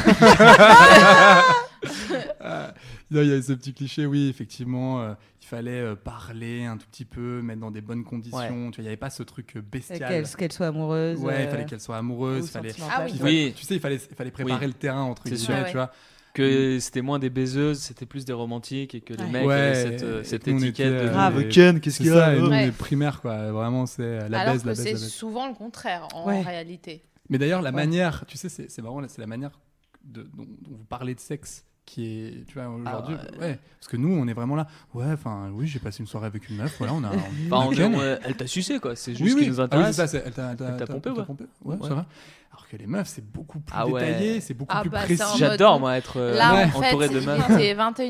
Ah, non, il y avait ce petit cliché, oui, effectivement, euh, il fallait euh, parler un tout petit peu, mettre dans des bonnes conditions. Ouais. Tu vois, il n'y avait pas ce truc euh, bestial. Qu'elle qu'elle soit amoureuse. Ouais, il euh, fallait qu'elle soit ou amoureuse. Fallait... sentimentale. Ah il oui. fallait- Oui. Tu sais, il fallait, il fallait préparer Oui. le terrain, entre C'est guillemets, sûr. Ouais, tu vois. que c'était moins des baiseuses, c'était plus des romantiques et que les Ouais. mecs Ouais, avaient cette, et- euh, et cette nous, on étiquette était, de euh, Ah, Grave. Ken, qu'est-ce C'est ça, et nous, Ouais. les primaires, quoi. Vraiment, c'est euh, la Alors baisse, que la baisse, la c'est baisse. souvent le contraire en Ouais. réalité. Mais d'ailleurs, la Ouais. manière, tu sais, c'est c'est marrant, là, c'est la manière de- dont, dont vous parlez de sexe qui est, tu vois, aujourd'hui, Ah, euh, ouais, parce que nous, on est vraiment là, ouais, enfin, oui, j'ai passé une soirée avec une meuf, voilà, on a, on a Enfin, on- ken. on- elle t'a sucé, quoi. C'est Oui, juste ce oui. qui nous Ah oui, c'est intéresse. ça, c'est- elle t'a elle t'a- Elle t'a t'a- pompé, elle t'a ouais. Ouais, Ouais. ça va. Alors que les meufs, c'est beaucoup plus Ah ouais. détaillé, c'est beaucoup Ah plus bah, c'est précis. en mode- J'adore, moi, être euh, Là, en entouré fait, de il meufs. était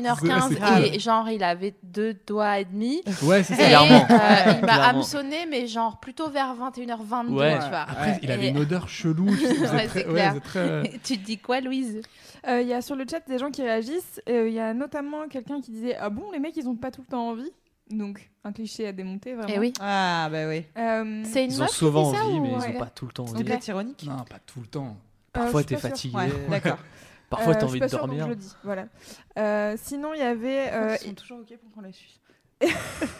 C'est grave. 21h15 et genre, il avait deux doigts et demi. Ouais, c'est Et, ça. Clairement. euh, il m'a Clairement. hameçonné, mais genre plutôt vers 21h22, Ouais. tu vois. Après, il avait Et- une odeur chelou. tu sais, vous êtes Ouais, très- c'est ouais, clair. vous êtes très- tu te dis quoi, Louise Euh, Il y a sur le chat des gens qui réagissent. Euh, Il y a notamment quelqu'un qui disait Ah bon, les mecs, ils ont pas tout le temps envie Donc, un cliché à démonter, vraiment. Eh oui. Ah, bah oui. Euh, C'est une Ils ont meuf qui souvent dit ça envie, ou- mais ouais. ils ont pas tout le temps C'est envie. peut-être ironique. Non, pas tout le temps. euh, Parfois, je suis t'es pas sûre. fatigué. Ouais, d'accord. Parfois, Euh, t'as je envie suis de pas sûre, donc dormir. Je le dis, voilà. Euh, sinon, il y avait. euh, Ils sont toujours OK pour qu'on la suive.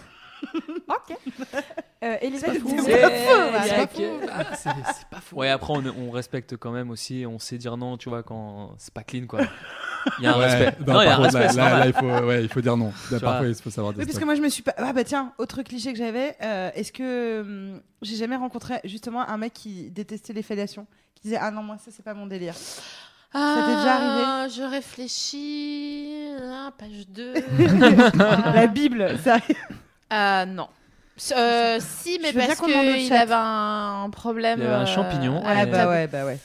Ok. Euh, Elisabeth fou. disait- C'est pas C'est Ouais, pas faux. Ah, c'est- c'est pas faux. Ouais, après, on, on respecte quand même aussi. On sait dire non, tu vois, quand c'est pas clean, quoi. Il y a un Ouais, respect. non, Non, il y a un par contre, respect, c'est là, là, normal. il faut, ouais, il faut dire non. Là, Tu parfois, vois. il faut savoir dire Oui, parce que moi je me suis pas. Ah bah tiens, autre cliché que j'avais, euh, est-ce que hum, j'ai jamais rencontré justement un mec qui détestait les fellations, qui disait ah non moi ça c'est pas mon délire. t'est déjà arrivé Euh, Ah, Je réfléchis. Ah, page 2. La Bible, ça. Ah non. Euh, si, mais Je veux bien parce qu'on demande au qu'il chat. avait un problème. Il y avait un euh, champignon, à la Ah ouais. bah table. ouais, bah ouais.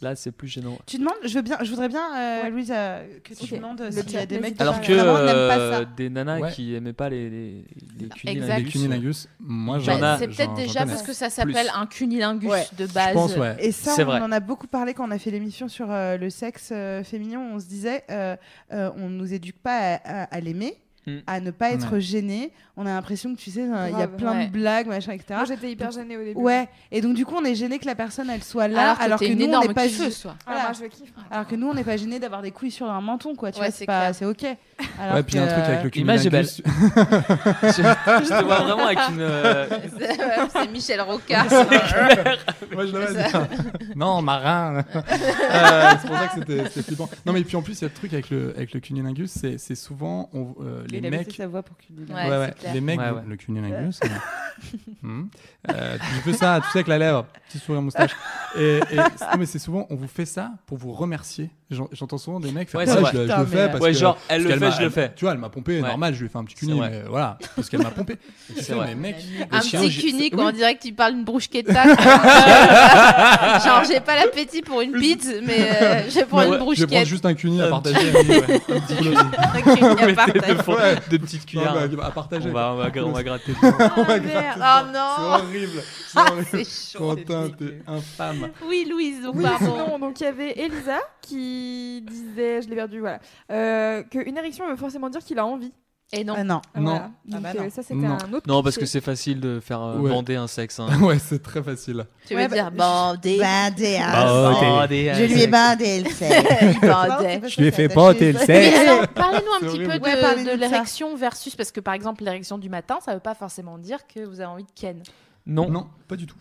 Là, c'est plus gênant. Tu demandes, je veux bien, je voudrais bien euh, Ouais. Louise euh, que tu Ok. demandes Le s'il y a chat, des mecs n'hésitez qui pas. Alors Ouais. que vraiment n'aiment pas euh, ça. des nanas Ouais. qui aimaient pas les, les, les Exact. Les cunilingus. cunilingus, moi, Bah, Ah, j'en J'en ai- c'est peut-être déjà parce que ça s'appelle un cunilingus Ouais. de base. Je pense, ouais. Et ça, C'est on vrai. en a beaucoup parlé quand on a fait l'émission sur euh, le sexe euh, féminin. On se disait, euh, euh, on nous éduque pas à, à- à l'aimer, Hmm. Mm. à ne pas être gêné. On a l'impression que tu sais, il y a Grave. plein Ouais. de blagues, machin, etc. Moi, j'étais hyper gênée au début. Ouais, et donc du coup on est gêné que la personne elle soit là alors alors, que, que t'es une nous on énorme n'est pas kiffeuse, gê- toi. Ah, Voilà. moi, je kiffe. alors que nous on n'est pas gêné d'avoir des couilles sur un menton quoi, tu Ouais, vois, c'est c'est pas clair. c'est OK. Alors Ouais, puis il y a un que- truc avec le L'image est belle. cunilingus. je, je te vois vraiment avec une. euh, C'est c'est Michel Rocard. Moi, je l'avais C'est dit. Non, marin. Euh, c'est pour ça que c'était c'était flippant. Non, mais puis en plus, il y a le truc avec le, avec le cunilingus, c'est c'est souvent on- euh, les Il a baissé mecs. sa voix pour qu'il Ouais, c'est clair. Les mecs, Ouais, ouais. le cunilingus. je hmm. Euh, tu fais ça, tu sais, avec la lèvre, petit sourire moustache. Et, et- non, mais c'est souvent, on vous fait ça pour vous remercier. J'en- J'entends souvent des mecs faire Ouais, ça. c'est je vrai. le- je, Putain, le mais fais là- parce Ouais, que- genre, elle parce le qu'elle fait, m'a- je le fais. Tu vois, elle m'a pompé, Ouais. normal, je lui ai fait un petit C'est cuni, vrai. mais voilà, parce qu'elle m'a pompé. Et tu C'est fais, vrai. mais mec, Un chien, petit j'ai- cunique, c'est- on oui. dirait que tu parles une bruschetta. Euh, genre, j'ai pas l'appétit pour une bite, mais euh, je prends une Ouais, je vais prendre bruschetta. juste un cuni à Un partager. Un petit boulot. Vous mettez deux, fo- Ouais. deux petites cuillères. Non, mais à on, partager. va, on, va, gra- on va gratter. Oh, Ouais, merde. grave, Oh non C'est horrible. C'est horrible. C'est chaud. Quentin, t'es infâme. Oui, Louise, donc Oui, pardon. sinon, donc il y avait Elisa qui disait, je l'ai perdu, voilà, euh, qu'une érection veut forcément dire qu'il a envie. Et non. Ah non. Ah, Non. voilà. Ah Donc, bah non. euh, ça, c'était Non. un autre. Non, parce que cliché. c'est facile de faire euh, Ouais. bander un sexe. hein. Ouais, c'est très facile. Tu Ouais, veux dire bah, bandé. Bandé. hein. Bander un Je lui ai sexe. bandé le sexe. Il Non, c'est bandait. pas ça, lui c'est ai fait attaché, botter le ça. sexe. Mais alors, parlez-nous un C'est petit peu horrible. de, Ouais, parlez-nous de de ça. l'érection versus, parce que par exemple, l'érection du matin, ça veut pas forcément dire que vous avez envie de ken. Non. non. Non, pas du tout.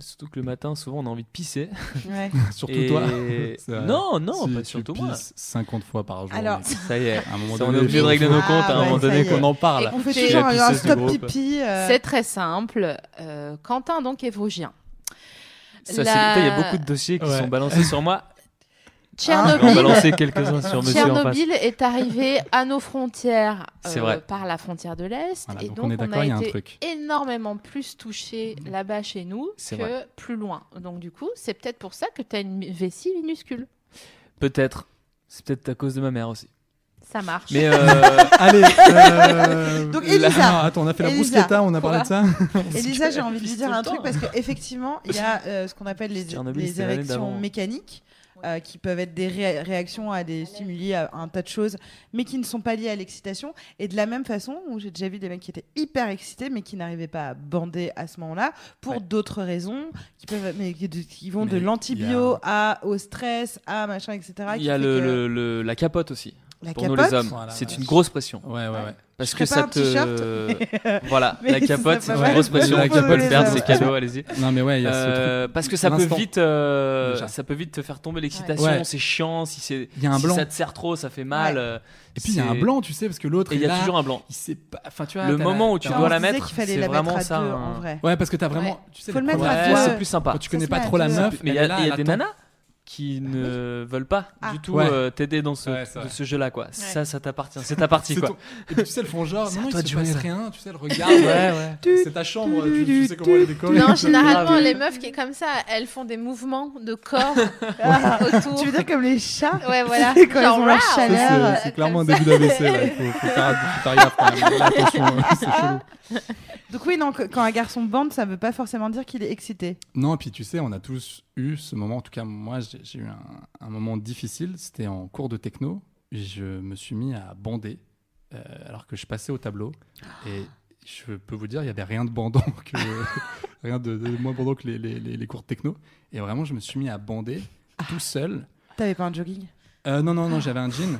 surtout que le matin, souvent, on a envie de pisser. Ouais. Surtout Et- toi. Non, non, si pas tu surtout pisses moi. 50 fois par jour. Alors, mec, Ça y est. à un moment Ça, on est donné, obligé de faut- régler nos comptes à Ah un ouais, moment ça donné y est. qu'on en parle. On fait J'ai toujours la un pisseuse du stop groupe. pipi. euh, C'est très simple. Euh, Quentin, donc, est vosgien. Ça, La- c'est- putain, Il y a beaucoup de dossiers qui Ouais. sont balancés sur moi. Ah, Je vais en Tchernobyl, balancer quelques-uns sur monsieur en face. euh, Tchernobyl est arrivé à nos frontières C'est euh, vrai. par la frontière de l'Est. Voilà, et donc on est a d'accord, il y a un été truc. énormément plus touché là-bas chez nous que Mmh. C'est vrai. plus loin. Donc du coup, c'est peut-être pour ça que tu as une vessie minuscule. Peut-être. C'est peut-être à cause de ma mère aussi. Ça marche. Mais euh, Allez. euh, Donc, la- Elisa. Non, attends, on a fait la Elisa. bruschetta, on a parlé de ça. Et déjà, j'ai envie de lui pisse dire tout le un truc temps. parce qu'effectivement, il y a euh, ce qu'on appelle les, Tchernobyl, les c'était l'année érections d'avant. mécaniques. euh, qui peuvent être des ré- réactions à des stimuli, à un tas de choses, mais qui ne sont pas liées à l'excitation. Et de la même façon, où j'ai déjà vu des mecs qui étaient hyper excités, mais qui n'arrivaient pas à bander à ce moment-là, pour Ouais. d'autres raisons, qui, peuvent, mais qui, qui vont de Mais l'antibio à au stress, à machin, etc. il qui y a fait le, que le- le- la capote aussi. la pour capote, nous les hommes, Voilà, c'est ouais. une grosse pression. Ouais, ouais, ouais. Parce Je que ferais ça pas te. un t-shirt. voilà, Mais la ce capote, c'est serait une pas mal. grosse pression. La Il faut pas capote, le perdre, c'est c'est cadeau, allez-y. Non, mais ouais, il y a ce truc. Euh, parce que ça peut L'instant. vite, euh, Déjà. ça peut vite te faire tomber l'excitation. Ouais. C'est chiant si c'est. Il y a un si blanc. ça te serre trop, ça fait mal. Ouais. euh, Et puis il y a un c'est- blanc, tu sais, parce que l'autre. Et il y est a là, toujours un blanc. Il sait pas. Enfin, tu vois. Le t'as moment où t'as tu Tiens, un- dois on la disait mettre, qu'il fallait c'est la mettre vraiment à ça, deux, hein. en vrai. Ouais, parce que t'as vraiment. Tu sais, Faut les le mettre à premières deux. Ouais, fois, c'est plus sympa. Quand tu connais se pas met à trop la deux. meuf, Mais il y elle est là, a, il y a elle des attend. nanas qui ne veulent pas Ah. du tout Ouais. euh, t'aider dans ce, Ouais, c'est de vrai. ce jeu-là, quoi. Ça, ça t'appartient. C'est ta partie, C'est quoi. ton- Et puis, tu sais, elles font genre, C'est à non, toi il de se jouer, passe ça. rien, tu sais, elles regardent. Ouais, ouais. C'est ta chambre, tu, tu sais comment elle est décorée. Non, grave. généralement, les meufs qui est comme ça, elles font des mouvements de corps autour. Tu veux dire comme les chats Ouais, voilà. C'est quand ils Genre, ont leur waouh. Ça, chaleur. l'air, c'est- euh, C'est clairement un comme ça. début d'AVC, ouais. Faut, faut faire faut faire gaffe, quand même. Là, attention, hein, c'est chelou. Ah. Donc oui, non, que- quand un garçon bande, ça veut pas forcément dire qu'il est excité. Non, et puis tu sais, on a tous eu ce moment, en tout cas moi j'ai j'ai eu un, un moment difficile, c'était en cours de techno, je me suis mis à bander euh, alors que je passais au tableau et je peux vous dire, il n'y avait rien de bandant, que, rien de, de moins bandant que les, les- les- les cours de techno. Et vraiment, je me suis mis à bander tout seul. T'avais pas un jogging Euh, non, non, non, j'avais un jean.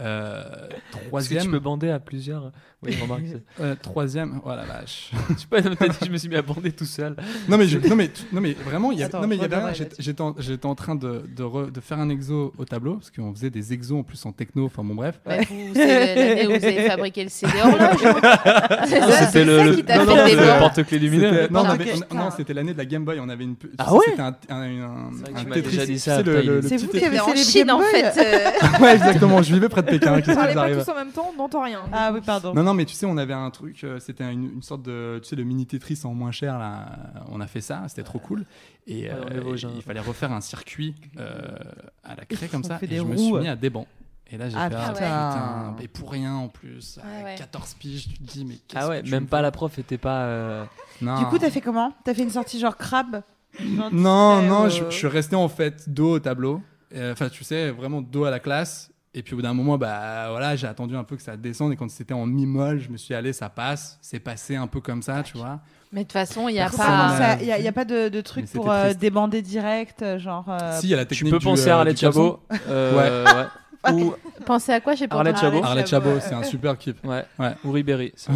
Euh, Parce que tu peux troisième, bander à plusieurs. Oui, remarque. c'est- euh, troisième, oh la vache. je sais pas, t'as dit, je me suis mis à bander tout seul. Non mais, je- non, mais, tu- non, mais vraiment, il y avait, Attends, non, mais il y je avait rien. reviendrai J'étais- J'étais en, j'étais en train de, de, re- de faire un exo au tableau, parce qu'on faisait des exos en plus en techno, enfin bon bref. Bah, vous- c'est l'année où vous avez fabriqué le CD horloge. hein. C'est Non, ça, c'était c'est le, ça le- qui t'a non, fait non, des le dents. porte-clés lumineux. C'était- Non, on Ah, avait- ok, on- putain. non, c'était l'année de la Game Boy, on avait une... tu Ah sais, ouais C'était un, un, un, C'est vrai que un tu m'as déjà dit tu ça, sais, le, après, le- il- le C'est petit vous qui avez C'était en fait les Chine, Game en Boy fait. euh, Ouais, exactement, je vivais près de Pékin, qu'est-ce On qui vous parlait pas arrive tous en même temps, on n'entend rien. Ah oui, pardon. Non, non, mais tu sais, on avait un truc, euh, c'était une, une sorte de, tu sais, le mini Tetris en moins cher, là, on a fait ça, c'était trop cool. Et Ouais, on hein. est euh, Vosgiens. il fallait refaire un circuit euh, à la craie Ils comme ont ça, fait et des je me roues. suis mis à des bancs. Et là, j'ai Ah, fait, putain. Ah, putain, et pour rien en plus, à Ouais, ouais. 14 piges, tu te dis, mais qu'est-ce Ah ouais, que tu même me pas fais la prof était pas. euh, Non. Du coup, t'as fait comment T'as fait une sortie genre crabe Non, Euh, non, je, je suis resté en fait dos au tableau. Euh, Enfin, tu sais, vraiment dos à la classe. Et puis au bout d'un moment, bah voilà, j'ai attendu un peu que ça descende. Et quand c'était en mi-molle, je me suis dit, allez, ça passe. C'est passé un peu comme ça, tu vois. Mais de toute façon, il n'y a Comment pas. ça- y a, y a pas de, de truc Mais pour c'était euh, triste. débander direct, euh, genre. euh, si, il y a la Tu technique peux du, penser euh, à Arlette du garçon. Chabot. euh, Ah, ouais. Ou Pensez à quoi J'ai pas Arlette entendu. Chabot. Arlette Chabot, c'est un super kiff. Ouais. Ouais. Ou Ribéry. c'est-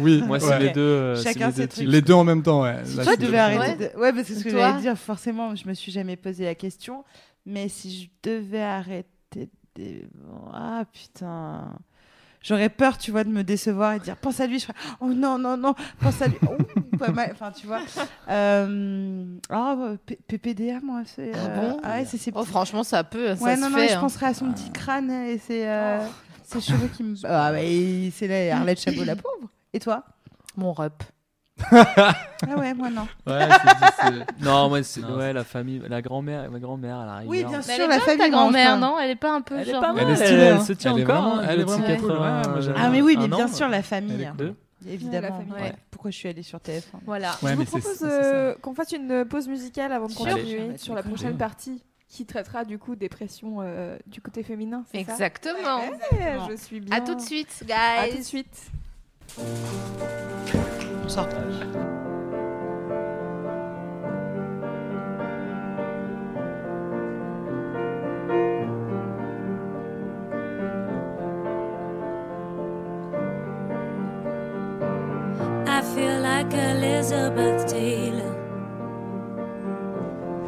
Oui, Moi, c'est ouais. les deux. euh, c'est Chacun les deux ses types. trucs. Les deux en même temps, ouais. Là, Toi, c'est- tu devais arrêter. De... Ouais, parce que ce que Toi j'allais dire, forcément, je me suis jamais posé la question. Mais si je devais arrêter. Des... Ah putain. J'aurais peur, tu vois, de me décevoir et de dire pense à lui. Je ferais, oh non, non, non, pense à lui. Oh, pas mal. Enfin, tu vois. Euh... Ah, bah, P- PPDA, moi, c'est. Ah euh, bon ouais, c'est ses Oh, petits- franchement, ça peut. Ça Ouais, se non, non, fait. je hein. penserai à son petit crâne et ses, Oh. euh, ses cheveux qui me. Ah, bah, il- c'est la Arlette Chabot, la pauvre. Et toi Mon rep. Ah, ouais, moi, non. Ouais, c'est- c'est- Non, moi, c'est Non, ouais, la famille, la grand-mère, ma grand-mère, elle arrive. Oui, bien Mais sûr, elle est la bien, famille. ta grand-mère, mange pas. non Elle est pas un peu Elle est genre. euh, pas mal. Elle est Elle, stylée, elle hein. se tient Elle est encore. vraiment- hein, elle est le petit vraiment cool, 80, ouais, moi, j'aime Ah, euh, mais oui, un mais an, bien sûr, la famille. Elle est cool. Deux. Évidemment. Ouais, la famille. Ouais. Pourquoi je suis allée sur TF1 Voilà. Ouais, je vous mais c'est- propose c'est ça. euh, qu'on fasse une pause musicale avant de Sûr. continuer Allez. sur la Allez. prochaine partie qui traitera du coup des pressions euh, du côté féminin. c'est ça Exactement. Ouais, je suis bien. À tout de suite, À tout de guys. suite. I feel like Elizabeth Taylor.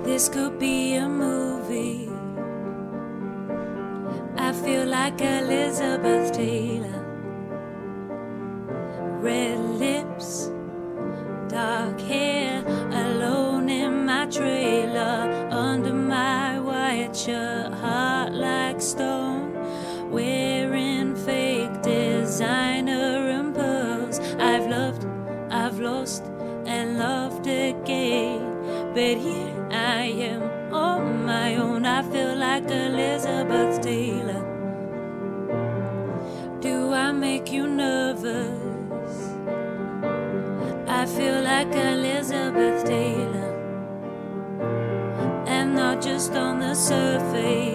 This could be a movie. I feel like Elizabeth Taylor. Red lips, dark hair, alone in my trailer, under my white shirt, heart like stone, wearing fake designer and pearls. I've loved, I've lost, and loved again. But here I am on my own. I feel like Elizabeth Taylor. Do I make you nervous? I feel like Elizabeth Taylor, and not just on the surface.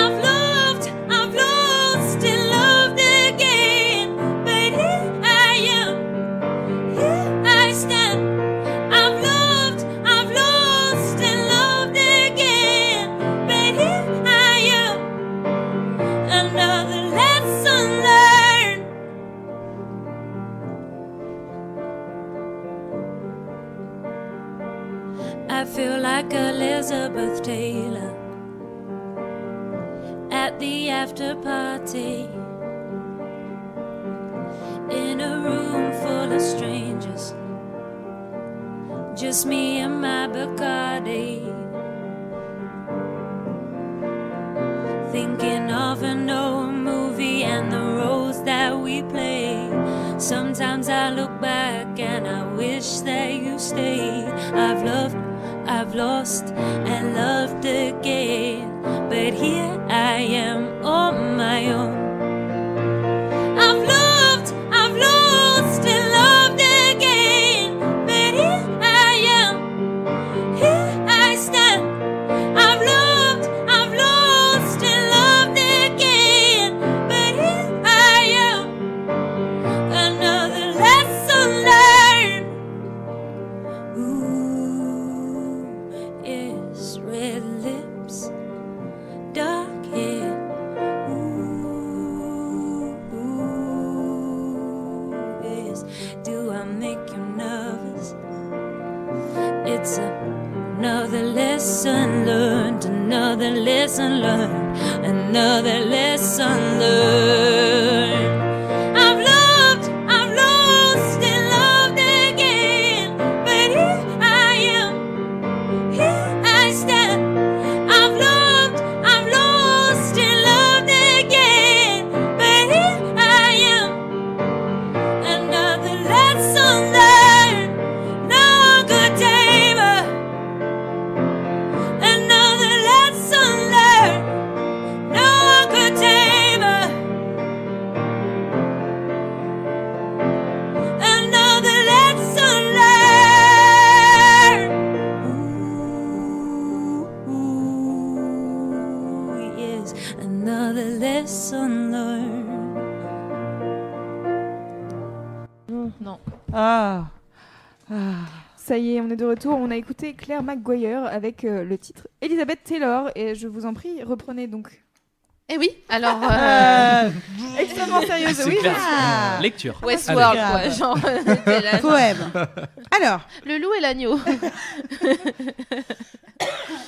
I've loved, I've lost, and loved again, but here I am, here I stand. I've loved, I've lost, and loved again, but here I am, another lesson learned. I feel like Elizabeth Taylor at the after party in a room full of strangers. Just me and my Bacardi. Thinking of an old movie and the roles that we play. Sometimes I look back and I wish that you stayed. I've loved, I've lost, and loved again. But here I am on my own. I've loved, I've lost, and loved again. But here I am, here I stand. I've loved, I've lost, and loved again. But here I am, another lesson learned. Ooh, it's red lips, dark hair. Ooh, yes. Do I make you nervous? It's another lesson learned, another lesson learned, another lesson learned. I've loved, I've lost, and loved again, but here I am, here I stand. I've loved, I've lost, and loved again, but here I am. Another lesson learned, no good day, but another lesson learned, no good day, but another lesson learned. Ooh, yes, another lesson learned. Non. Ah. Ça y est, on est de retour. On a écouté Claire McGuire avec euh, le titre Elisabeth Taylor. Et je vous en prie, reprenez donc. Eh oui, alors. euh, Euh, Extrêmement sérieuse, C'est oui. clair. ah. Lecture. Westworld, Allez. quoi. Genre, t'es euh, là, genre, Poème. Alors, le loup et l'agneau.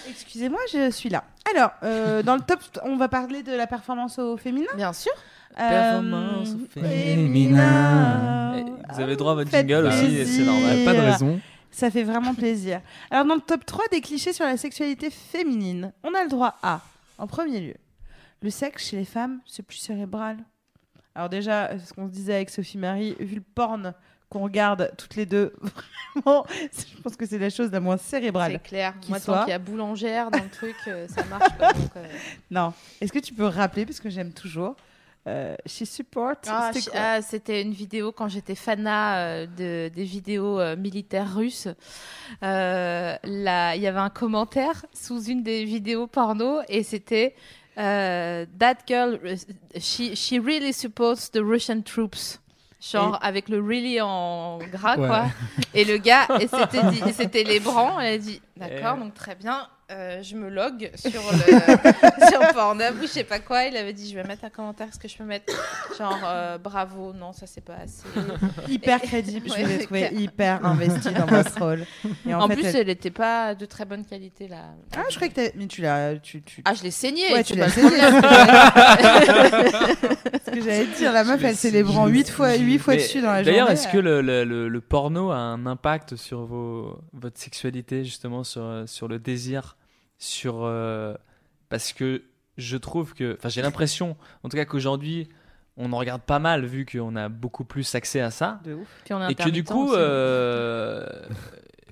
excusez-moi, je suis là. Alors, euh, dans le top, on va parler de la performance au féminin. Bien sûr. Euh, Performance au féminin. Eh, Vous avez droit à votre Faites jingle aussi, et c'est plaisir. normal. Pas de raison. Euh, Ça fait vraiment plaisir. Alors, dans le top 3 des clichés sur la sexualité féminine, on a le droit à, en premier lieu, le sexe chez les femmes, c'est plus cérébral. Alors, déjà, euh, ce qu'on se disait avec Sophie Marie, vu le porn qu'on regarde toutes les deux, vraiment, c'est- je pense que c'est la chose la moins C'est cérébrale. clair. Qui Moi, soit. tant qu'il y a boulangère dans le truc, euh, ça marche pas. donc, euh. Non. Est-ce que tu peux rappeler, parce que j'aime toujours, euh, chez Support, Ah, c'était je- quoi ah, C'était une vidéo quand j'étais fana euh, de, des vidéos euh, militaires russes. Euh, là, Il y avait un commentaire sous une des vidéos porno et c'était euh, That girl, uh, she, she really supports the Russian troops. Genre avec le really en gras, Ouais. quoi. Et le gars, et c'était dit- et c'était les brans, elle a dit D'accord, Euh. donc très bien, euh, je me log sur, le, sur Pornhub ou je sais pas quoi. Il avait dit Je vais mettre un commentaire, est-ce que je peux mettre Genre, euh, bravo, non, ça c'est pas assez. Hyper crédible, je Ouais, l'ai c'est trouvé clair. hyper investi dans ce rôle. Et en, En, fait, plus, elle- elle était pas de très bonne qualité là. Ah, je croyais que t'avais- Mais tu l'as... Tu, tu... Ah, je l'ai saigné. Ouais, c'est tu pas l'as le problème. ce que j'allais te dire, la meuf, Je elle l'ai s'est les bras saigné. 8 fois, huit fois Mais dessus dans la journée. D'ailleurs, est-ce que le, le- le- le porno a un impact sur vos, votre sexualité, justement, sur, euh, sur le désir sur, euh, Parce que je trouve que. Enfin, j'ai l'impression, en tout cas, qu'aujourd'hui, on en regarde pas mal, vu qu'on a beaucoup plus accès à ça. De ouf. Puis on est Et que du intermittent coup, aussi. euh,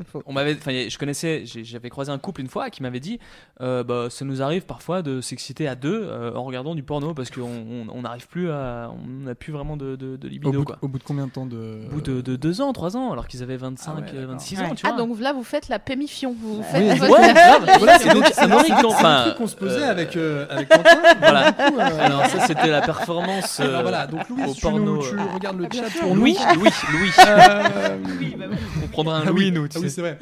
Faux. on m'avait, enfin, je connaissais, j'ai- j'avais croisé un couple une fois qui m'avait dit, euh, bah, ça nous arrive parfois de s'exciter à deux euh, en regardant du porno parce qu'on on- on n'arrive plus à, on n'a plus vraiment de, de, de Au libido bout, quoi. au bout de combien de temps de. Au bout de, de deux ans, trois ans, alors qu'ils avaient 25, Ah ouais, euh, d'accord. 26 Ouais. ans, tu Ah, vois. donc là, vous faites la pémifion. Vous Ouais. faites Oui, votre- Ouais, grave. Voilà, c'est donc C'est c'est donc- un enfin, truc qu'on se posait euh, avec, euh, avec Quentin. Voilà. Du coup, euh, Alors ça, c'était la performance. euh, Alors voilà, donc Louis, au tu, porno, nous- tu euh, regardes le bien chat sûr. pour Louis, nous. Louis, Louis. Euh, On prendra un ah Louis, oui, nous. tu ah oui, sais. c'est vrai.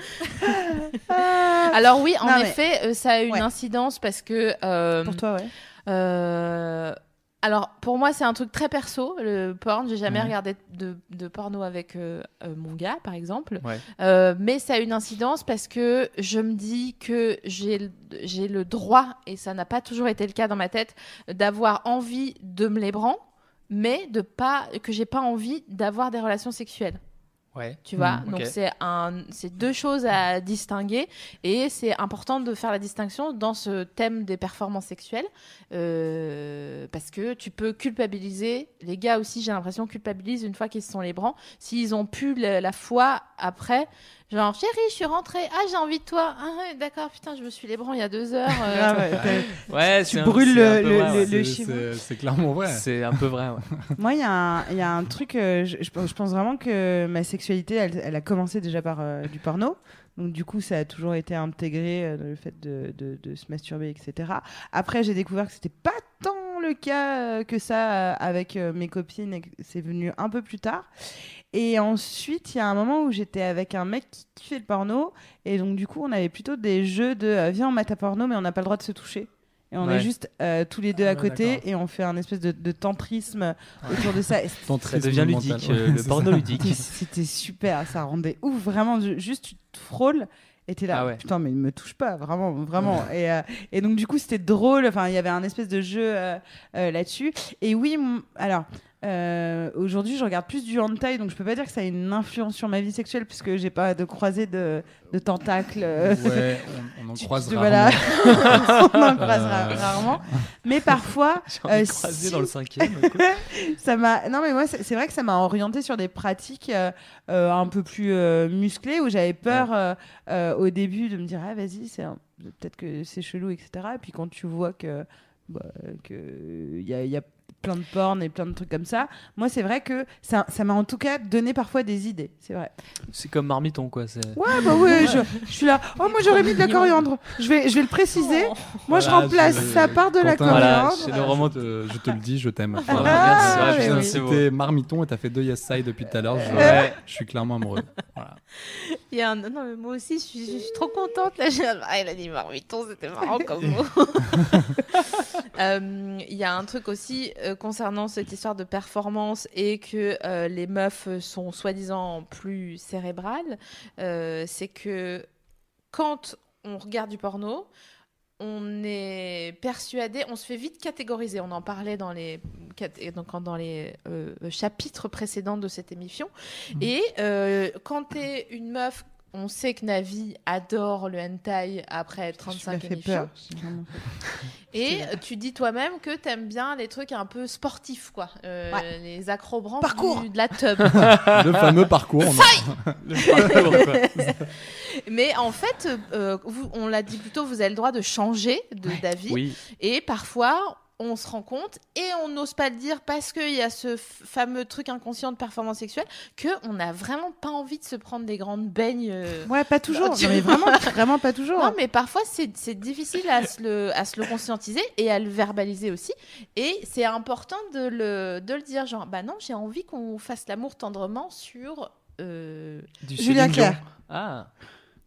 Alors oui, en Non, mais- effet, euh, ça a une Ouais. incidence parce que. euh, Pour toi, ouais. Euh, Alors, pour moi, c'est un truc très perso, le porn. J'ai jamais Ouais. regardé de, de porno avec euh, euh, mon gars, par exemple. Ouais. Euh, mais ça a une incidence parce que je me dis que j'ai le- j'ai le droit, et ça n'a pas toujours été le cas dans ma tête, d'avoir envie de me lébran, mais de pas, que j'ai pas envie d'avoir des relations sexuelles. Ouais. tu vois. Mm, Donc ok. c'est un, c'est deux choses à distinguer et c'est important de faire la distinction dans ce thème des performances sexuelles euh, parce que tu peux culpabiliser les gars aussi. J'ai l'impression culpabilisent une fois qu'ils se sont les brans s'ils ont pu la, la foi après. Genre chérie, je suis rentrée. Ah j'ai envie de toi. Ah ouais, d'accord putain, je me suis les brans il y a deux heures. euh, Ah ouais, t'as- Ouais, Tu c'est un- brûles c'est un le- peu le- vrai, ouais. le- C'est- schéma. c'est- C'est clairement vrai. C'est un peu vrai, ouais. Moi, il y, a un- il y a un truc, euh, je, je pense- je pense vraiment que ma sexualité, elle, elle a commencé déjà par euh, du porno. Donc, du coup, ça a toujours été intégré euh, dans le fait de, de- de se masturber, etc. Après, j'ai découvert que c'était pas tant le cas euh, que ça euh, avec euh, mes copines et que c'est venu un peu plus tard. Et ensuite, il y a un moment où j'étais avec un mec qui kiffait le porno. Et donc, du coup, on avait plutôt des jeux de euh, viens, on mate à porno, mais on n'a pas le droit de se toucher. Et on est Ouais. juste euh, tous les deux Ah à ouais, côté d'accord. et on fait un espèce de, de tantrisme autour de ça. Et Ton Ça trisme devient mental. ludique, Ouais, euh, le c'est porno ça. ludique. C'était- C'était super, ça rendait ouf, vraiment. ju- Juste, tu te frôles et t'es là. Ah ouais. Putain, mais il me touche pas, vraiment, vraiment. et, euh, et donc, du coup, c'était drôle. Enfin, il y avait un espèce de jeu euh, euh, là-dessus. Et oui, mon- alors. euh, Aujourd'hui, je regarde plus du hentai, donc je peux pas dire que ça a une influence sur ma vie sexuelle puisque j'ai pas de croisée de, de tentacles. euh, Ouais, on, on en tu- croise tu- rarement. voilà. on en croise ra- Euh. rarement. Mais parfois, J'ai envie de Euh, croiser si- dans le cinquième. écoute. ça m'a non mais moi c'est c'est vrai que ça m'a orienté sur des pratiques euh, euh, un peu plus euh, musclées où j'avais peur euh, euh, au début de me dire ah vas-y c'est un- peut-être que c'est chelou etc et puis quand tu vois que bah, que il y a, y a plein de porn et plein de trucs comme ça moi c'est vrai que ça ça m'a en tout cas donné parfois des idées c'est vrai C'est comme Marmiton, quoi. c'est- ouais bah ouais je, je suis là oh moi j'aurais mis de la coriandre je vais je vais le préciser moi je Voilà, remplace je- ça par de la euh, Quentin, voilà, coriandre c'est le roman- Je te, je te le dis, je t'aime. Ah, Voilà. merci, ouais, je mais viens de oui. citer Marmiton et t'as fait deux yes side depuis tout à l'heure. Je, Ouais. je suis clairement amoureux. Voilà. il y a un- non mais moi aussi je suis, je suis trop contente là. J'ai- Ah, il a dit marmiton, c'était marrant comme mot. Euh, Il y a un truc aussi euh, concernant cette histoire de performance et que euh, les meufs sont soi-disant plus cérébrales, euh, c'est que quand on regarde du porno, on est persuadé, on se fait vite catégoriser. On en parlait dans les, cat- et donc dans les euh, chapitres précédents de cette émission. Mmh. Et euh, quand t'es une meuf, on sait que Navi adore le hentai après tu m'as 35 fait émissions. peur J'ai vraiment- Et euh, tu dis toi-même que t'aimes bien les trucs un peu sportifs, quoi. Euh, Ouais. Les acrobranches Parcours. du- de la tub. Le fameux parcours. on en- Le parcours, quoi. Mais en fait, euh, vous- on l'a dit plus tôt, vous avez le droit de changer de- d'avis. Oui, Et parfois, on se rend compte et on n'ose pas le dire parce qu'il y a ce f- fameux truc inconscient de performance sexuelle qu'on n'a vraiment pas envie de se prendre des grandes beignes. euh, ouais pas toujours Non, tu- Non, mais vraiment vraiment pas toujours Non, mais parfois, c'est c'est difficile à se, le, à se le conscientiser et à le verbaliser aussi. Et c'est important de le, de le dire, genre, bah non, j'ai envie qu'on fasse l'amour tendrement sur euh, du Julien Céline Clerc. Dion. Ah,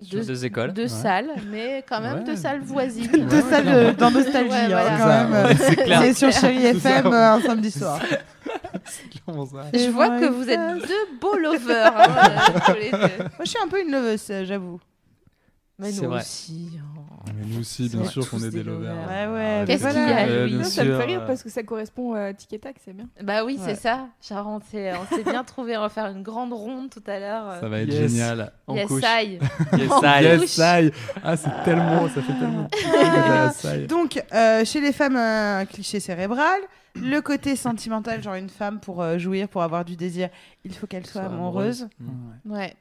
sur deux, deux écoles. deux Ouais. salles, mais quand même Ouais. deux salles voisines. de ça de- dans Nostalgie, Ouais, hein, voilà. quand même. euh, C'est clair. C'est sur Chéri C'est ça. FM euh, un samedi soir. euh, Clairement ça. Je vois que vous êtes deux beaux lovers. hein, euh, tous les deux. Moi, je suis un peu une loveuse, euh, j'avoue. Mais C'est nous vrai. aussi. hein. Mais nous aussi, bien Ouais. sûr qu'on Tous est des des lovers. lovers. Ouais, ouais, Ah, mais c'est voilà. clair. Euh, bien Non, ça me sûr, fait rire euh, parce que ça correspond à Tic et Tac, c'est bien. Bah oui, Ouais. c'est ça. Genre, on s'est on s'est bien trouvé. On va faire une grande ronde tout à l'heure. Ça va être Yes. génial. en Ah. yes, couche. I. Yes, En I. couche. Yes, aïe. Ah, c'est tellement, ça fait tellement. Ah, ça y est. Donc, euh, chez les femmes, un cliché cérébral. Le côté sentimental, genre une femme pour euh, jouir, pour avoir du désir, il faut qu'elle soit Soit amoureuse. Ouais.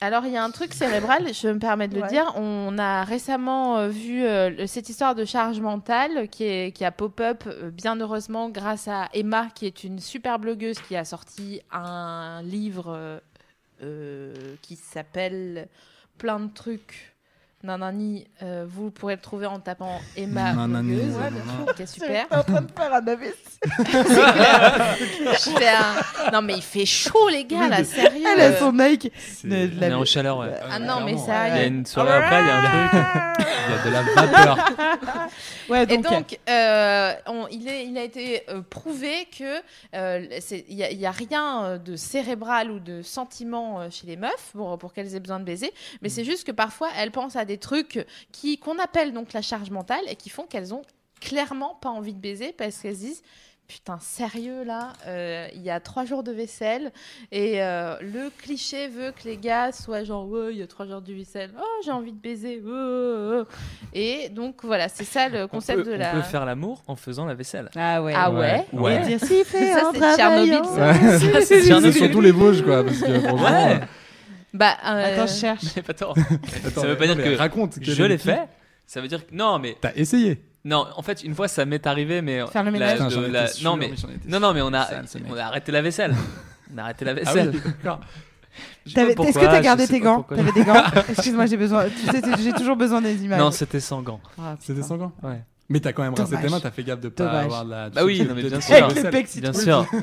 Alors, il y a un truc cérébral, je me permets de le Ouais. dire. On a récemment euh, vu euh, le- cette histoire de charge mentale qui, est, qui a pop-up, euh, bien heureusement, grâce à Emma, qui est une super blogueuse qui a sorti un livre euh, euh, qui s'appelle Plein de trucs. Nanani, euh, vous pourrez le trouver en tapant Emma Nanani, blogueuse, ouais, bien qui est super. en train de faire un AVC. Je fais un- Non mais il fait chaud les gars là, sérieux. Elle a son Nike. C'est- De- de On la- est en chaleur, Euh, ouais. Ah non mais Clairement, ça, ouais. Il y a une soirée après, il y a un truc. Il y a de la vapeur. Ouais, Et donc, donc, euh, on- il, est, il a été euh, prouvé que euh, c'est- il n'y a, rien euh, de cérébral ou de sentiment euh, chez les meufs pour, pour qu'elles aient besoin de baiser, Mm. mais c'est juste que parfois elles pensent à des trucs qui qu'on appelle donc la charge mentale et qui font qu'elles ont clairement pas envie de baiser parce qu'elles se disent Putain, sérieux là, euh, il y a trois jours de vaisselle et euh, le cliché veut que les gars soient genre ouais, il y a trois jours de vaisselle, oh j'ai envie de baiser, oh, oh, oh. et donc voilà, c'est ça le concept on peut, de on la. peut faire l'amour en faisant la vaisselle. Ah ouais. Ah ouais. Ouais. Ouais. Et dire s'il fait Ça, un c'est travail, Tchernobyl, hein. ça. Ouais. c'est C'est juste- surtout les Vosges, quoi. Parce que franchement, Ouais. Bah euh, Attends, je cherche. Mais pas tort. attends, Ça veut pas non, dire mais que Raconte. quel Je est le l'ai kiff fait. Ça veut dire que non, mais T'as essayé. non. En fait, une fois, ça m'est arrivé, mais Faire le la- ménage. de- Putain, j'en étais la- sûr, non mais j'en étais non non mais on a Sale, ce mec. on a arrêté la vaisselle. on a arrêté la Ah oui, vaisselle. d'accord. Je sais T'avais- pas Est-ce que pourquoi, t'as je gardé sais tes pas gants pourquoi. T'avais des gants Excuse-moi, j'ai besoin. Tu sais, j'ai toujours besoin des images. Non, c'était sans gants. Ah, C'était putain. sans gants. Ouais. Mais t'as quand même rincé tes Dommage. mains, t'as fait gaffe de pas Dommage. avoir de la. Bah oui, de- non, mais de- bien de- sûr. de- Avec de- les pecs, si Bien tu veux. sûr.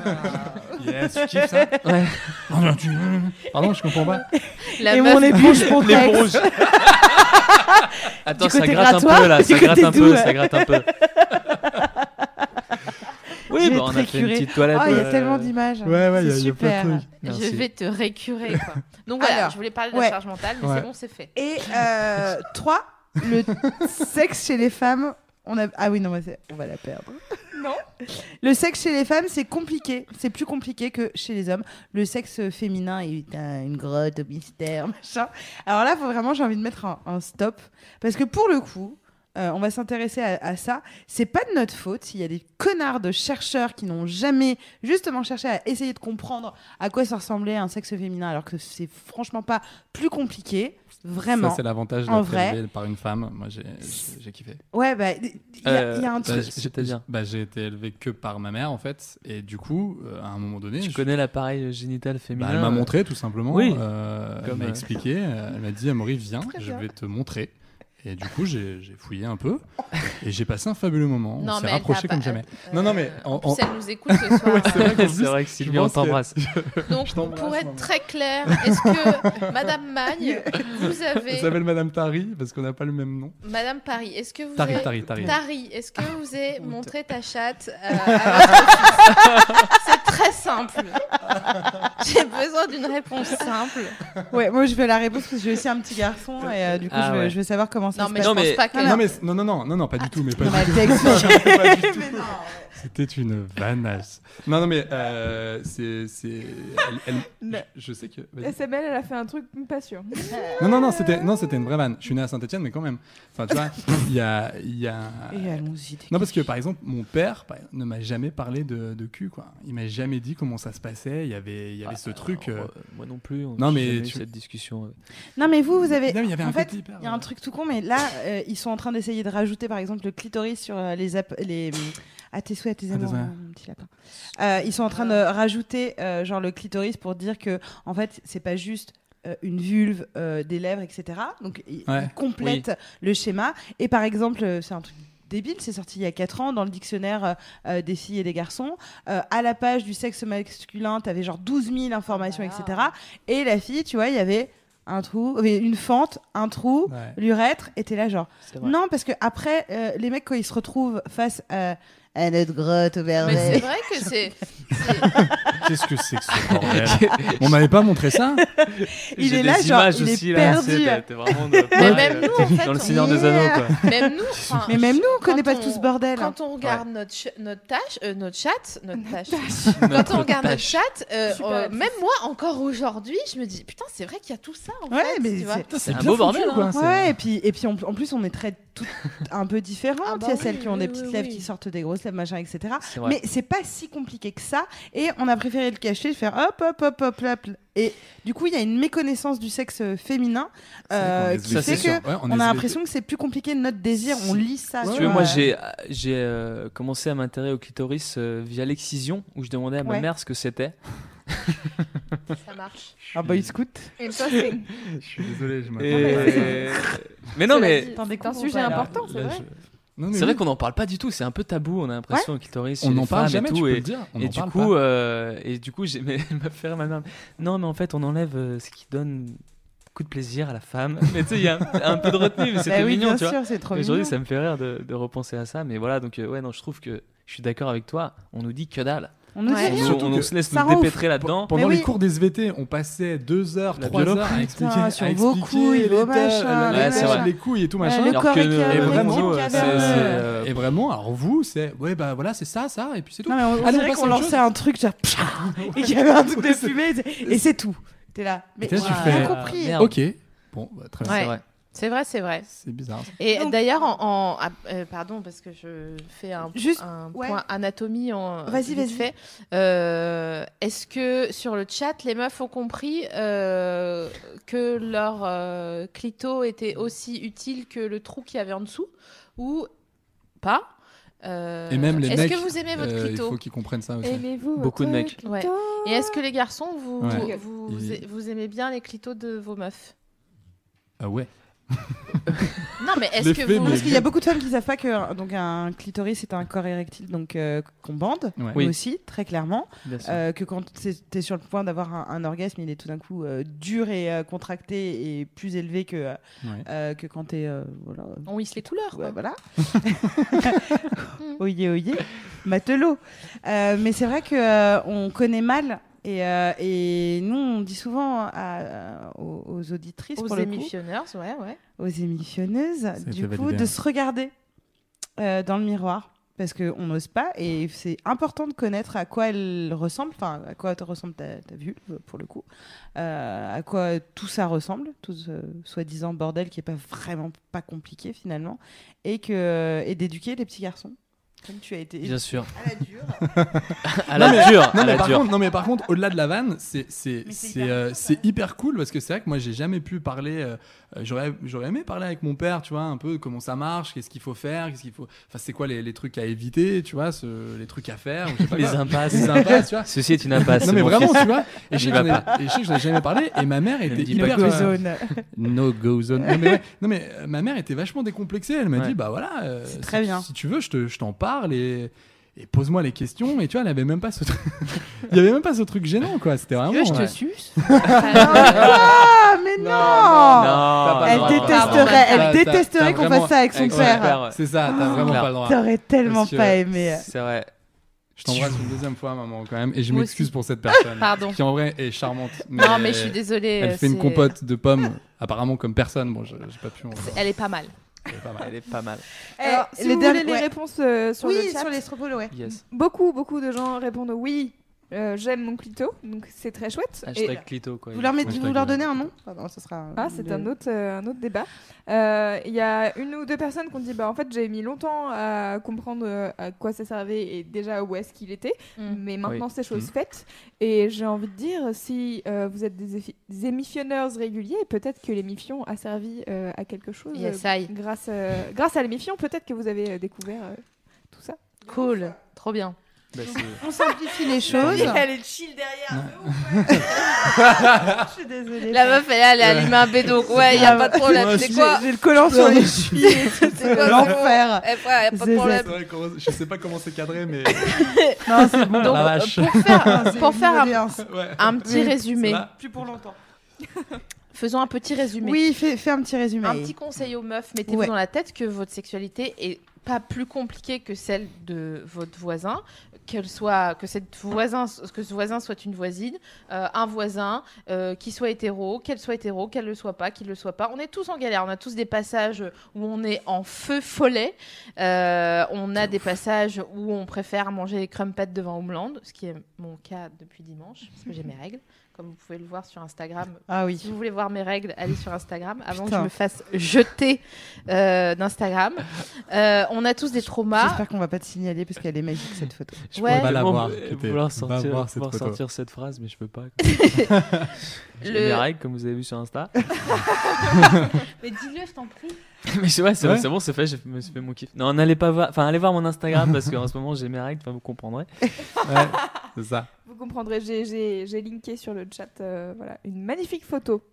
Yes, tu kiffes ça Ouais. Oh non, tu- Pardon, je comprends pas. la Et meuf- mon éponge pour rouges. Attends, Du ça côté gratte un peu grattoir, là, du ça gratte côté un doux, peu, là. ça gratte un peu. Oui, Je vais bah, être on a très fait une curée. petite toilette. Oh, il y a euh, tellement d'images. Ouais, ouais, C'est il y a- il y a plein super. de trucs. Merci. je vais te récurer quoi. Donc voilà, Alors, je voulais parler de ouais. la charge mentale, mais Ouais. c'est bon, c'est fait. Et euh, 3, le sexe chez les femmes. On a... Ah oui, non, mais c'est- on va la perdre. Non. Le sexe chez les femmes, c'est compliqué. C'est plus compliqué que chez les hommes. Le sexe féminin est un- une grotte au mystère, machin. Alors là, faut vraiment, j'ai envie de mettre un, un stop. Parce que pour le coup, euh, on va s'intéresser à, à ça. C'est pas de notre faute s'il y a des connards de chercheurs qui n'ont jamais justement cherché à essayer de comprendre à quoi ça ressemblait un sexe féminin, alors que c'est franchement pas plus compliqué. Vraiment. Ça, c'est l'avantage En d'être vrai. élevé par une femme. Moi, j'ai j'ai- j'ai kiffé. Ouais, bah, il y, a- il y a un Euh, truc. bah, C'est-à-dire Bah, j'ai été élevé que par ma mère, en fait. Et du coup, euh, à un moment donné, Tu je- connais l'appareil génital féminin bah, elle m'a euh, montré, tout simplement. Oui. Euh, elle Comme, m'a euh, expliqué. euh, Elle m'a dit, Amaury, viens, Très je bien. vais te montrer. Et du coup, j'ai j'ai fouillé un peu. Et j'ai passé un fabuleux moment. Non, On s'est mais elle rapprochés t'a pas- comme jamais. euh, Non, non, mais en- en plus, en- elle nous écoute ce soir. Ouais, c'est vrai qu'en C'est plus, vrai que je Sylvie, on pense que- t'embrasse. Je Donc, t'embrasse, pour être maman. très clair, est-ce que Madame Magne, vous Elle avez s'appelle Madame Tari parce qu'on n'a pas le même nom. Madame Paris, est-ce que vous Tari, avez... Tari, Tari. Tari, est-ce que vous avez montré ta chatte euh, à votre fils C'est très simple. J'ai besoin d'une réponse simple. Ouais, moi je veux la réponse parce que j'ai aussi un petit garçon et euh, du coup Ah je, veux, ouais. je veux savoir comment ça Non, se mais passe. je Non, pense mais- pas que. Non, mais non, non, non, non, non, pas du tout, mais pas Non, du mais tout. elle t'a expliqué. Pas du tout. C'était une vanasse. Non, non, mais euh, c'est. c'est- elle- elle- Mais- je, je sais que. vas-y. SML, elle a fait un truc, pas sûr. Non, non, non, c'était, non, c'était une vraie vanne. Je suis né à Saint-Etienne, mais quand même. Enfin, tu vois, il y a. il Y a... Et allons-y. t'es Non, parce que par exemple, mon père par- ne m'a jamais parlé de, de cul, quoi. Il m'a jamais dit comment ça se passait. Il y avait, il y avait Ah, ce truc. alors, euh, euh, Moi non plus. on- Non, j'ai mais jamais eu tu- cette discussion. Non, mais vous, vous avez. Non, mais il y avait en un fait, côté hyper, Il y a un euh, truc tout con, mais là, euh, ils sont en train d'essayer de rajouter, par exemple, le clitoris sur euh, les, app- les. À tes souhaits, à tes Ah, amours, désolé. euh, mon petit lapin. Euh, ils sont en train de rajouter, euh, genre, le clitoris pour dire que, en fait, c'est pas juste. euh, une vulve, euh, des lèvres, etc. Donc, ils Ouais. ils complètent le schéma. Et par exemple, euh, c'est un truc débile, c'est sorti il y a 4 ans dans le dictionnaire euh, euh, des filles et des garçons. Euh, à la page du sexe masculin, t'avais genre 12 000 informations, etc. Et la fille, tu vois, il y avait un trou, euh, une fente, un trou, ouais. l'urètre, et t'es là genre. C'est vrai. Non, parce que après, euh, les mecs, quand ils se retrouvent face à, à notre grotte au Mais verre c'est vrai que c'est. Qu'est-ce que c'est que ce bordel On m'avait pas montré ça Il J'ai est là, des genre, images il est aussi, là, perdu. c'est- t'es- t'es vraiment de- Mais même nous, en Dans fait, le on- Seigneur des Anneaux, quoi. Même nous, enfin, mais même nous, on quand connaît pas on- tout ce bordel. hein. Quand on regarde notre, ch- notre tâche, euh, notre chatte, notre tâche, Notre quand on regarde notre tâche. chatte, euh, Super euh, actrice. même moi, encore aujourd'hui, je me dis, putain, c'est vrai qu'il y a tout ça, en Ouais, fait. mais tu vois. c'est- C'est un bien beau foutu, bordel. hein. quoi. C'est- Ouais, et puis, et puis on- en plus, on est très toutes un peu différentes. Ah Il bah y a oui, celles qui ont oui, des oui, petites lèvres oui. qui sortent des grosses lèvres, machin, etc. C'est vrai. Mais c'est pas si compliqué que ça. Et on a préféré le cacher, le faire hop, hop, hop, hop, hop. Et du coup, il y a une méconnaissance du sexe féminin euh, C'est qui vrai qu'on est fait sûr. que Ouais, on, est a zélé- l'impression que c'est plus compliqué que notre désir. On lit ça. Si sur, tu veux, moi euh, j'ai j'ai euh, commencé à m'intéresser au clitoris euh, via l'excision où je demandais à ma Ouais. mère ce que c'était. Ça marche. Ah bah, il scoute. Et toi, c'est Je suis désolé, je Et- mais non, Cela mais dit, T'en c'est un découvres sujet pas, là. important, c'est Là, vrai. je- Non, mais c'est vrai oui, qu'on n'en parle pas du tout. C'est un peu tabou. On a l'impression le clitoris, on chez en les parle femmes jamais, et tu tout. peux et- le dire. On et en du parle coup, pas. euh, et du coup, j'ai mais elle m'a fait rire, ma mère. Non, mais en fait, on enlève euh, ce qui donne beaucoup de plaisir à la femme. Mais tu sais, il y a un, un peu de retenue, mais c'était Bah oui, mignon, bien tu vois. sûr, c'est trop Mais mignon. Aujourd'hui, ça me fait rire de, de repenser à ça. Mais voilà, donc euh, ouais, non, je trouve que je suis d'accord avec toi. On nous dit que dalle. On ne Ouais. sait On, rien. se- on- on se laisse Ça nous ronfle. dépêtrer là-dedans. Pendant Mais les oui. cours des SVT, on passait deux heures, La trois biologue. heures à expliquer, Putain, à sur expliquer vos couilles, les vos tâches, machins, la- les la- machins. les couilles et tout Ouais, machin. le Alors corps que- est et carré, vraiment, le corps euh, est c'est- carré. c'est, Ouais. euh, Et vraiment, alors vous, c'est ouais bah voilà, c'est ça, ça, et puis c'est tout. Non, mais on, on Allez, on dirait passe qu'on à autre lançait chose. un truc genre psha et qu'il y avait un truc de fumée et c'est- et c'est tout. T'es là. Mais t'as- j'ai tu rien fais- euh, compris. Merde. Ok, bon, bah, très bien. Ouais. C'est C'est vrai. vrai, c'est vrai. C'est bizarre. ça. Et Donc- d'ailleurs, en, en- ah, euh, pardon parce que je fais un, Juste- un ouais. point anatomie en Vas-y, vite vas-y. fait. Euh, Est-ce que sur le chat, les meufs ont compris euh, que leur euh, clito était aussi utile que le trou qu'il y avait en dessous ou pas Euh, Et même les Est-ce mecs, que vous aimez votre Euh, il clito faut qu'ils comprennent ça aussi. Aimez-vous Beaucoup de votre mecs. Ouais. clito Et est-ce que les garçons, vous, Ouais. vous, Il- vous aimez bien les clitos de vos meufs Ah ouais. Non, mais est-ce Les que faits, vous... mais- Parce qu'il y a beaucoup de femmes qui savent pas que euh, donc un clitoris c'est un corps érectile donc euh, qu'on bande. Ouais. Oui. mais aussi très clairement Bien sûr. euh, que quand c'est- t'es sur le point d'avoir un, un orgasme il est tout d'un coup euh, dur et euh, contracté et plus élevé que euh, Ouais. euh, que quand t'es euh, voilà On hisse les couleurs, Ouais, quoi. voilà. oyez, oyez, matelot. Euh, mais c'est vrai que euh, on connaît mal. Et, euh, et nous, on dit souvent à- aux, aux auditrices, Aux pour le coup, émissionneurs, ouais, ouais. aux émissionneuses, été du coup, validé, de hein. se regarder euh, dans le miroir. Parce qu'on n'ose pas. Et c'est important de connaître à quoi elle ressemble. Enfin, à quoi te ressemble ta, ta vue, pour le coup. Euh, à quoi tout ça ressemble. Tout ce soi-disant bordel qui n'est pas vraiment pas compliqué, finalement. Et, que, et d'éduquer les petits garçons. Comme tu as été Bien sûr. à la dure. À la dure. à Non mais, la par dure. contre, non mais par contre, au-delà de la vanne, c'est c'est Mais c'est c'est, hyper euh, important, c'est quand même. hyper cool parce que c'est vrai que moi j'ai jamais pu parler. euh, euh, j'aurais j'aurais aimé parler avec mon père, tu vois, un peu comment ça marche, qu'est-ce qu'il faut faire, qu'est-ce qu'il faut. Enfin, c'est quoi les, les trucs à éviter, tu vois, ce- les trucs à faire. ou je sais pas Les quoi. impasses. Les impasses, tu vois. Ceci est une impasse. non mais mon vraiment, fils. tu vois. Et je sais N'y que j'en va ai- et je sais que j'en ai jamais parlé. Et ma mère me était dis pas hyper que- euh, zone. No go zone. Non mais, ouais. Non, mais, euh, ma mère était vachement décomplexée. Elle m'a Ouais. dit bah voilà, euh, C'est si très tu- bien. Si tu veux, je te- je t'en parle et, et pose-moi les questions. Et tu vois, elle avait même pas ce truc. Il y avait même pas ce truc gênant quoi. C'était vraiment. je te ouais. suce. Ah, mais non, Non, Elle non, non, non, non. détesterait, T'as- elle t'as- détesterait t'as qu'on vraiment- fasse ça avec son avec son père. père. C'est ça. T'as vraiment Claire. pas le droit. T'aurais tellement Monsieur- pas aimé. C'est vrai. Je t'embrasse une deuxième fois, maman, quand même. Et je Moi m'excuse aussi. pour cette personne. Pardon. Qui en vrai est charmante. Non, mais je suis désolée. Elle euh, fait une c'est- compote de pommes, apparemment comme personne. Bon, je- j'ai pas pu. en- c'est- Elle est pas mal. Elle est pas mal. Elle est pas mal. Alors, Eh, si les vous derniers- voulez les ouais. réponses euh, sur oui, le chat, sur les stropoles, ouais. Yes. beaucoup, beaucoup de gens répondent oui, euh, j'aime mon clito, donc c'est très chouette. Et- Hashtag clito, quoi. Vous leur, mettez- Ouais, vous leur donnez un nom Ah non, ça sera. Ah, c'est le- un autre, euh, un autre débat. Euh, Il y a une ou deux personnes qui ont dit bah, en fait, j'ai mis longtemps à comprendre euh, à quoi ça servait et déjà où est-ce qu'il était, Mm. mais maintenant c'est chose Mm. faite. Et j'ai envie de dire si euh, vous êtes des, effi- des émissionneurs réguliers, peut-être que l'émission a servi euh, à quelque chose. Yes, euh, I. grâce, euh, grâce à l'émission, peut-être que vous avez euh, découvert euh, tout ça. Cool. Trop bien. Bah, c'est- On simplifie les choses. est chill derrière. Je suis désolée. La meuf, elle, est là, elle a allumé un bédo. Ouais, y a pas de problème. C'est Ah, J'ai- quoi J'ai le collant sur les chevilles. C'est quoi c'est bon. L'enfer. Eh, ouais, y a pas de Zézette. problème. vrai, comment- je sais pas comment c'est cadré, mais. Non, c'est bon. Donc, la euh, vache. pour faire, pour faire un, Ouais. un petit Oui, résumé, va. Plus pour longtemps. faisons un petit résumé. Oui, fais, fais un petit résumé. Un petit conseil aux meufs, mettez-vous Ouais. dans la tête que votre sexualité est pas plus compliquée que celle de votre voisin, qu'elle soit que cette voisin que ce voisin soit une voisine, euh, un voisin euh, qui soit hétéro, qu'elle soit hétéro, qu'elle le soit pas, qu'il le soit pas. On est tous en galère, on a tous des passages où on est en feu follet, Euh, on a des passages où on préfère manger les crumpets devant Homeland, ce qui est mon cas depuis dimanche parce que j'ai mes règles, comme vous pouvez le voir sur Instagram, Ah si oui. vous voulez voir mes règles, allez sur Instagram avant que Putain. je me fasse jeter euh, d'Instagram. Euh, on a tous des traumas. J'espère qu'on va pas te signaler parce qu'elle est magique cette photo. Je Ouais. pourrais Va la tellement voir, me- Kété. Va vouloir sortir, voir cette vouloir photo. sortir cette phrase, mais je peux pas. quoi. J'ai Le- mes règles, comme vous avez vu sur Insta. Mais dis-le, je t'en prie. mais je- ouais, c'est Ouais. c'est bon, c'est fait, j'ai me suis fait mon kiff. Non, n'allez pas voir, enfin, allez voir mon Instagram parce qu'en ce moment, j'ai mes règles, enfin, vous comprendrez. Ouais, c'est ça. Vous comprendrez, j'ai- j'ai j'ai linké sur le chat euh, voilà, une magnifique photo.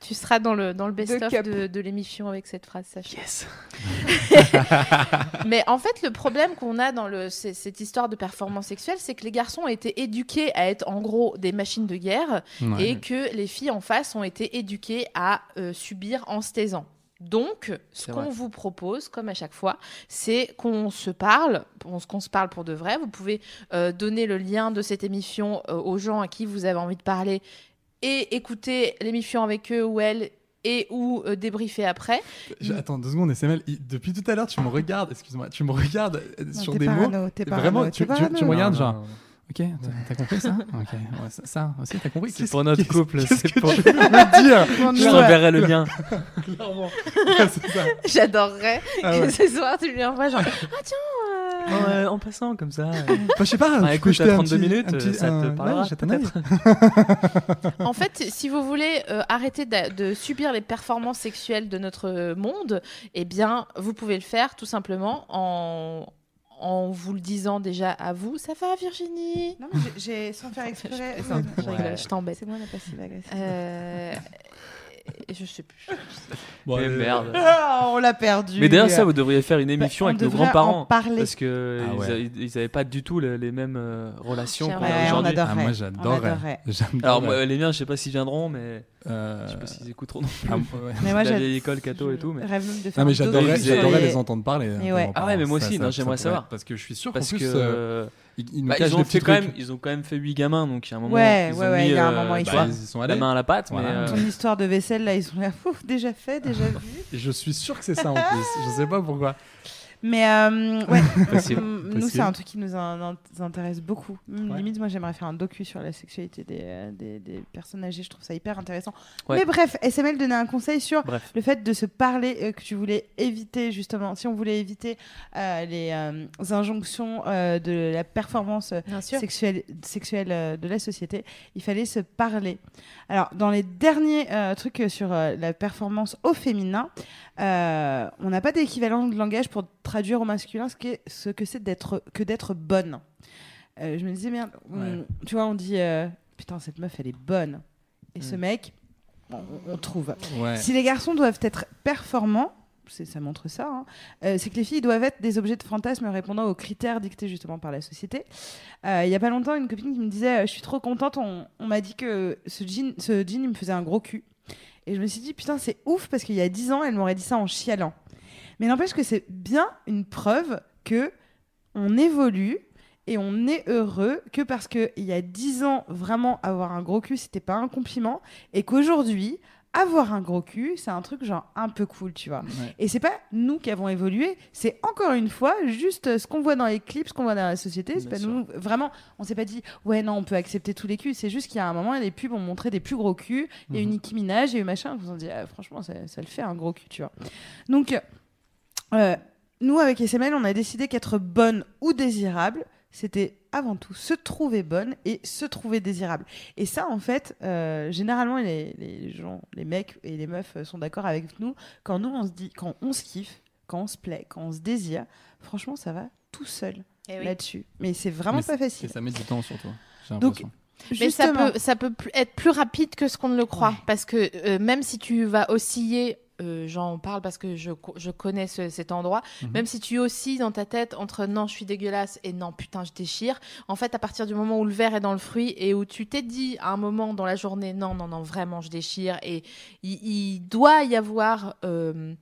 Tu seras dans le, dans le Deux best-of cups. de, de l'émission avec cette phrase, sachez. Yes. Mais en fait, le problème qu'on a dans le, c- cette histoire de performance sexuelle, c'est que les garçons ont été éduqués à être en gros des machines de guerre Ouais. et que les filles en face ont été éduquées à euh, subir en se taisant. Donc, ce C'est qu'on vrai. vous propose, comme à chaque fois, c'est qu'on se parle, on se- qu'on se parle pour de vrai. Vous pouvez euh, donner le lien de cette émission euh, aux gens à qui vous avez envie de parler et écouter l'émission avec eux ou elles et ou euh, débriefer après. Je- Attends deux secondes, SML. il- Depuis tout à l'heure, tu me regardes, excuse-moi, tu me regardes euh, Non, sur t'es des mots. parano, t'es Vraiment, parano, tu- t'es tu- tu parano. me regardes, genre. Ok, t'as- t'as compris ça Ok, ouais, ça, ça aussi, t'as compris C'est pour notre couple, c'est pour pour. me dire. Mon Je nom, euh, t'enverrai le lien. Clairement. Ouais, c'est ça. J'adorerais Ah que ouais. ce soir tu lui envoies genre Ah, Euh, en passant comme ça. euh, Bah, je sais pas, Ah, tu écoute, peux jeter t'as un 32 petit- minutes, un petit- euh, ça te un- ouais, parlera jette un œil. En fait, si vous voulez euh, arrêter d'a- de, subir les performances sexuelles de notre euh, monde, eh bien, vous pouvez le faire tout simplement en, en vous le disant déjà à vous. Ça va, Virginie Non, mais j'ai- j'ai, sans faire exprès. Je rigole, je t'embête. C'est moi la passive agressive. Euh, je sais plus. Bon, Mais allez, merde. Ah, on l'a perdu. euh, bah, Mais d'ailleurs, ça, vous devriez faire une émission on avec nos devrait en grands-parents. parler. Parce que Ah ils ouais. a- ils ils avaient pas du tout le- les mêmes euh, relations C'est qu'on vrai, a Ouais, on aujourd'hui. adorerait. Ah, moi, On j'adorerais. adorerait. J'adorerais. Alors, moi, les miens, je sais pas s'ils viendront, mais Euh, je sais pas s'ils écouteront. non plus. ah, ouais. Mais La moi, j'ad- vieille école, Cato et tout. Mais... rêve même de faire Non, mais un dodo j'adorais sur j'adorais les- les entendre parler. Mais euh, ouais. vraiment, Ah ouais, mais moi aussi, non, j'aimerais pourrait- savoir. Parce que je suis sûr qu'en Parce que. plus, euh, euh, ils ils nous bah, cachent ils, ont des petits fait quand trucs. même, ils ont quand même fait 8 gamins, donc il y a un moment. Ouais, ils ouais, ont ouais, mis, il y a un euh, moment, il tu faut- Bah, vois, ils y sont la allés. main à la pâte. Voilà. Mais, euh, Ton histoire de vaisselle, là, ils sont là, ouf, déjà fait, déjà vu. Je suis sûr que c'est ça en plus. Je sais pas pourquoi. Mais euh, ouais, Possible, nous, possible. c'est un truc qui nous in- in- intéresse beaucoup. Même Ouais. Limite, moi, j'aimerais faire un docu sur la sexualité des, euh, des, des personnes âgées. Je trouve ça hyper intéressant. Ouais. Mais bref, SML donnait un conseil sur Bref. le fait de se parler euh, que tu voulais éviter justement si on voulait éviter euh, les euh, injonctions euh, de la performance euh, Bien sûr. sexuelle, sexuelle euh, de la société il fallait se parler alors dans les derniers euh, trucs euh, sur euh, la performance au féminin euh, on n'a pas d'équivalent de langage pour traduire au masculin ce, qu'est- ce que c'est d'être que d'être bonne Euh, je me disais merde on- Ouais. tu vois on dit euh, putain cette meuf elle est bonne et ce Mm. mec on- on trouve Ouais. si les garçons doivent être performants, c'est- ça montre ça, hein, euh, c'est que les filles doivent être des objets de fantasme répondant aux critères dictés justement par la société. Euh, Il y a pas longtemps, une copine qui me disait euh, Je suis trop contente, on, on m'a dit que ce jean, ce jean, il me faisait un gros cul. Et je me suis dit Putain, c'est ouf parce qu'il y a 10 ans, elle m'aurait dit ça en chialant. Mais n'empêche que c'est bien une preuve que on évolue et on est heureux que parce qu'il y a 10 ans, vraiment avoir un gros cul, c'était pas un compliment et qu'aujourd'hui, avoir un gros cul, c'est un truc genre un peu cool, tu vois. Ouais. Et c'est pas nous qui avons évolué, c'est encore une fois juste euh, ce qu'on voit dans les clips, ce qu'on voit dans la société. C'est Bien pas sûr. nous, vraiment, on s'est pas dit, ouais, non, on peut accepter tous les culs. C'est juste qu'il y a un moment, les pubs ont montré des plus gros culs, il y a eu Mhm. Nicki Minaj, il y a eu machin. On s'est dit, ah, franchement, ça, ça le fait un gros cul, tu vois. Donc, euh, nous, avec SML, on a décidé qu'être bonne ou désirable, c'était avant tout se trouver bonne et se trouver désirable. Et ça, en fait, euh, généralement, les, les gens, les mecs et les meufs euh, sont d'accord avec nous. Quand nous, on se dit, quand on se kiffe, quand on se plaît, quand on se désire, franchement, ça va tout seul là-dessus. Mais c'est vraiment Mais pas Et facile. ça met du temps sur toi. J'ai Donc, l'impression. Mais ça Justement. peut, ça peut pl- être plus rapide que ce qu'on ne le croit. Parce que euh, même si tu vas osciller, euh, j'en parle parce que je, co- je connais ce- cet endroit, Mhm. même si tu oscilles dans ta tête entre non, je suis dégueulasse et non, putain, je déchire, en fait, à partir du moment où le verre est dans le fruit et où tu t'es dit à un moment dans la journée, non, non, non, vraiment, je déchire, et il, il doit y avoir. euh,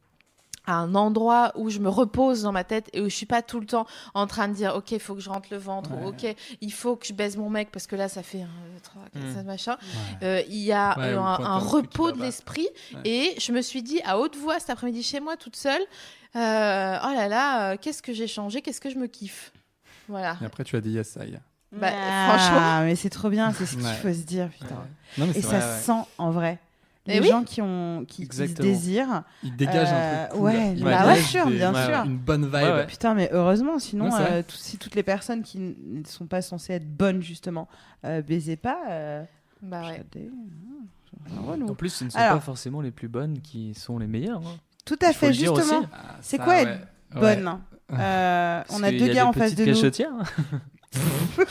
un endroit où je me repose dans ma tête et où je suis pas tout le temps en train de dire ok il faut que je rentre le ventre ou ok il faut que je baise mon mec parce que là ça fait un, deux, trois, quatre, Mm. cinq, machin. Ouais. Euh, il y a Hmm. Ouais, euh, ou un, quand un t'as un truc qui repos va de pas. l'esprit Ouais. et je me suis dit à haute voix cet après-midi chez moi toute seule, euh, oh là là, euh, qu'est-ce que j'ai changé, qu'est-ce que je me kiffe. Voilà. Et après, tu as dit yes, ça y est. Bah, Ah, franchement. mais c'est trop bien, c'est ce qu'il Ouais. faut se dire, putain. Non, mais Et c'est ça vrai. se sent en vrai. Eh Les oui. gens qui ont qui, qui se Exactement. désirent. Il dégage Euh, un truc. cool. ouais, Il bah dégage ouais, sûr, des- bien ouais, sûr. Une bonne vibe. Ouais, ouais. Putain, mais heureusement, sinon, Ouais, c'est vrai. euh, tout- si toutes les personnes qui n- ne sont pas censées être bonnes, justement, euh, baisaient pas, euh, Bah ouais. j'adais- c'est hein, un Ah, relou. En plus, ce ne sont Alors- pas forcément les plus bonnes qui sont les meilleures. hein. Tout à il faut fait, le dire aussi. justement, Ah, C'est ça, quoi être ouais. bonne. Ouais. Euh, Parce on a qu'il y deux des gars en face petites de nous. cachotières.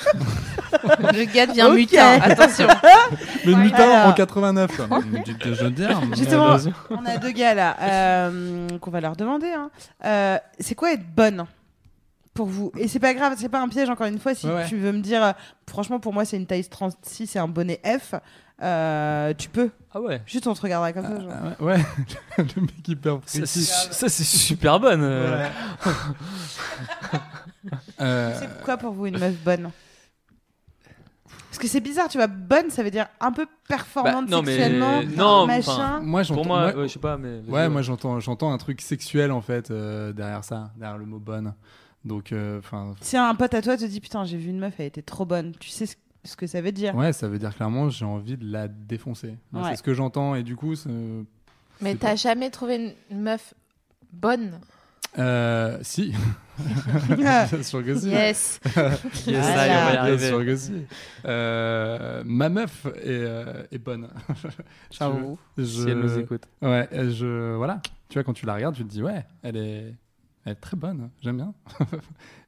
Le gars devient Ok. mutin, attention. Le mutant Voilà. en 89. quoi. Mais tu te- je veux dire, mais- Justement, Ouais, on a deux gars là euh, qu'on va leur demander. hein. Euh, c'est quoi être bonne pour vous Et c'est pas grave, c'est pas un piège encore une fois. Si Ouais, ouais. tu veux me dire, euh, franchement, pour moi, c'est une taille 36 et un bonnet F. euh, tu peux. Ah ouais. Juste on te regardera comme ça. genre. Ah ouais, ouais. le mec hyper Ça, précis. c'est ça, c'est super bonne. euh. Euh, C'est quoi pour vous Bah, une meuf bonne Parce que c'est bizarre, tu vois, bonne, ça veut dire un peu performante Bah, non, mais- sexuellement, non, machin. moi, Pour j'entends. moi, moi- ouais, je sais pas, mais. ouais, moi, j'entends, j'entends un truc sexuel en fait euh, derrière ça, derrière le mot bonne. Donc, euh, enfin, Si un pote à toi te dit putain, j'ai vu une meuf, elle était trop bonne, tu sais ce- ce que ça veut dire. ouais, ça veut dire clairement, j'ai envie de la défoncer. Moi, Ouais. C'est ce que j'entends et du coup, c'est- Mais c'est t'as jamais trouvé une- une meuf bonne pas- euh, si. Ah, Bien sûr que si. Yes. Yes, Voilà. allez, on va y Bien arriver. sûr que si. Euh, ma meuf est, euh, est bonne. Si elle Ciao. Je, Si elle nous écoute. Ouais, euh, je voilà. Tu vois quand tu la regardes, tu te dis ouais, elle est, elle est très bonne. J'aime bien.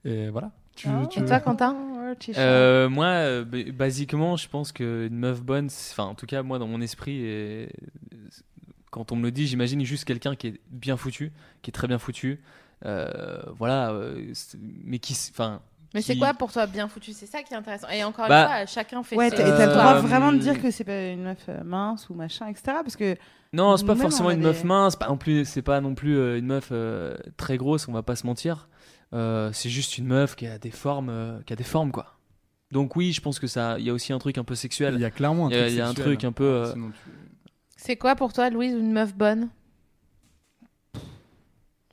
et voilà. Tu, tu- Ah. Et toi, Quentin Oh, hein. Euh, moi, euh, ba- basiquement, je pense qu'une meuf bonne, c'est- enfin, en tout cas, moi, dans mon esprit, et- quand on me le dit, j'imagine juste quelqu'un qui est bien foutu, qui est très bien foutu. euh, voilà, euh, c'est- mais qui. s- Enfin, Mais c'est qui- quoi pour toi bien foutu C'est ça qui est intéressant. Et encore Bah, une fois, chacun fait Ouais, ses- t'as et t'as le droit Euh, vraiment de dire que c'est pas une meuf euh, mince ou machin, etc. Parce que Non, c'est pas Même forcément on a une des- meuf mince, pas non plus, c'est pas non plus euh, une meuf euh, très grosse, on va pas se mentir. Euh, c'est juste une meuf qui a des formes, euh, qui a des formes quoi. Donc oui, je pense que ça, il y a aussi un truc un peu il sexuel. y a clairement un Il y a- truc. il y a un sexuel. truc un peu, euh, Sinon, tu- C'est quoi pour toi, Louise, une meuf bonne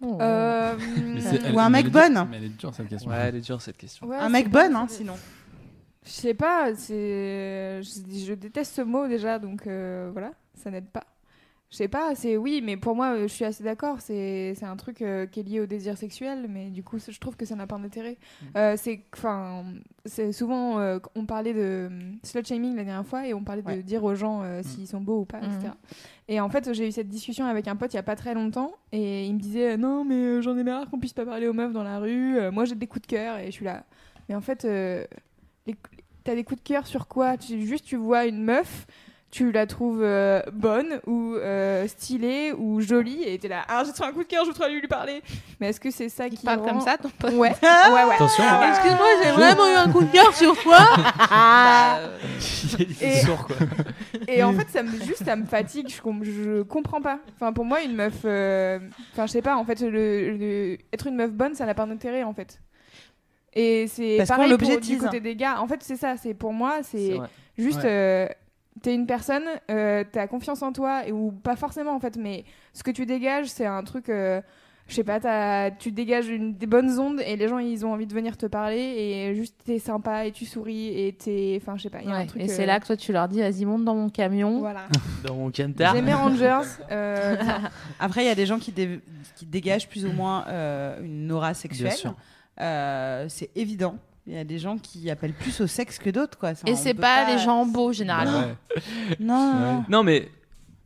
Oh. Euh, Mais c'est- elle- Ou un mais mec elle est dure- bonne. Mais elle est dure cette question. Ouais, elle est dure cette question. ouais, un c'est mec pas- bonne, hein, c'est- sinon. Je sais pas, c'est je, je déteste ce mot déjà, donc euh, voilà, ça n'aide pas. Je sais pas, c'est oui, mais pour moi, euh, je suis assez d'accord. C'est c'est un truc euh, qui est lié au désir sexuel, mais du coup, je trouve que ça n'a pas d'intérêt. Euh, c'est enfin, c'est souvent euh, on parlait de euh, slut shaming la dernière fois et on parlait de Ouais. dire aux gens euh, s'ils sont beaux ou pas, Mhm. etc. Et en fait, j'ai eu cette discussion avec un pote il y a pas très longtemps et il me disait euh, non mais euh, j'en ai marre qu'on puisse pas parler aux meufs dans la rue. euh, moi j'ai des coups de cœur et je suis là. Mais en fait, euh, les- t'as des coups de cœur sur quoi Tu- Juste tu vois une meuf. Tu la trouves euh, bonne ou euh, stylée ou jolie et t'es là ah j'ai trouvé un coup de cœur je voudrais lui lui parler mais est-ce que c'est ça Il qui parle rend- comme ça, ton pote ouais ouais Ah, bah, ouais Attention, hein. Excuse-moi, j'ai vraiment eu un coup de cœur sur toi. Ah. Bah, euh, il Et- sort quoi. Et en fait, ça me juste, ça me fatigue. Je, com- je comprends pas. Enfin, pour moi, une meuf, euh, enfin, je sais pas. En fait, le, le- être une meuf bonne, ça n'a pas d'intérêt, en fait. Et c'est Parce qu'on pareil pour, du l'objectise. côté des gars. En fait, c'est ça. C'est pour moi, C'est c'est vrai. juste. euh, T'es une personne, euh, t'as confiance en toi, et, ou pas forcément en fait, mais ce que tu dégages, c'est un truc, euh, je sais pas, t'as- tu dégages une, des bonnes ondes et les gens ils ont envie de venir te parler, et juste t'es sympa et tu souris, et t'es. Enfin, je sais pas, il y a un ouais. truc. Et c'est euh, là que toi, tu leur dis, vas-y, monte dans mon camion. Voilà. Dans mon cantard. J'aimais Rangers. euh, Après, il y a des gens qui, dé- qui dégagent plus ou moins euh, une aura sexuelle. Bien sûr. Euh, c'est évident. Il y a des gens qui appellent plus au sexe que d'autres, quoi. Ça, Et on c'est peut pas, les gens beaux, Bah généralement. ouais. Non, non, non. Non mais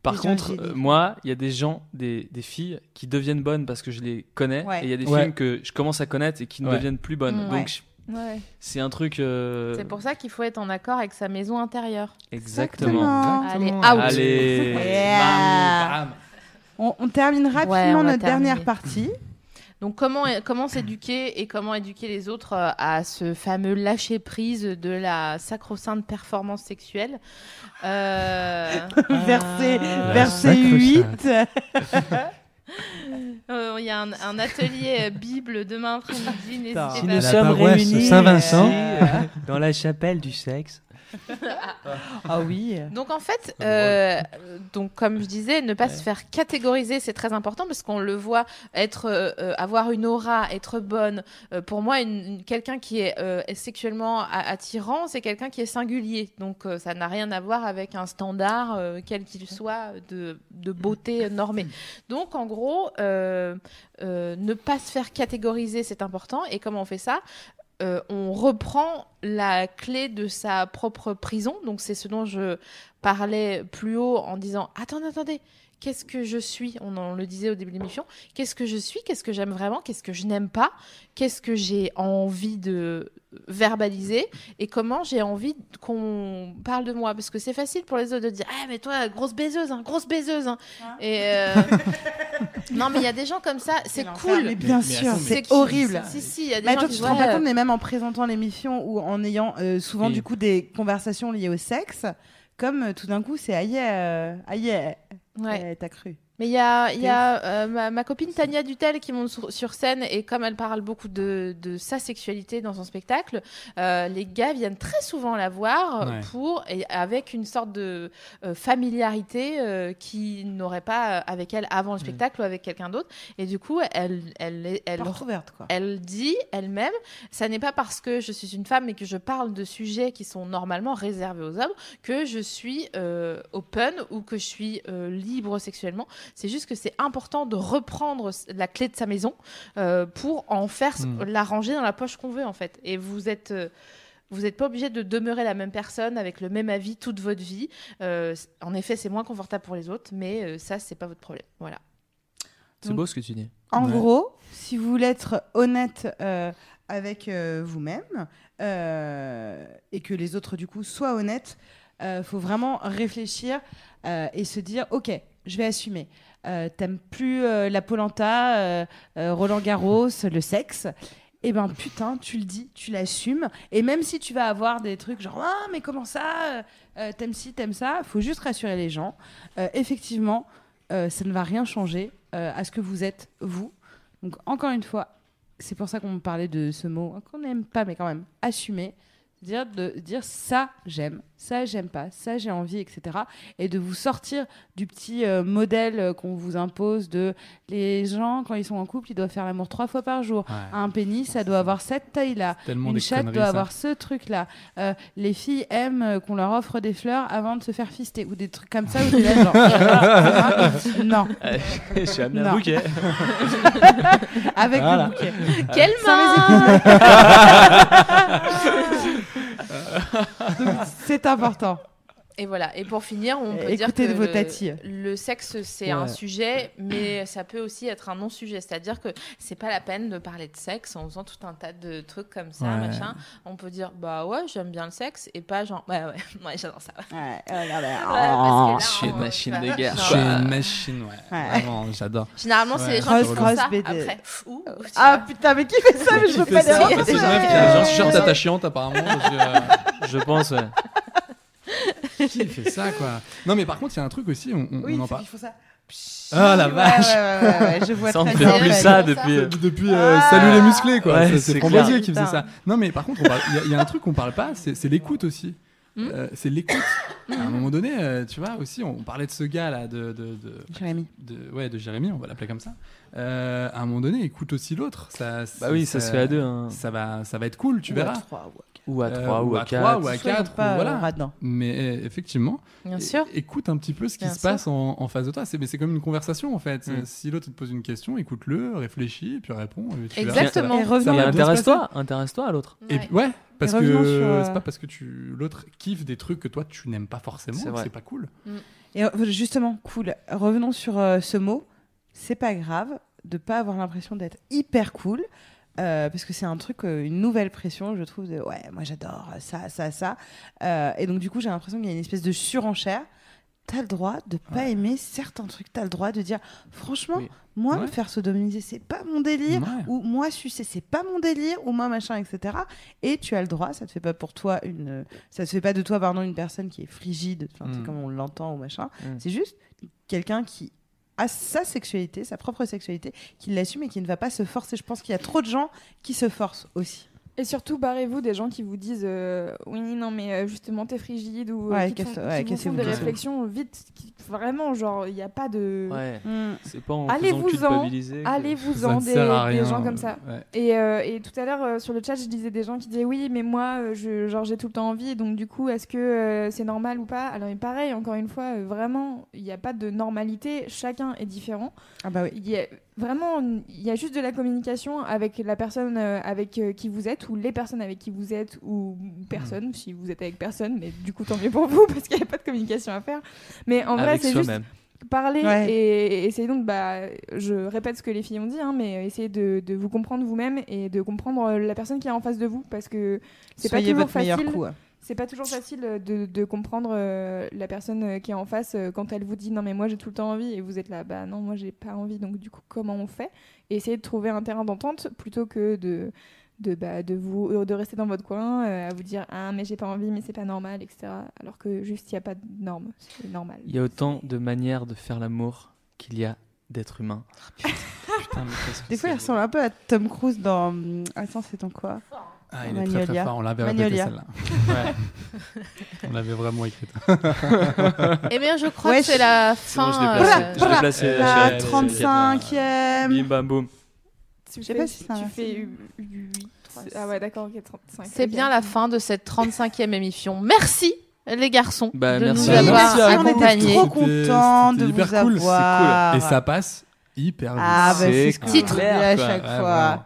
par Les gens contre, génies. euh, moi, il y a des gens, des, des filles qui deviennent bonnes parce que je les connais, Ouais. et il y a des Ouais. filles que je commence à connaître et qui ne Ouais. deviennent plus bonnes. Mm. Ouais. Donc je- ouais. c'est un truc. euh, C'est pour ça qu'il faut être en accord avec sa maison intérieure. Exactement. Allez, out. Allez. Yeah. Bam, bam. On, on termine rapidement on va notre terminer. dernière partie. Donc comment comment s'éduquer et comment éduquer les autres euh, à ce fameux lâcher prise de la sacro-sainte performance sexuelle. Euh, verset Ah. verset sacre 8. euh, Il y a un, un atelier euh, Bible demain après-midi. n'hésitez Putain. pas. Si nous La paroisse Saint-Vincent. dans la chapelle du sexe. Ah oui. Donc en fait, euh, donc comme je disais, ne pas se faire catégoriser, c'est très important parce qu'on le voit être, euh, euh, avoir une aura, être bonne. Euh, pour moi, une- une- quelqu'un qui est euh, sexuellement a- attirant, c'est quelqu'un qui est singulier. Donc euh, ça n'a rien à voir avec un standard, euh, quel qu'il soit, de, de beauté normée. Donc en gros, euh, euh, ne pas se faire catégoriser, c'est important. Et comment on fait ça Euh, on reprend la clé de sa propre prison. Donc c'est ce dont je parlais plus haut en disant attendez, attendez, qu'est-ce que je suis On en le disait au début de l'émission. Qu'est-ce que je suis Qu'est-ce que j'aime vraiment Qu'est-ce que je n'aime pas Qu'est-ce que j'ai envie de verbaliser et comment j'ai envie qu'on parle de moi parce que c'est facile pour les autres de dire ah mais toi grosse baiseuse hein, grosse baiseuse hein. Ah. et euh, non mais il y a des gens comme ça c'est l'enfer, cool Mais bien Mais- mais sûr, attends, mais c'est qui- horrible. si si il y a des Mais gens attends, qui tu te disent, rends pas ouais, compte, mais même en présentant l'émission ou en ayant euh, souvent Oui. du coup des conversations liées au sexe, comme euh, tout d'un coup, c'est aïe, euh, aïe, Ouais. euh, t'as cru. Mais il y a, il y a euh, ma, ma copine Tania Dutel qui monte sur, sur scène et comme elle parle beaucoup de, de sa sexualité dans son spectacle, euh, les gars viennent très souvent la voir Ouais. pour et avec une sorte de euh, familiarité euh, qu'ils n'auraient pas euh, avec elle avant Mm. le spectacle ou avec quelqu'un d'autre. Et du coup, elle, elle, elle, Porte ouverte, quoi. elle dit elle-même, ça n'est pas parce que je suis une femme et que je parle de sujets qui sont normalement réservés aux hommes que je suis euh, open ou que je suis euh, libre sexuellement. C'est juste que c'est important de reprendre s- la clé de sa maison euh, pour en faire s- Mm. la ranger dans la poche qu'on veut en fait. Et vous êtes euh, vous n'êtes pas obligé de demeurer la même personne avec le même avis toute votre vie. Euh, c- en effet, c'est moins confortable pour les autres, mais euh, ça, c'est pas votre problème. Voilà. C'est beau ce que tu dis. En Ouais. gros, si vous voulez être honnête euh, avec euh, vous-même euh, et que les autres, du coup, soient honnêtes, euh, faut vraiment réfléchir euh, et se dire Ok, je vais assumer. Euh, T'aimes plus euh, la Polenta, euh, euh, Roland Garros, le sexe eh ben putain, tu le dis, tu l'assumes. Et même si tu vas avoir des trucs genre ah mais comment ça, Euh, t'aimes ci, t'aimes ça, faut juste rassurer les gens. Euh, effectivement, euh, ça ne va rien changer euh, à ce que vous êtes, vous. Donc, encore une fois, c'est pour ça qu'on parlait de ce mot hein, qu'on n'aime pas, mais quand même, assumer. Dire, de dire ça j'aime, ça j'aime pas, ça j'ai envie, etc. Et de vous sortir du petit euh, modèle euh, qu'on vous impose de les gens, quand ils sont en couple, ils doivent faire l'amour trois fois par jour. Ouais. Ah, Un pénis, ça doit avoir cette taille-là. Tellement Une des chatte conneries, doit ça. avoir ce truc-là. Euh, les filles aiment euh, qu'on leur offre des fleurs avant de se faire fister ou des trucs comme ça. Ou des non, Euh, je suis amené un Non. bouquet. avec Voilà. le bouquet. Euh, Quelle main Donc, C'est important. Et voilà. Et pour finir, on peut Écoutez dire que de vos le- tatis. le, sexe c'est Ouais. un sujet, mais ça peut aussi être un non-sujet. C'est-à-dire que c'est pas la peine de parler de sexe en faisant tout un tas de trucs comme ça, Ouais. machin. On peut dire bah ouais, j'aime bien le sexe, et pas genre bah ouais ouais, ouais j'adore ça. Ouais, Ouais, regarde, Ah, parce que là, je suis une on- machine enfin, de guerre. non. Je suis une machine, ouais. Ouais. Vraiment, j'adore. Généralement, c'est Ouais. les gens Grosse, qui font grosse ça BD. Ah, après. Ouh, tu Ah vois. putain, mais qui fait ça mais Je veux Qui pas fait ça Ah, les Parce que refaire. meuf qui a genre shirt attachante, apparemment. je- Je pense, ouais. Qui fait ça, quoi Non, mais par contre, il y a un truc aussi, on, on- Oui, on en faut parle. qu'ils font ça. Ah, la Ouais, ouais, vache. ouais, ouais, ouais, je vois Ça, on très fait bien. Ah. plus ouais. ça depuis. euh, Depuis euh, Salut les musclés, quoi. Ouais, Ça, c'est c'est Framboisier clair. qui faisait ça. Non, mais par contre, on parle- il y a- il y, a un truc qu'on parle pas, c'est c'est l'écoute aussi. Hmm. Euh, c'est l'écoute. À un moment donné, euh, tu vois, aussi, on parlait de ce gars-là, de- de- de, Jérémy. de, ouais, de Jérémy, on va l'appeler comme ça. Euh, à un moment donné, écoute aussi l'autre. Ça, Bah oui, ça se fait à deux. hein. Ça va, ça va être cool, tu Ou à verras. trois, ou à quatre. Ou à Euh, trois, ou à trois, quatre. ou à Soyons quatre, ou pas, euh, voilà. radins. Mais euh, effectivement, Bien é- sûr. écoute un petit peu ce qui Bien se sûr. passe en, en face de toi. C'est mais c'est comme une conversation en fait. Mm. Si l'autre te pose une question, écoute-le, réfléchis, puis réponds. et tu verras, Exactement. Et revenons Et va bien se intéresse-toi, intéresse-toi à l'autre. ça va- Et Ouais. puis- ouais, parce Et revenons que sur, euh, c'est pas parce que tu l'autre kiffe des trucs que toi tu n'aimes pas forcément, C'est vrai. c'est pas cool. Mm. Et re- justement, cool. Revenons sur euh, ce mot. C'est pas grave de pas avoir l'impression d'être hyper cool. euh, parce que c'est un truc, euh, une nouvelle pression, je trouve, de ouais, moi j'adore ça, ça, ça. Euh, et donc, du coup, j'ai l'impression qu'il y a une espèce de surenchère. T'as le droit de pas aimer certains trucs, t'as le droit de dire, franchement, Oui. moi, me Ouais. faire sodomiser, c'est pas mon délire, Ouais. ou moi, sucer, c'est pas mon délire, ou moi, machin, etc. Et tu as le droit, ça te fait pas pour toi une. Ça te fait pas de toi, pardon, une personne qui est frigide, enfin, tu sais, Mm. comme on l'entend, ou machin. Mm. C'est juste quelqu'un qui a sa sexualité, sa propre sexualité, qui l'assume et qui ne va pas se forcer. Je pense qu'il y a trop de gens qui se forcent aussi. Et surtout, barrez-vous des gens qui vous disent euh, oui, non, mais euh, justement, t'es frigide ou euh, Ouais, qui, te casse- font, qui ouais, vous font cassez-vous, des cassez-vous. réflexions vite. qui- vraiment, genre, il n'y a pas de. Ouais. Mm. C'est pas en faisant Allez-vous-en, culpabiliser. que- Allez-vous-en ne des, sert à des rien, gens comme euh, ça. ouais. Et, euh, et tout à l'heure, euh, sur le chat, je disais des gens qui disaient oui, mais moi, euh, je, genre, j'ai tout le temps envie, donc du coup, est-ce que euh, c'est normal ou pas Alors, mais pareil, encore une fois, euh, vraiment, il n'y a pas de normalité, chacun est différent. Ah bah oui. euh, Il y a vraiment, il y a juste de la communication avec la personne euh, avec euh, qui vous êtes ou les personnes avec qui vous êtes ou Hmm. personne si vous êtes avec personne, mais du coup tant mieux pour vous parce qu'il n'y a pas de communication à faire. Mais en vrai, Avec c'est juste soi-même. parler Ouais. et, et essayer donc, bah, je répète ce que les filles ont dit, hein, mais essayez de, de vous comprendre vous-même et de comprendre euh, la personne qui est en face de vous parce que c'est pas Soyez toujours votre meilleur facile. coup. hein. C'est pas toujours facile euh, de, de comprendre euh, la personne euh, qui est en face euh, quand elle vous dit non mais moi j'ai tout le temps envie et vous êtes là bah non moi j'ai pas envie donc du coup comment on fait et essayer de trouver un terrain d'entente plutôt que de de, bah, de, vous, euh, de rester dans votre coin, euh, à vous dire Ah, mais j'ai pas envie, mais c'est pas normal, etc. Alors que juste, il n'y a pas de normes. C'est normal. Il y a autant de manières de faire l'amour qu'il y a d'êtres humains. Ah, Putain, mais qu'est-ce que Des fois, c'est il ressemble un peu à Tom Cruise dans. hum, Attends, c'est dans quoi Ah, il est très très Magnolia. fort, on l'avait répété Magnolia. celle-là. on l'avait vraiment écrite. Eh bien, je crois Ouais, que c'est je- la C'est bon, je l'ai fin. placé. euh, Je l'ai placé, Euh, La chérie. j'ai- 35e. Bim bam boum. Tu sais fais- pas si c'est un Tu racine. fais 8. Ah ouais, d'accord, ok, 35. C'est ok. bien la fin de cette 35e émission. Merci les garçons Bah, de merci nous à vous. avoir Merci à vous. accompagnés. Trop C'était- content c'était de hyper vous cool, c'est cool. avoir. Et ça passe hyper vite. Ah, bah, c'est ce C'est qu'on dit clair, à quoi. chaque Ouais, fois. vraiment.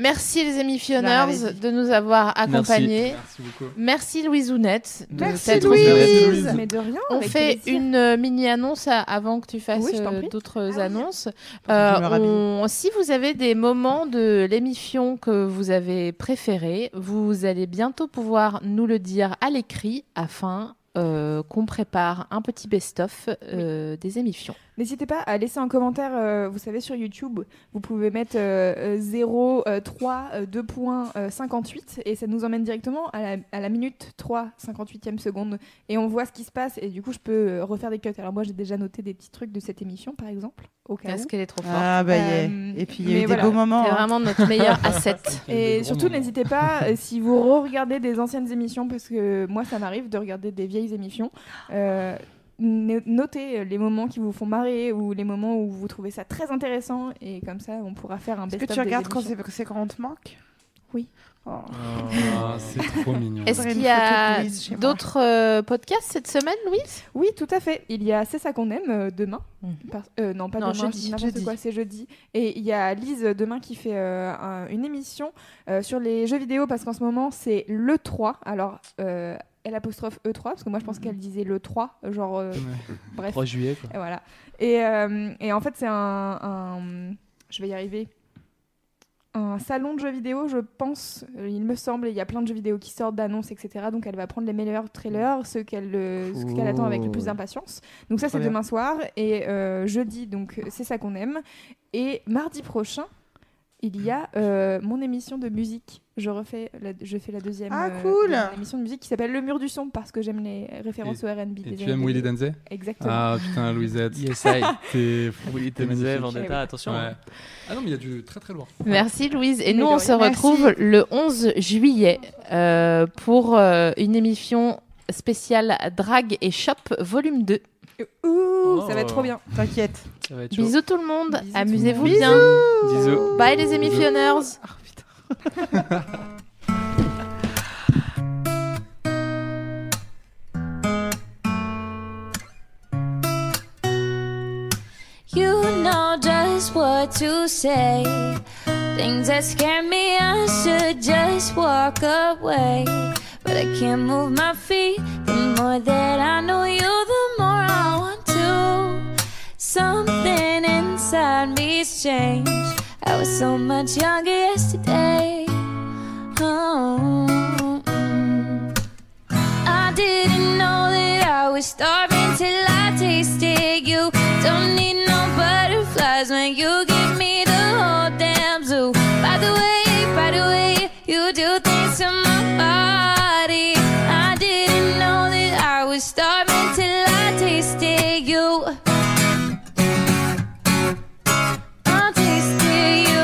Merci les Bah, Je leur émissionneurs avais dit. de nous avoir accompagnés. Merci beaucoup. Merci, Louise Ounette. de Merci, t'être Louise. libérée. Louise. Mais de rien. On avec fait plaisir. une euh, mini-annonce à- avant que tu fasses Oui, je t'en euh, prie. Ah d'autres oui. annonces. Attends que je me Euh, rhabille. on- si vous avez des moments de l'émission que vous avez préférés, vous allez bientôt pouvoir nous le dire à l'écrit afin euh, qu'on prépare un petit best-of euh, des émissions. N'hésitez pas à laisser un commentaire, euh, vous savez, sur YouTube, vous pouvez mettre euh, euh, 0, euh, 3, euh, 2 points, euh, 58, et ça nous emmène directement à la, à la minute 3, 58e seconde, et on voit ce qui se passe, et du coup, je peux euh, refaire des cuts. Alors moi, j'ai déjà noté des petits trucs de cette émission, par exemple, au cas Parce où. qu'elle est trop forte. Ah, bah, yeah. Euh, Et puis, il y a mais eu des voilà, beaux moments. C'est hein. vraiment notre meilleur asset. Et surtout, n'hésitez pas, euh, si vous re-regardez des anciennes émissions, parce que moi, ça m'arrive de regarder des vieilles émissions, euh, no- notez les moments qui vous font marrer ou les moments où vous trouvez ça très intéressant, et comme ça, on pourra faire un Est-ce best-of. que tu des regardes quand émissions. c'est c'est quand on te manque Oui. Oh. Ah, c'est trop mignon. Est-ce J'aurais qu'il une y photo a de Louise chez moi. d'autres euh, podcasts cette semaine, Louise Oui, tout à fait. Il y a C'est ça qu'on aime euh, demain. Mhm. Par- euh, non, pas Non, demain, jeudi, je dis n'importe jeudi. quoi, c'est jeudi. Et il y a Lise demain qui fait euh, un- une émission euh, sur les jeux vidéo parce qu'en ce moment, c'est le 3. Alors, euh, L apostrophe E3, parce que moi, je Mhm. pense qu'elle disait le 3, genre, euh, bref. 3 juillet, quoi. Et voilà. Et, euh, et en fait, c'est un, un- Je vais y arriver. Un salon de jeux vidéo, je pense, euh, il me semble. Il y a plein de jeux vidéo qui sortent d'annonces, etc. Donc elle va prendre les meilleurs trailers, ceux qu'elle euh, ceux qu'elle attend avec le plus Cool. d'impatience. Donc ça, Trop c'est bien. demain soir. Et euh, jeudi, donc c'est ça qu'on aime. Et mardi prochain. Il y a euh, mon émission de musique. Je refais, la, je fais la deuxième Ah, euh, cool. de mon émission de musique qui s'appelle Le Mur du Son parce que j'aime les références au R&B. Et des tu années aimes 2000. Willy Denzé Exactement. Ah putain, Louisette. Yes, I. T'es Willy t'es Denzel, magnifique. Vendetta, attention. Ouais. Ah non, mais il y a du très très lourd. Merci Louise. Et Mais nous, de on rien. se retrouve le 11 juillet euh, pour euh, une émission spéciale Drag et Shop volume 2. Ouh, Oh. ça va être trop bien. T'inquiète. Ça va être chaud. Bisous tout le monde. Bisous tout le Amusez-vous monde. bien. Bisous. Bye les émissionneurs. You know just what to say. Things that scare me, I should just walk away. But I can't move my feet. The more that I know you, the more I want to. Something inside me's changed. I was so much younger yesterday. Oh, mm. I didn't know that I was starving till I tasted you. Don't need no butterflies when you give me the whole damn zoo. By the way, by the way, you do things to my body. I didn't know that I was starving till I tasted you. I tasted you.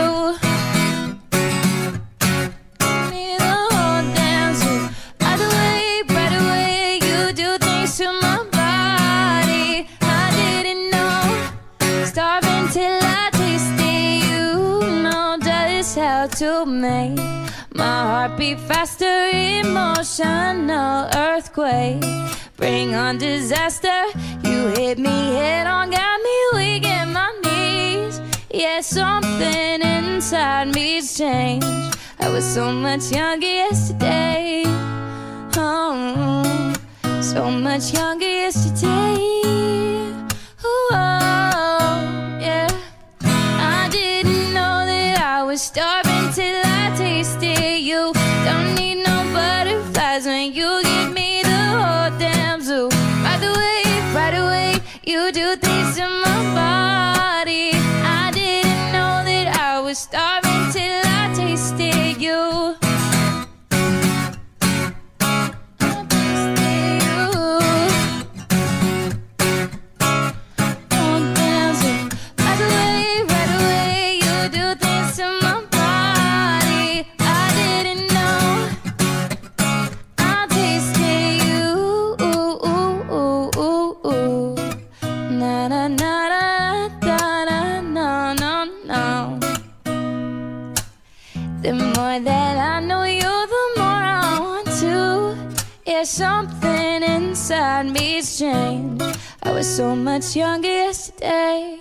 Me the whole damn zoo. By the way, by the way, you do things to my body. I didn't know. Starving till I tasted you. Know just how to make my heart beat faster. Emotional earthquake. Bring on disaster. You hit me head on, got me weak in my knees. Yeah, something inside me's changed. I was so much younger yesterday. Oh, so much younger yesterday. Ooh, oh, yeah. I didn't know that I was starving till I tasted you. Don't need no butterflies when you give me the whole damn zoo. By the way, by the way, you do things to my body. I didn't know that I was starving till I tasted you. The more that I know you, the more I want to. Yeah, something inside me's changed. I was so much younger yesterday.